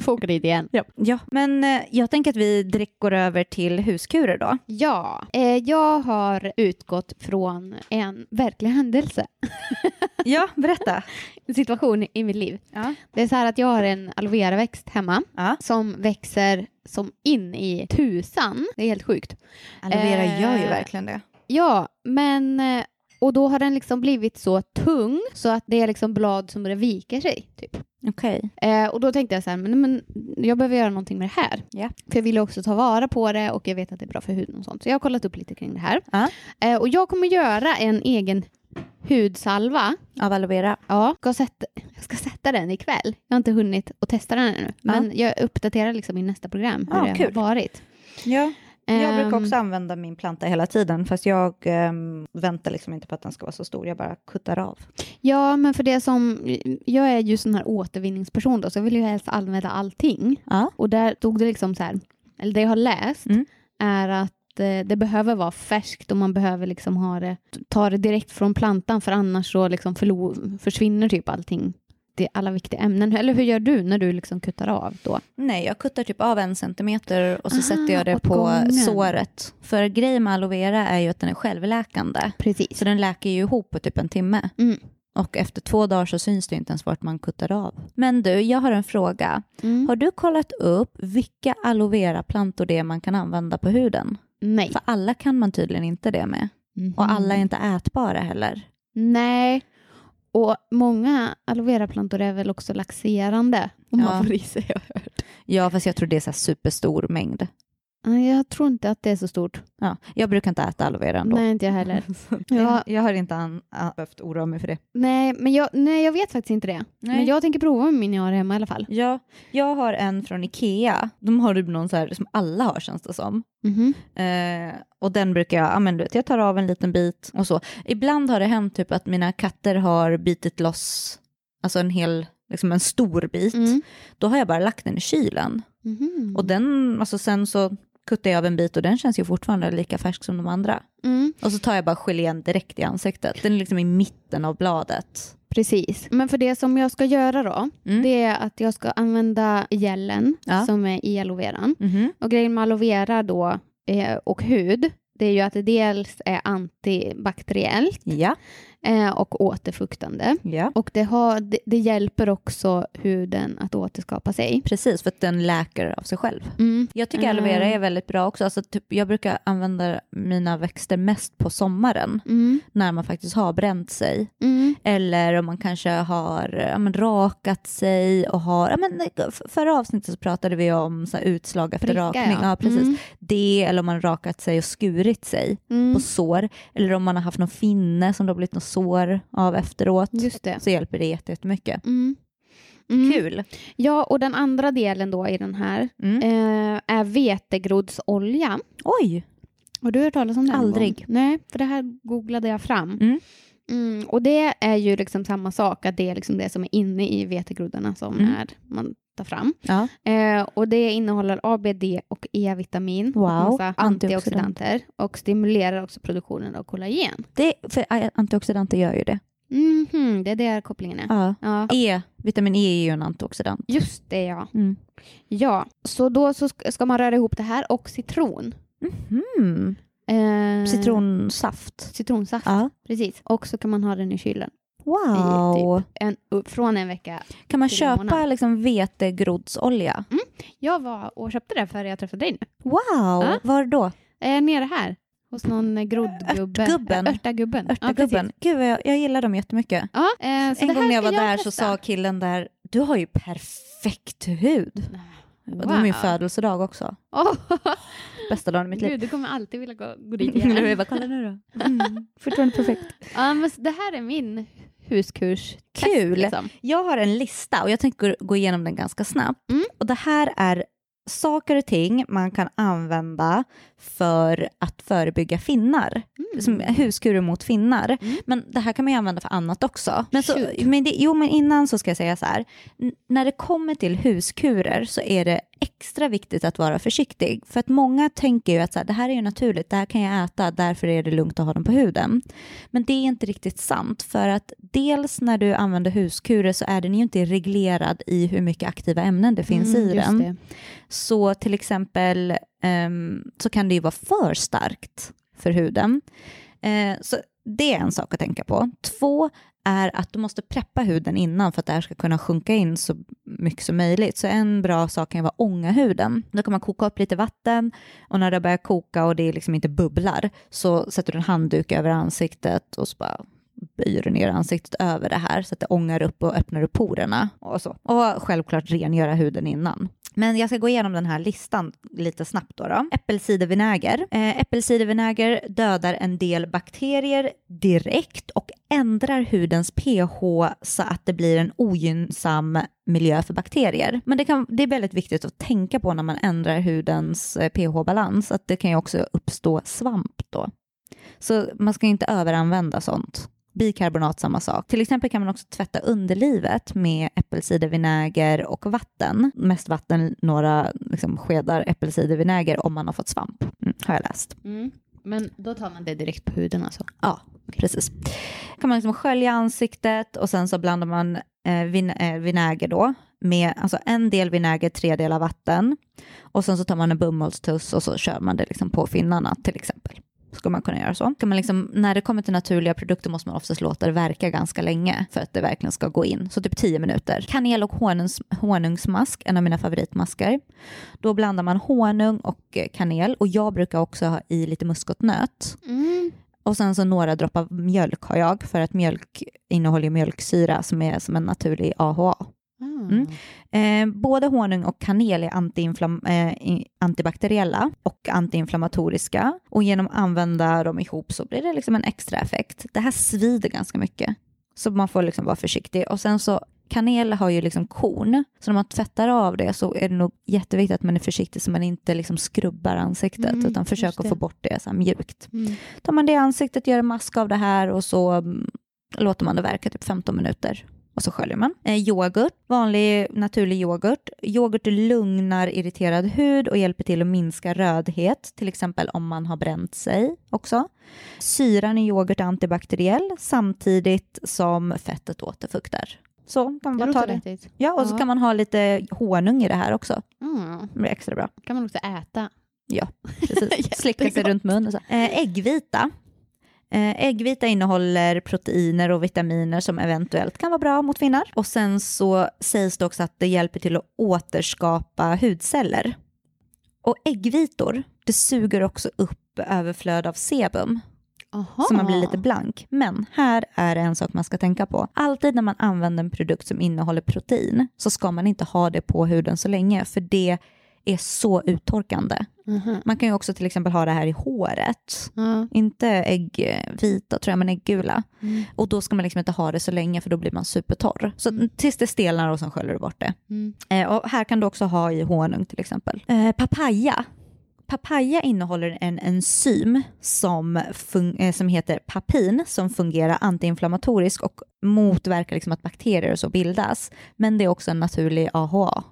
[SPEAKER 1] Får åka dit igen.
[SPEAKER 2] Ja. ja, men eh, jag tänker att vi direkt går över till huskurer då.
[SPEAKER 1] Ja, eh, jag har utgått från en verklig händelse,
[SPEAKER 2] Ja, berätta.
[SPEAKER 1] en situation i mitt liv.
[SPEAKER 2] Ja.
[SPEAKER 1] Det är så här att jag har en aloe vera-växt hemma
[SPEAKER 2] Ja.
[SPEAKER 1] som växer som in i tusan. Det är helt sjukt.
[SPEAKER 2] Aloe vera
[SPEAKER 1] Eh,
[SPEAKER 2] gör ju verkligen det.
[SPEAKER 1] Ja, men eh, och då har den liksom blivit så tung så att det är liksom blad som börjar vika sig. Typ.
[SPEAKER 2] Okej.
[SPEAKER 1] Eh, och då tänkte jag så här, men, men jag behöver göra någonting med det här.
[SPEAKER 2] Ja.
[SPEAKER 1] För jag vill också ta vara på det och jag vet att det är bra för huden och sånt. Så jag har kollat upp lite kring det här.
[SPEAKER 2] Ja.
[SPEAKER 1] Eh, och jag kommer göra en egen hudsalva.
[SPEAKER 2] Av aloe vera.
[SPEAKER 1] Ja, ska sätta, jag ska sätta den ikväll. Jag har inte hunnit att testa den ännu.
[SPEAKER 2] Ja.
[SPEAKER 1] Men jag uppdaterar liksom i nästa program hur
[SPEAKER 2] Ja,
[SPEAKER 1] det
[SPEAKER 2] kul.
[SPEAKER 1] har varit.
[SPEAKER 2] Ja. Jag brukar
[SPEAKER 1] Ehm,
[SPEAKER 2] också använda min planta hela tiden, fast jag ehm, väntar liksom inte på att den ska vara så stor, jag bara kuttar av.
[SPEAKER 1] Ja, men för det som... Jag är ju sån här återvinningsperson då, så jag vill ju helst använda allting.
[SPEAKER 2] Ja.
[SPEAKER 1] Och där tog det liksom så här, eller det jag har läst
[SPEAKER 2] Mm.
[SPEAKER 1] är att eh, det behöver vara färskt och man behöver liksom ha det, ta det direkt från plantan för annars så liksom förlo- försvinner typ allting. Det är alla viktiga ämnen. Eller hur gör du när du liksom kuttar av då?
[SPEAKER 2] Nej, jag kuttar typ av en centimeter och så
[SPEAKER 1] Ah,
[SPEAKER 2] sätter jag det
[SPEAKER 1] åt
[SPEAKER 2] på
[SPEAKER 1] gången.
[SPEAKER 2] såret. För grejen med aloe vera är ju att den är självläkande,
[SPEAKER 1] Precis.
[SPEAKER 2] så den läker ju ihop på typ en timme.
[SPEAKER 1] Mm.
[SPEAKER 2] Och efter två dagar så syns det ju inte ens vart man kuttar av. Men du, jag har en fråga.
[SPEAKER 1] Mm.
[SPEAKER 2] Har du kollat upp vilka aloe vera-plantor det är man kan använda på huden?
[SPEAKER 1] Nej.
[SPEAKER 2] För alla kan man tydligen inte det med. Och
[SPEAKER 1] Mm.
[SPEAKER 2] alla är inte ätbara heller.
[SPEAKER 1] Nej. Och många aloe vera-plantor är väl också laxerande. Om
[SPEAKER 2] Ja.
[SPEAKER 1] man får i sig, har jag hört.
[SPEAKER 2] Ja, fast jag tror det är så här superstor mängd.
[SPEAKER 1] Nej, Jag tror inte att det är så stort.
[SPEAKER 2] Ja, jag brukar inte äta aloe vera ändå.
[SPEAKER 1] Nej, inte jag heller.
[SPEAKER 2] Jag,
[SPEAKER 1] Ja.
[SPEAKER 2] jag har inte an, a, behövt oroa mig för det.
[SPEAKER 1] Nej, men jag, nej, jag vet faktiskt inte det. Men jag tänker prova med min jag har hemma i alla fall.
[SPEAKER 2] Ja, jag har en från Ikea. De har typ någon så här som alla har känns det som.
[SPEAKER 1] Mhm.
[SPEAKER 2] Eh, och den brukar jag, ja, men du vet, jag tar av en liten bit och så. Ibland har det hänt typ att mina katter har bitit loss, alltså en hel, liksom en stor bit.
[SPEAKER 1] Mm.
[SPEAKER 2] Då har jag bara lagt den i kylen.
[SPEAKER 1] Mhm.
[SPEAKER 2] Och den, alltså sen så kuttar jag av en bit och den känns ju fortfarande lika färsk som de andra.
[SPEAKER 1] Mm.
[SPEAKER 2] Och så tar jag bara gelén direkt i ansiktet. Den är liksom i mitten av bladet.
[SPEAKER 1] Precis. Men för det som jag ska göra då,
[SPEAKER 2] Mm.
[SPEAKER 1] det är att jag ska använda gelen
[SPEAKER 2] Ja.
[SPEAKER 1] som är i aloe veran. Och grejen med aloe vera då eh, och hud, det är ju att det dels är antibakteriellt
[SPEAKER 2] Ja,
[SPEAKER 1] eh, och återfuktande.
[SPEAKER 2] ja.
[SPEAKER 1] Och det, har, det, det hjälper också huden att återskapa sig.
[SPEAKER 2] Precis, för att den läker av sig själv.
[SPEAKER 1] Mm.
[SPEAKER 2] Jag tycker aloe vera är väldigt bra också. Alltså, typ, jag brukar använda mina växter mest på sommaren
[SPEAKER 1] Mm.
[SPEAKER 2] när man faktiskt har bränt sig.
[SPEAKER 1] Mm.
[SPEAKER 2] Eller om man kanske har eh, ja, men, rakat sig och har... Ja, men, eh, förra avsnittet så pratade vi om så här, utslag efter
[SPEAKER 1] Pricka,
[SPEAKER 2] rakning. Ja. precis. Det eller om man rakat sig och skurit sig
[SPEAKER 1] Mm. Mm.
[SPEAKER 2] på sår. Eller om man har haft någon finne som det har blivit något sår av efteråt.
[SPEAKER 1] Just det.
[SPEAKER 2] Så hjälper det jätte- jättemycket.
[SPEAKER 1] Mm. Mm.
[SPEAKER 2] Kul!
[SPEAKER 1] Ja, och den andra delen då i den här
[SPEAKER 2] Mm.
[SPEAKER 1] eh, är vetegroddsolja.
[SPEAKER 2] Oj!
[SPEAKER 1] Har du hört talas om den? någon
[SPEAKER 2] Aldrig.
[SPEAKER 1] gång? Nej, för det här googlade jag fram.
[SPEAKER 2] Mm.
[SPEAKER 1] Mm, och det är ju liksom samma sak, att det är liksom det som är inne i vetegroddarna som
[SPEAKER 2] Mm.
[SPEAKER 1] är, man tar fram.
[SPEAKER 2] Ja.
[SPEAKER 1] Eh, och det innehåller ABD och E-vitamin
[SPEAKER 2] Wow.
[SPEAKER 1] och massa
[SPEAKER 2] Antioxidanter.
[SPEAKER 1] antioxidanter och stimulerar också produktionen av kollagen.
[SPEAKER 2] Det, för antioxidanter gör ju det.
[SPEAKER 1] Mhm, det är där kopplingen är.
[SPEAKER 2] Ja.
[SPEAKER 1] Ja.
[SPEAKER 2] E, vitamin E är ju en antioxidant.
[SPEAKER 1] Just det, ja.
[SPEAKER 2] Mm.
[SPEAKER 1] Ja, så då så sk- ska man röra ihop det här och citron.
[SPEAKER 2] Mm.
[SPEAKER 1] Eh,
[SPEAKER 2] Citronsaft.
[SPEAKER 1] Citronsaft,
[SPEAKER 2] Ja.
[SPEAKER 1] precis. Och så kan man ha den i kylen
[SPEAKER 2] Wow!
[SPEAKER 1] en, från en vecka.
[SPEAKER 2] Kan man
[SPEAKER 1] Till
[SPEAKER 2] köpa
[SPEAKER 1] månaden.
[SPEAKER 2] liksom vetegroddsolja?
[SPEAKER 1] Jag var och köpte det före jag träffade dig nu.
[SPEAKER 2] Wow!
[SPEAKER 1] Ja.
[SPEAKER 2] Var då?
[SPEAKER 1] Eh, nere här, hos någon eh, groddgubbe.
[SPEAKER 2] Örtgubben.
[SPEAKER 1] Eh, Örtagubben.
[SPEAKER 2] Örtagubben. Gud, vad jag, jag gillar dem jättemycket.
[SPEAKER 1] Ja, precis. ja, eh, så
[SPEAKER 2] en
[SPEAKER 1] det
[SPEAKER 2] gång
[SPEAKER 1] här
[SPEAKER 2] när jag var
[SPEAKER 1] ska
[SPEAKER 2] där så
[SPEAKER 1] testa.
[SPEAKER 2] sa killen där, du har ju perfekt hud.
[SPEAKER 1] Wow.
[SPEAKER 2] Och det var min födelsedag också.
[SPEAKER 1] Åh,
[SPEAKER 2] Bästa dagen i mitt liv.
[SPEAKER 1] Gud, du kommer alltid vilja gå, gå dit
[SPEAKER 2] Nu är
[SPEAKER 1] igen.
[SPEAKER 2] bara, kolla nu då. Mm. Fortfarande perfekt.
[SPEAKER 1] ja, men s- det här är min huskurs.
[SPEAKER 2] Kul.
[SPEAKER 1] Liksom.
[SPEAKER 2] Jag har en lista och jag tänker gå igenom den ganska snabbt.
[SPEAKER 1] Mm.
[SPEAKER 2] Och det här är saker och ting man kan använda för att förebygga finnar. Som huskurer mot finnar.
[SPEAKER 1] Mm.
[SPEAKER 2] Men det här kan man ju använda för annat också. Men så,
[SPEAKER 1] Shoot.
[SPEAKER 2] men det, jo, men innan så ska jag säga så här. N- när det kommer till huskurer så är det extra viktigt att vara försiktig. För att många tänker ju att så här, det här är ju naturligt, det här kan jag äta, därför är det lugnt att ha dem på huden. Men det är inte riktigt sant. För att dels när du använder huskurer så är den ju inte reglerad i hur mycket aktiva ämnen det finns
[SPEAKER 1] Mm,
[SPEAKER 2] i
[SPEAKER 1] just
[SPEAKER 2] den.
[SPEAKER 1] det.
[SPEAKER 2] Så till exempel ehm, så kan det ju vara för starkt för huden. Eh, så det är en sak att tänka på. Två är att du måste preppa huden innan för att det här ska kunna sjunka in så mycket som möjligt. Så en bra sak kan ju vara ånga huden. Då kan man koka upp lite vatten och när det börjar koka och det liksom inte bubblar så sätter du en handduk över ansiktet och så bara böjer du ner ansiktet över det här så att det ångar upp och öppnar upp porerna och så. Och självklart rengöra huden innan. Men jag ska gå igenom den här listan lite snabbt. Då då. Äppelcidervinäger. Eh, äppelcidervinäger dödar en del bakterier direkt och ändrar hudens pH så att det blir en ogynnsam miljö för bakterier. Men det, kan, det är väldigt viktigt att tänka på när man ändrar hudens eh, pH-balans att det kan ju också uppstå svamp då. Så man ska inte överanvända sånt. Bikarbonat samma sak. Till exempel kan man också tvätta underlivet med äppelcidervinäger och vatten. Mest vatten, några liksom, skedar äppelcidervinäger om man har fått svamp. Mm, har jag läst.
[SPEAKER 1] Mm. Men då tar man det direkt på huden alltså?
[SPEAKER 2] Ja, precis. kan man liksom skölja ansiktet och sen så blandar man eh, vin eh, vinäger då med alltså en del vinäger, tre delar vatten och sen så tar man en bomullstuss och så kör man det liksom på finnarna till exempel. Ska man kunna göra så. Kan man liksom, när det kommer till naturliga produkter måste man oftast låta det verka ganska länge för att det verkligen ska gå in. Så typ 10 minuter. Kanel och honungs, honungsmask, en av mina favoritmasker. Då blandar man honung och eh, kanel och jag brukar också ha i lite muskotnöt. Och sen så några droppar mjölk har jag för att mjölk innehåller ju mjölksyra som är som en naturlig AHA.
[SPEAKER 1] Ah.
[SPEAKER 2] Mm. Eh, både honung och kanel är antiinflam- eh, i- antibakteriella och antiinflammatoriska och genom att använda dem ihop så blir det liksom en extra effekt. Det här svider ganska mycket så man får liksom vara försiktig och sen så kanel har ju liksom korn så när man tvättar av det så är det nog jätteviktigt att man är försiktig så man inte liksom skrubbar ansiktet
[SPEAKER 1] Mm,
[SPEAKER 2] utan
[SPEAKER 1] just
[SPEAKER 2] försöker
[SPEAKER 1] det.
[SPEAKER 2] få bort det så här mjukt.
[SPEAKER 1] Mm.
[SPEAKER 2] Tar man det i ansiktet, gör en mask av det här och så mm, låter man det verka typ 15 minuter och så sköljer man. Eh, yoghurt, vanlig naturlig yoghurt. Yoghurt lugnar irriterad hud och hjälper till att minska rödhet, till exempel om man har bränt sig också. Syran i yoghurt är antibakteriell samtidigt som fettet återfuktar. Så kan man
[SPEAKER 1] Det
[SPEAKER 2] bara ta
[SPEAKER 1] låter
[SPEAKER 2] det.
[SPEAKER 1] vettigt.
[SPEAKER 2] Ja, och så
[SPEAKER 1] Ja.
[SPEAKER 2] kan man ha lite honung i det här också.
[SPEAKER 1] Mm.
[SPEAKER 2] Det blir extra bra.
[SPEAKER 1] kan man också äta.
[SPEAKER 2] Precis. Slicka sig
[SPEAKER 1] Jättegott.
[SPEAKER 2] runt munnen. och Så. Eh, äggvita. Eh, äggvita innehåller proteiner och vitaminer som eventuellt kan vara bra mot finnar. Och sen så sägs det också att det hjälper till att återskapa hudceller. Och äggvitor, det suger också upp överflöd av sebum
[SPEAKER 1] Aha.
[SPEAKER 2] så man blir lite blank. Men här är en sak man ska tänka på. Alltid när man använder en produkt som innehåller protein så ska man inte ha det på huden så länge för det är så uttorkande.
[SPEAKER 1] Mhm.
[SPEAKER 2] Man kan ju också till exempel ha det här i håret.
[SPEAKER 1] Ja.
[SPEAKER 2] Inte äggvita tror jag, men ägggula.
[SPEAKER 1] Mm.
[SPEAKER 2] Och då ska man liksom inte ha det så länge för då blir man supertorr. Så
[SPEAKER 1] Mm.
[SPEAKER 2] tills det stelnar och sen sköljer du bort det.
[SPEAKER 1] Mm.
[SPEAKER 2] Eh, och här kan du också ha i honung till exempel. Eh, papaya. Papaya innehåller en enzym som, fun- eh, som heter papin som fungerar antiinflammatoriskt och motverkar liksom att bakterier och så bildas. Men det är också en naturlig AHA.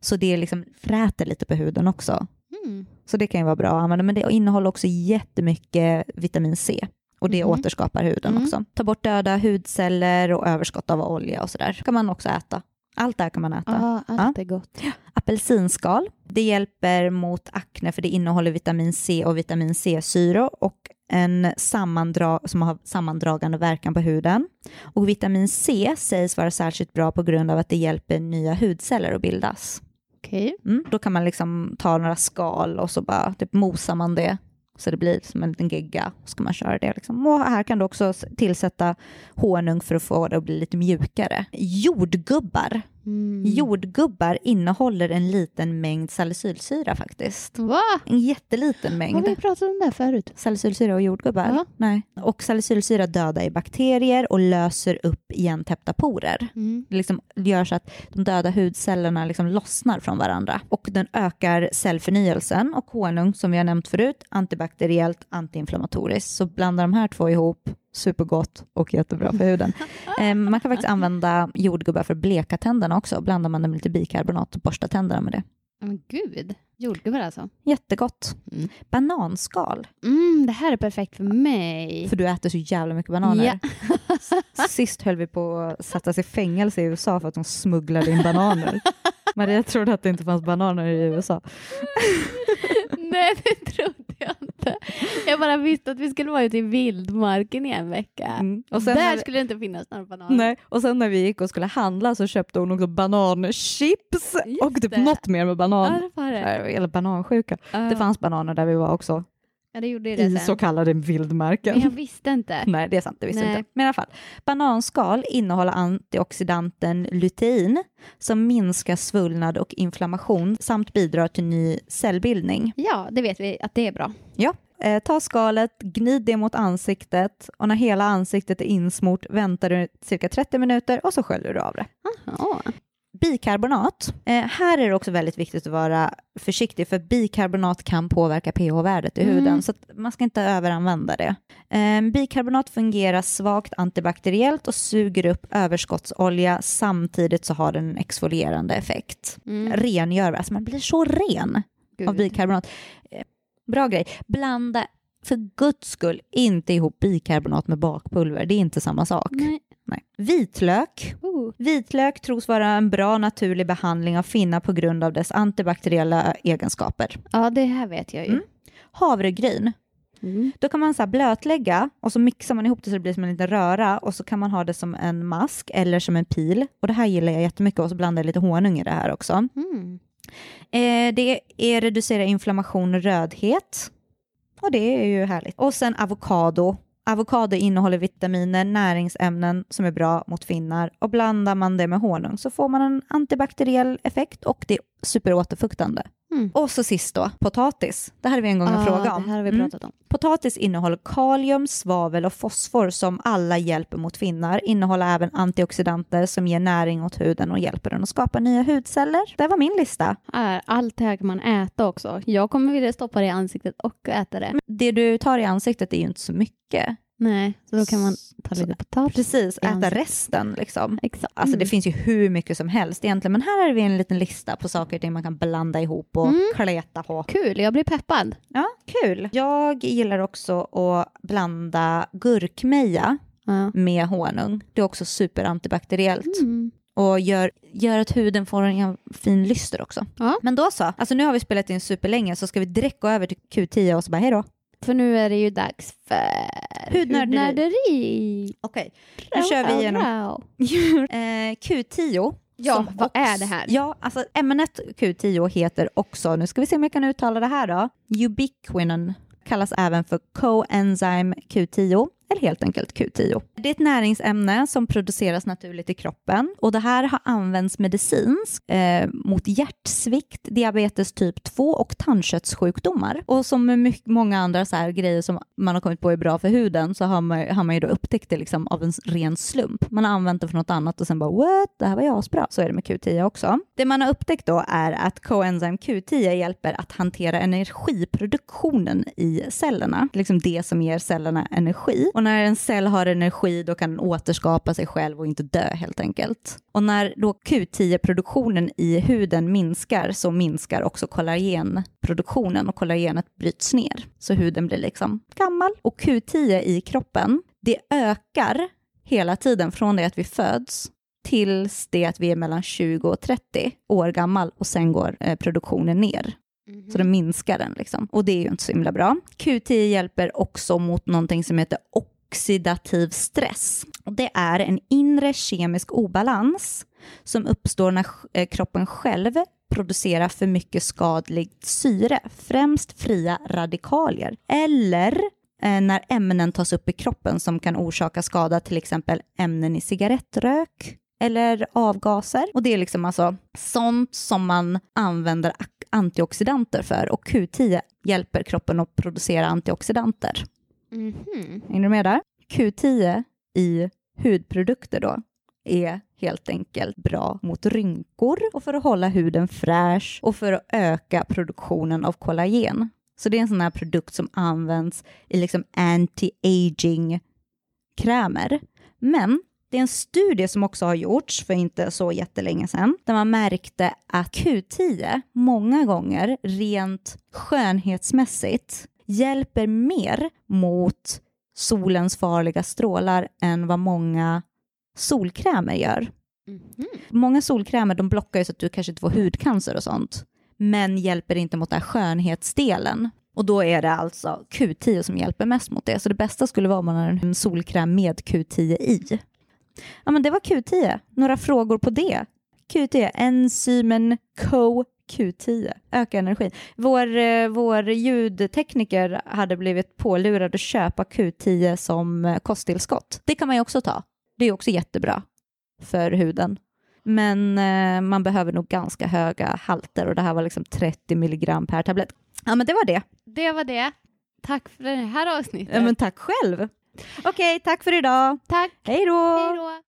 [SPEAKER 2] Så det liksom fräter lite på huden också.
[SPEAKER 1] Mm.
[SPEAKER 2] Så det kan ju vara bra att använda, men det innehåller också jättemycket vitamin C och det
[SPEAKER 1] Mhm.
[SPEAKER 2] återskapar huden
[SPEAKER 1] Mm.
[SPEAKER 2] också. Ta bort döda hudceller och överskott av olja och sådär. kan man också äta. Allt det här kan man äta.
[SPEAKER 1] Ja, allt är gott.
[SPEAKER 2] Apelsinskal, det hjälper mot akne för det innehåller vitamin C och vitamin C-syror och en sammandra- som har sammandragande verkan på huden. Och vitamin C sägs vara särskilt bra på grund av att det hjälper nya hudceller att bildas.
[SPEAKER 1] Okej.
[SPEAKER 2] Mm. Då kan man liksom ta några skal och så bara typ mosar man det så det blir som en liten gegga. Så ska man köra det. Liksom. Och här kan du också s- tillsätta honung för att få det att bli lite mjukare. Jordgubbar.
[SPEAKER 1] Mm.
[SPEAKER 2] Jordgubbar innehåller en liten mängd salicylsyra faktiskt.
[SPEAKER 1] Va?
[SPEAKER 2] En jätteliten
[SPEAKER 1] Har
[SPEAKER 2] mängd.
[SPEAKER 1] vi pratat om det här förut?
[SPEAKER 2] Salicylsyra och jordgubbar?
[SPEAKER 1] Ja.
[SPEAKER 2] Nej. Och salicylsyra dödar i bakterier och löser upp igentäppta porer
[SPEAKER 1] Mm.
[SPEAKER 2] liksom gör så att de döda hudcellerna liksom lossnar från varandra. Och den ökar cellförnyelsen och honung som vi har nämnt förut, antibakteriellt, antiinflammatoriskt. Så blanda de här två ihop, supergott och jättebra för huden. Eh, man kan faktiskt använda jordgubbar för att bleka tänderna också. Blandar man dem med lite bikarbonat och borstar tänderna med det.
[SPEAKER 1] Men gud. Jordgubbar alltså.
[SPEAKER 2] Jättegott.
[SPEAKER 1] Mm.
[SPEAKER 2] Bananskal,
[SPEAKER 1] Mm, det här är perfekt för mig.
[SPEAKER 2] för du äter så jävla mycket bananer.
[SPEAKER 1] Ja.
[SPEAKER 2] Sist höll vi på att sätta sig i fängelse i USA för att de smugglade in bananer. Maria trodde att det inte fanns bananer i USA.
[SPEAKER 1] Nej, det trodde jag inte. Jag bara visste att vi skulle vara ute i vildmarken i en vecka.
[SPEAKER 2] Mm.
[SPEAKER 1] Och
[SPEAKER 2] Och sen
[SPEAKER 1] Där
[SPEAKER 2] när,
[SPEAKER 1] skulle det inte finnas några bananer.
[SPEAKER 2] nej, och sen när vi gick och skulle handla så köpte hon också bananchips
[SPEAKER 1] Just
[SPEAKER 2] och typ
[SPEAKER 1] det.
[SPEAKER 2] något mer med
[SPEAKER 1] Ja,
[SPEAKER 2] banan.
[SPEAKER 1] det var det.
[SPEAKER 2] Ja. Eller banansjuka.
[SPEAKER 1] Ja.
[SPEAKER 2] Det fanns bananer där vi var också,
[SPEAKER 1] Ja, det gjorde ju det
[SPEAKER 2] i Mm. så
[SPEAKER 1] sen.
[SPEAKER 2] kallade
[SPEAKER 1] Men jag
[SPEAKER 2] vildmarken.
[SPEAKER 1] visste inte.
[SPEAKER 2] Nej, det är sant, det visste jag
[SPEAKER 1] Nej.
[SPEAKER 2] inte. Men i alla fall, bananskal innehåller antioxidanten lutein som minskar svullnad och inflammation samt bidrar till ny cellbildning.
[SPEAKER 1] Ja, det vet vi att det är bra.
[SPEAKER 2] Ja. Eh, ta skalet, gnid det mot ansiktet och när hela ansiktet är insmort väntar du cirka 30 minuter och så sköljer du av det.
[SPEAKER 1] Aha.
[SPEAKER 2] Bikarbonat. Eh, här är det också väldigt viktigt att vara försiktig för bikarbonat kan påverka pH-värdet i
[SPEAKER 1] Mm.
[SPEAKER 2] huden så att man ska inte överanvända det. Eh, bikarbonat fungerar svagt antibakteriellt och suger upp överskottsolja samtidigt så har den en exfolierande effekt.
[SPEAKER 1] Mm.
[SPEAKER 2] Rengör, alltså man blir så ren av
[SPEAKER 1] Gud.
[SPEAKER 2] bikarbonat. Eh, Bra grej. Blanda för guds skull inte ihop bikarbonat med bakpulver. Det är inte samma sak.
[SPEAKER 1] Nej.
[SPEAKER 2] Nej. Vitlök.
[SPEAKER 1] Oh.
[SPEAKER 2] Vitlök tros vara en bra naturlig behandling av finnar på grund av dess antibakteriella egenskaper.
[SPEAKER 1] Ja, det här vet jag ju.
[SPEAKER 2] Mm. Havregryn. Då kan man så här blötlägga och så mixar man ihop det så det blir som en liten röra och så kan man ha det som en mask eller som en pil. Och det här gillar jag jättemycket och så blandar jag lite honung i det här också.
[SPEAKER 1] Mm.
[SPEAKER 2] Eh, det är reducera inflammation och rödhet. Och det är ju härligt. Och sen avokado Avokado innehåller vitaminer, näringsämnen som är bra mot finnar och blandar man det med honung så får man en antibakteriell effekt och det är superåterfuktande.
[SPEAKER 1] Mm. Ah,
[SPEAKER 2] Och så sist då, potatis. Det här har vi en gång en fråga om.
[SPEAKER 1] det här har vi
[SPEAKER 2] Mm.
[SPEAKER 1] pratat om.
[SPEAKER 2] Potatis innehåller kalium, svavel och fosfor som alla hjälper mot finnar. Innehåller även antioxidanter som ger näring åt huden och hjälper den att skapa nya hudceller. Det var min lista.
[SPEAKER 1] Är, Äh, allt det här kan man äta också. Jag kommer vilja stoppa det i ansiktet och äta det.
[SPEAKER 2] Men Det du tar i ansiktet är ju inte så mycket.
[SPEAKER 1] Nej, så då kan man ta lite potatis.
[SPEAKER 2] Precis,
[SPEAKER 1] I
[SPEAKER 2] äta
[SPEAKER 1] ansiktet.
[SPEAKER 2] resten liksom.
[SPEAKER 1] Exakt.
[SPEAKER 2] Alltså det
[SPEAKER 1] Mm.
[SPEAKER 2] finns ju hur mycket som helst egentligen, men här har vi en liten lista på saker och ting man kan blanda ihop och
[SPEAKER 1] Mm.
[SPEAKER 2] kleta på.
[SPEAKER 1] Kul, jag blir peppad.
[SPEAKER 2] Ja, kul. Jag gillar också att blanda gurkmeja
[SPEAKER 1] Ja.
[SPEAKER 2] med honung. Det är också superantibakteriellt.
[SPEAKER 1] Mm.
[SPEAKER 2] och gör, gör att huden får en fin lyster också.
[SPEAKER 1] Ja.
[SPEAKER 2] Men då så, alltså nu har vi spelat in superlänge så ska vi direkt gå över till Q10 och så bara hej då.
[SPEAKER 1] För nu är det ju dags för
[SPEAKER 2] Hudnörderi.
[SPEAKER 1] hudnörderi.
[SPEAKER 2] Okej, nu kör vi
[SPEAKER 1] Wow,
[SPEAKER 2] igenom
[SPEAKER 1] wow.
[SPEAKER 2] eh, Q10.
[SPEAKER 1] Ja,
[SPEAKER 2] som
[SPEAKER 1] vad är det här?
[SPEAKER 2] Ja, alltså ämnet Q10 heter också, nu ska vi se om jag kan uttala det här då, ubiquinon kallas även för coenzyme Q10 eller helt enkelt Q10. Det är ett näringsämne som produceras naturligt i kroppen och det här har använts medicinskt eh, mot hjärtsvikt, diabetes typ 2 och tandköttssjukdomar. Och som med mycket, många andra så här grejer som man har kommit på är bra för huden så har man, har man ju då upptäckt det liksom av en s- ren slump. Man har använt det för något annat och sen bara what, det här var ju asbra. Så är det med Q10 också. Det man har upptäckt då är att coenzyme Q10 hjälper att hantera energiproduktionen i cellerna, liksom det som ger cellerna energi. Och när en cell har energi då kan den återskapa sig själv och inte dö helt enkelt. Och när då Q10-produktionen i huden minskar så minskar också kollagenproduktionen och kollagenet bryts ner. Så huden blir liksom gammal. Och Q10 i kroppen, det ökar hela tiden från det att vi föds tills det att vi är mellan 20 och 30 år gammal och sen går eh, produktionen ner. Så den minskar den liksom. Och det är ju inte så himla bra. Q10 hjälper också mot någonting som heter oxidativ stress. Och det är en inre kemisk obalans som uppstår när eh, kroppen själv producerar för mycket skadligt syre, främst fria radikalier. Eller eh, när ämnen tas upp i kroppen som kan orsaka skada, till exempel ämnen i cigarettrök eller avgaser. Och det är liksom alltså sånt som man använder ak- antioxidanter för och Q10 hjälper kroppen att producera antioxidanter.
[SPEAKER 1] Mhm.
[SPEAKER 2] Hänger du med där? Q10 i hudprodukter då är helt enkelt bra mot rynkor och för att hålla huden fräsch och för att öka produktionen av kollagen. Så det är en sån här produkt som används i liksom anti-aging krämer. Men det är en studie som också har gjorts för inte så jättelänge sedan där man märkte att Q10 många gånger rent skönhetsmässigt hjälper mer mot solens farliga strålar än vad många solkrämer gör.
[SPEAKER 1] Mhm.
[SPEAKER 2] Många solkrämer de blockar ju så att du kanske inte får hudcancer och sånt, men hjälper inte mot den här skönhetsdelen. Och då är det alltså Q10 som hjälper mest mot det. Så det bästa skulle vara om man har en solkräm med Q10 i. Ja, men det var Q10. Några frågor på det? Q10, enzymen CoQ10, öka energin. Vår, eh, vår ljudtekniker hade blivit pålurad att köpa Q10 som eh, kosttillskott. Det kan man ju också ta. Det är också jättebra för huden. Men eh, man behöver nog ganska höga halter och det här var liksom 30 milligram per tablett. Ja, men det var det.
[SPEAKER 1] Det var det. Tack för det här avsnittet.
[SPEAKER 2] Ja, men tack själv. Okej, tack för idag.
[SPEAKER 1] Tack,
[SPEAKER 2] Hej då!
[SPEAKER 1] hej då.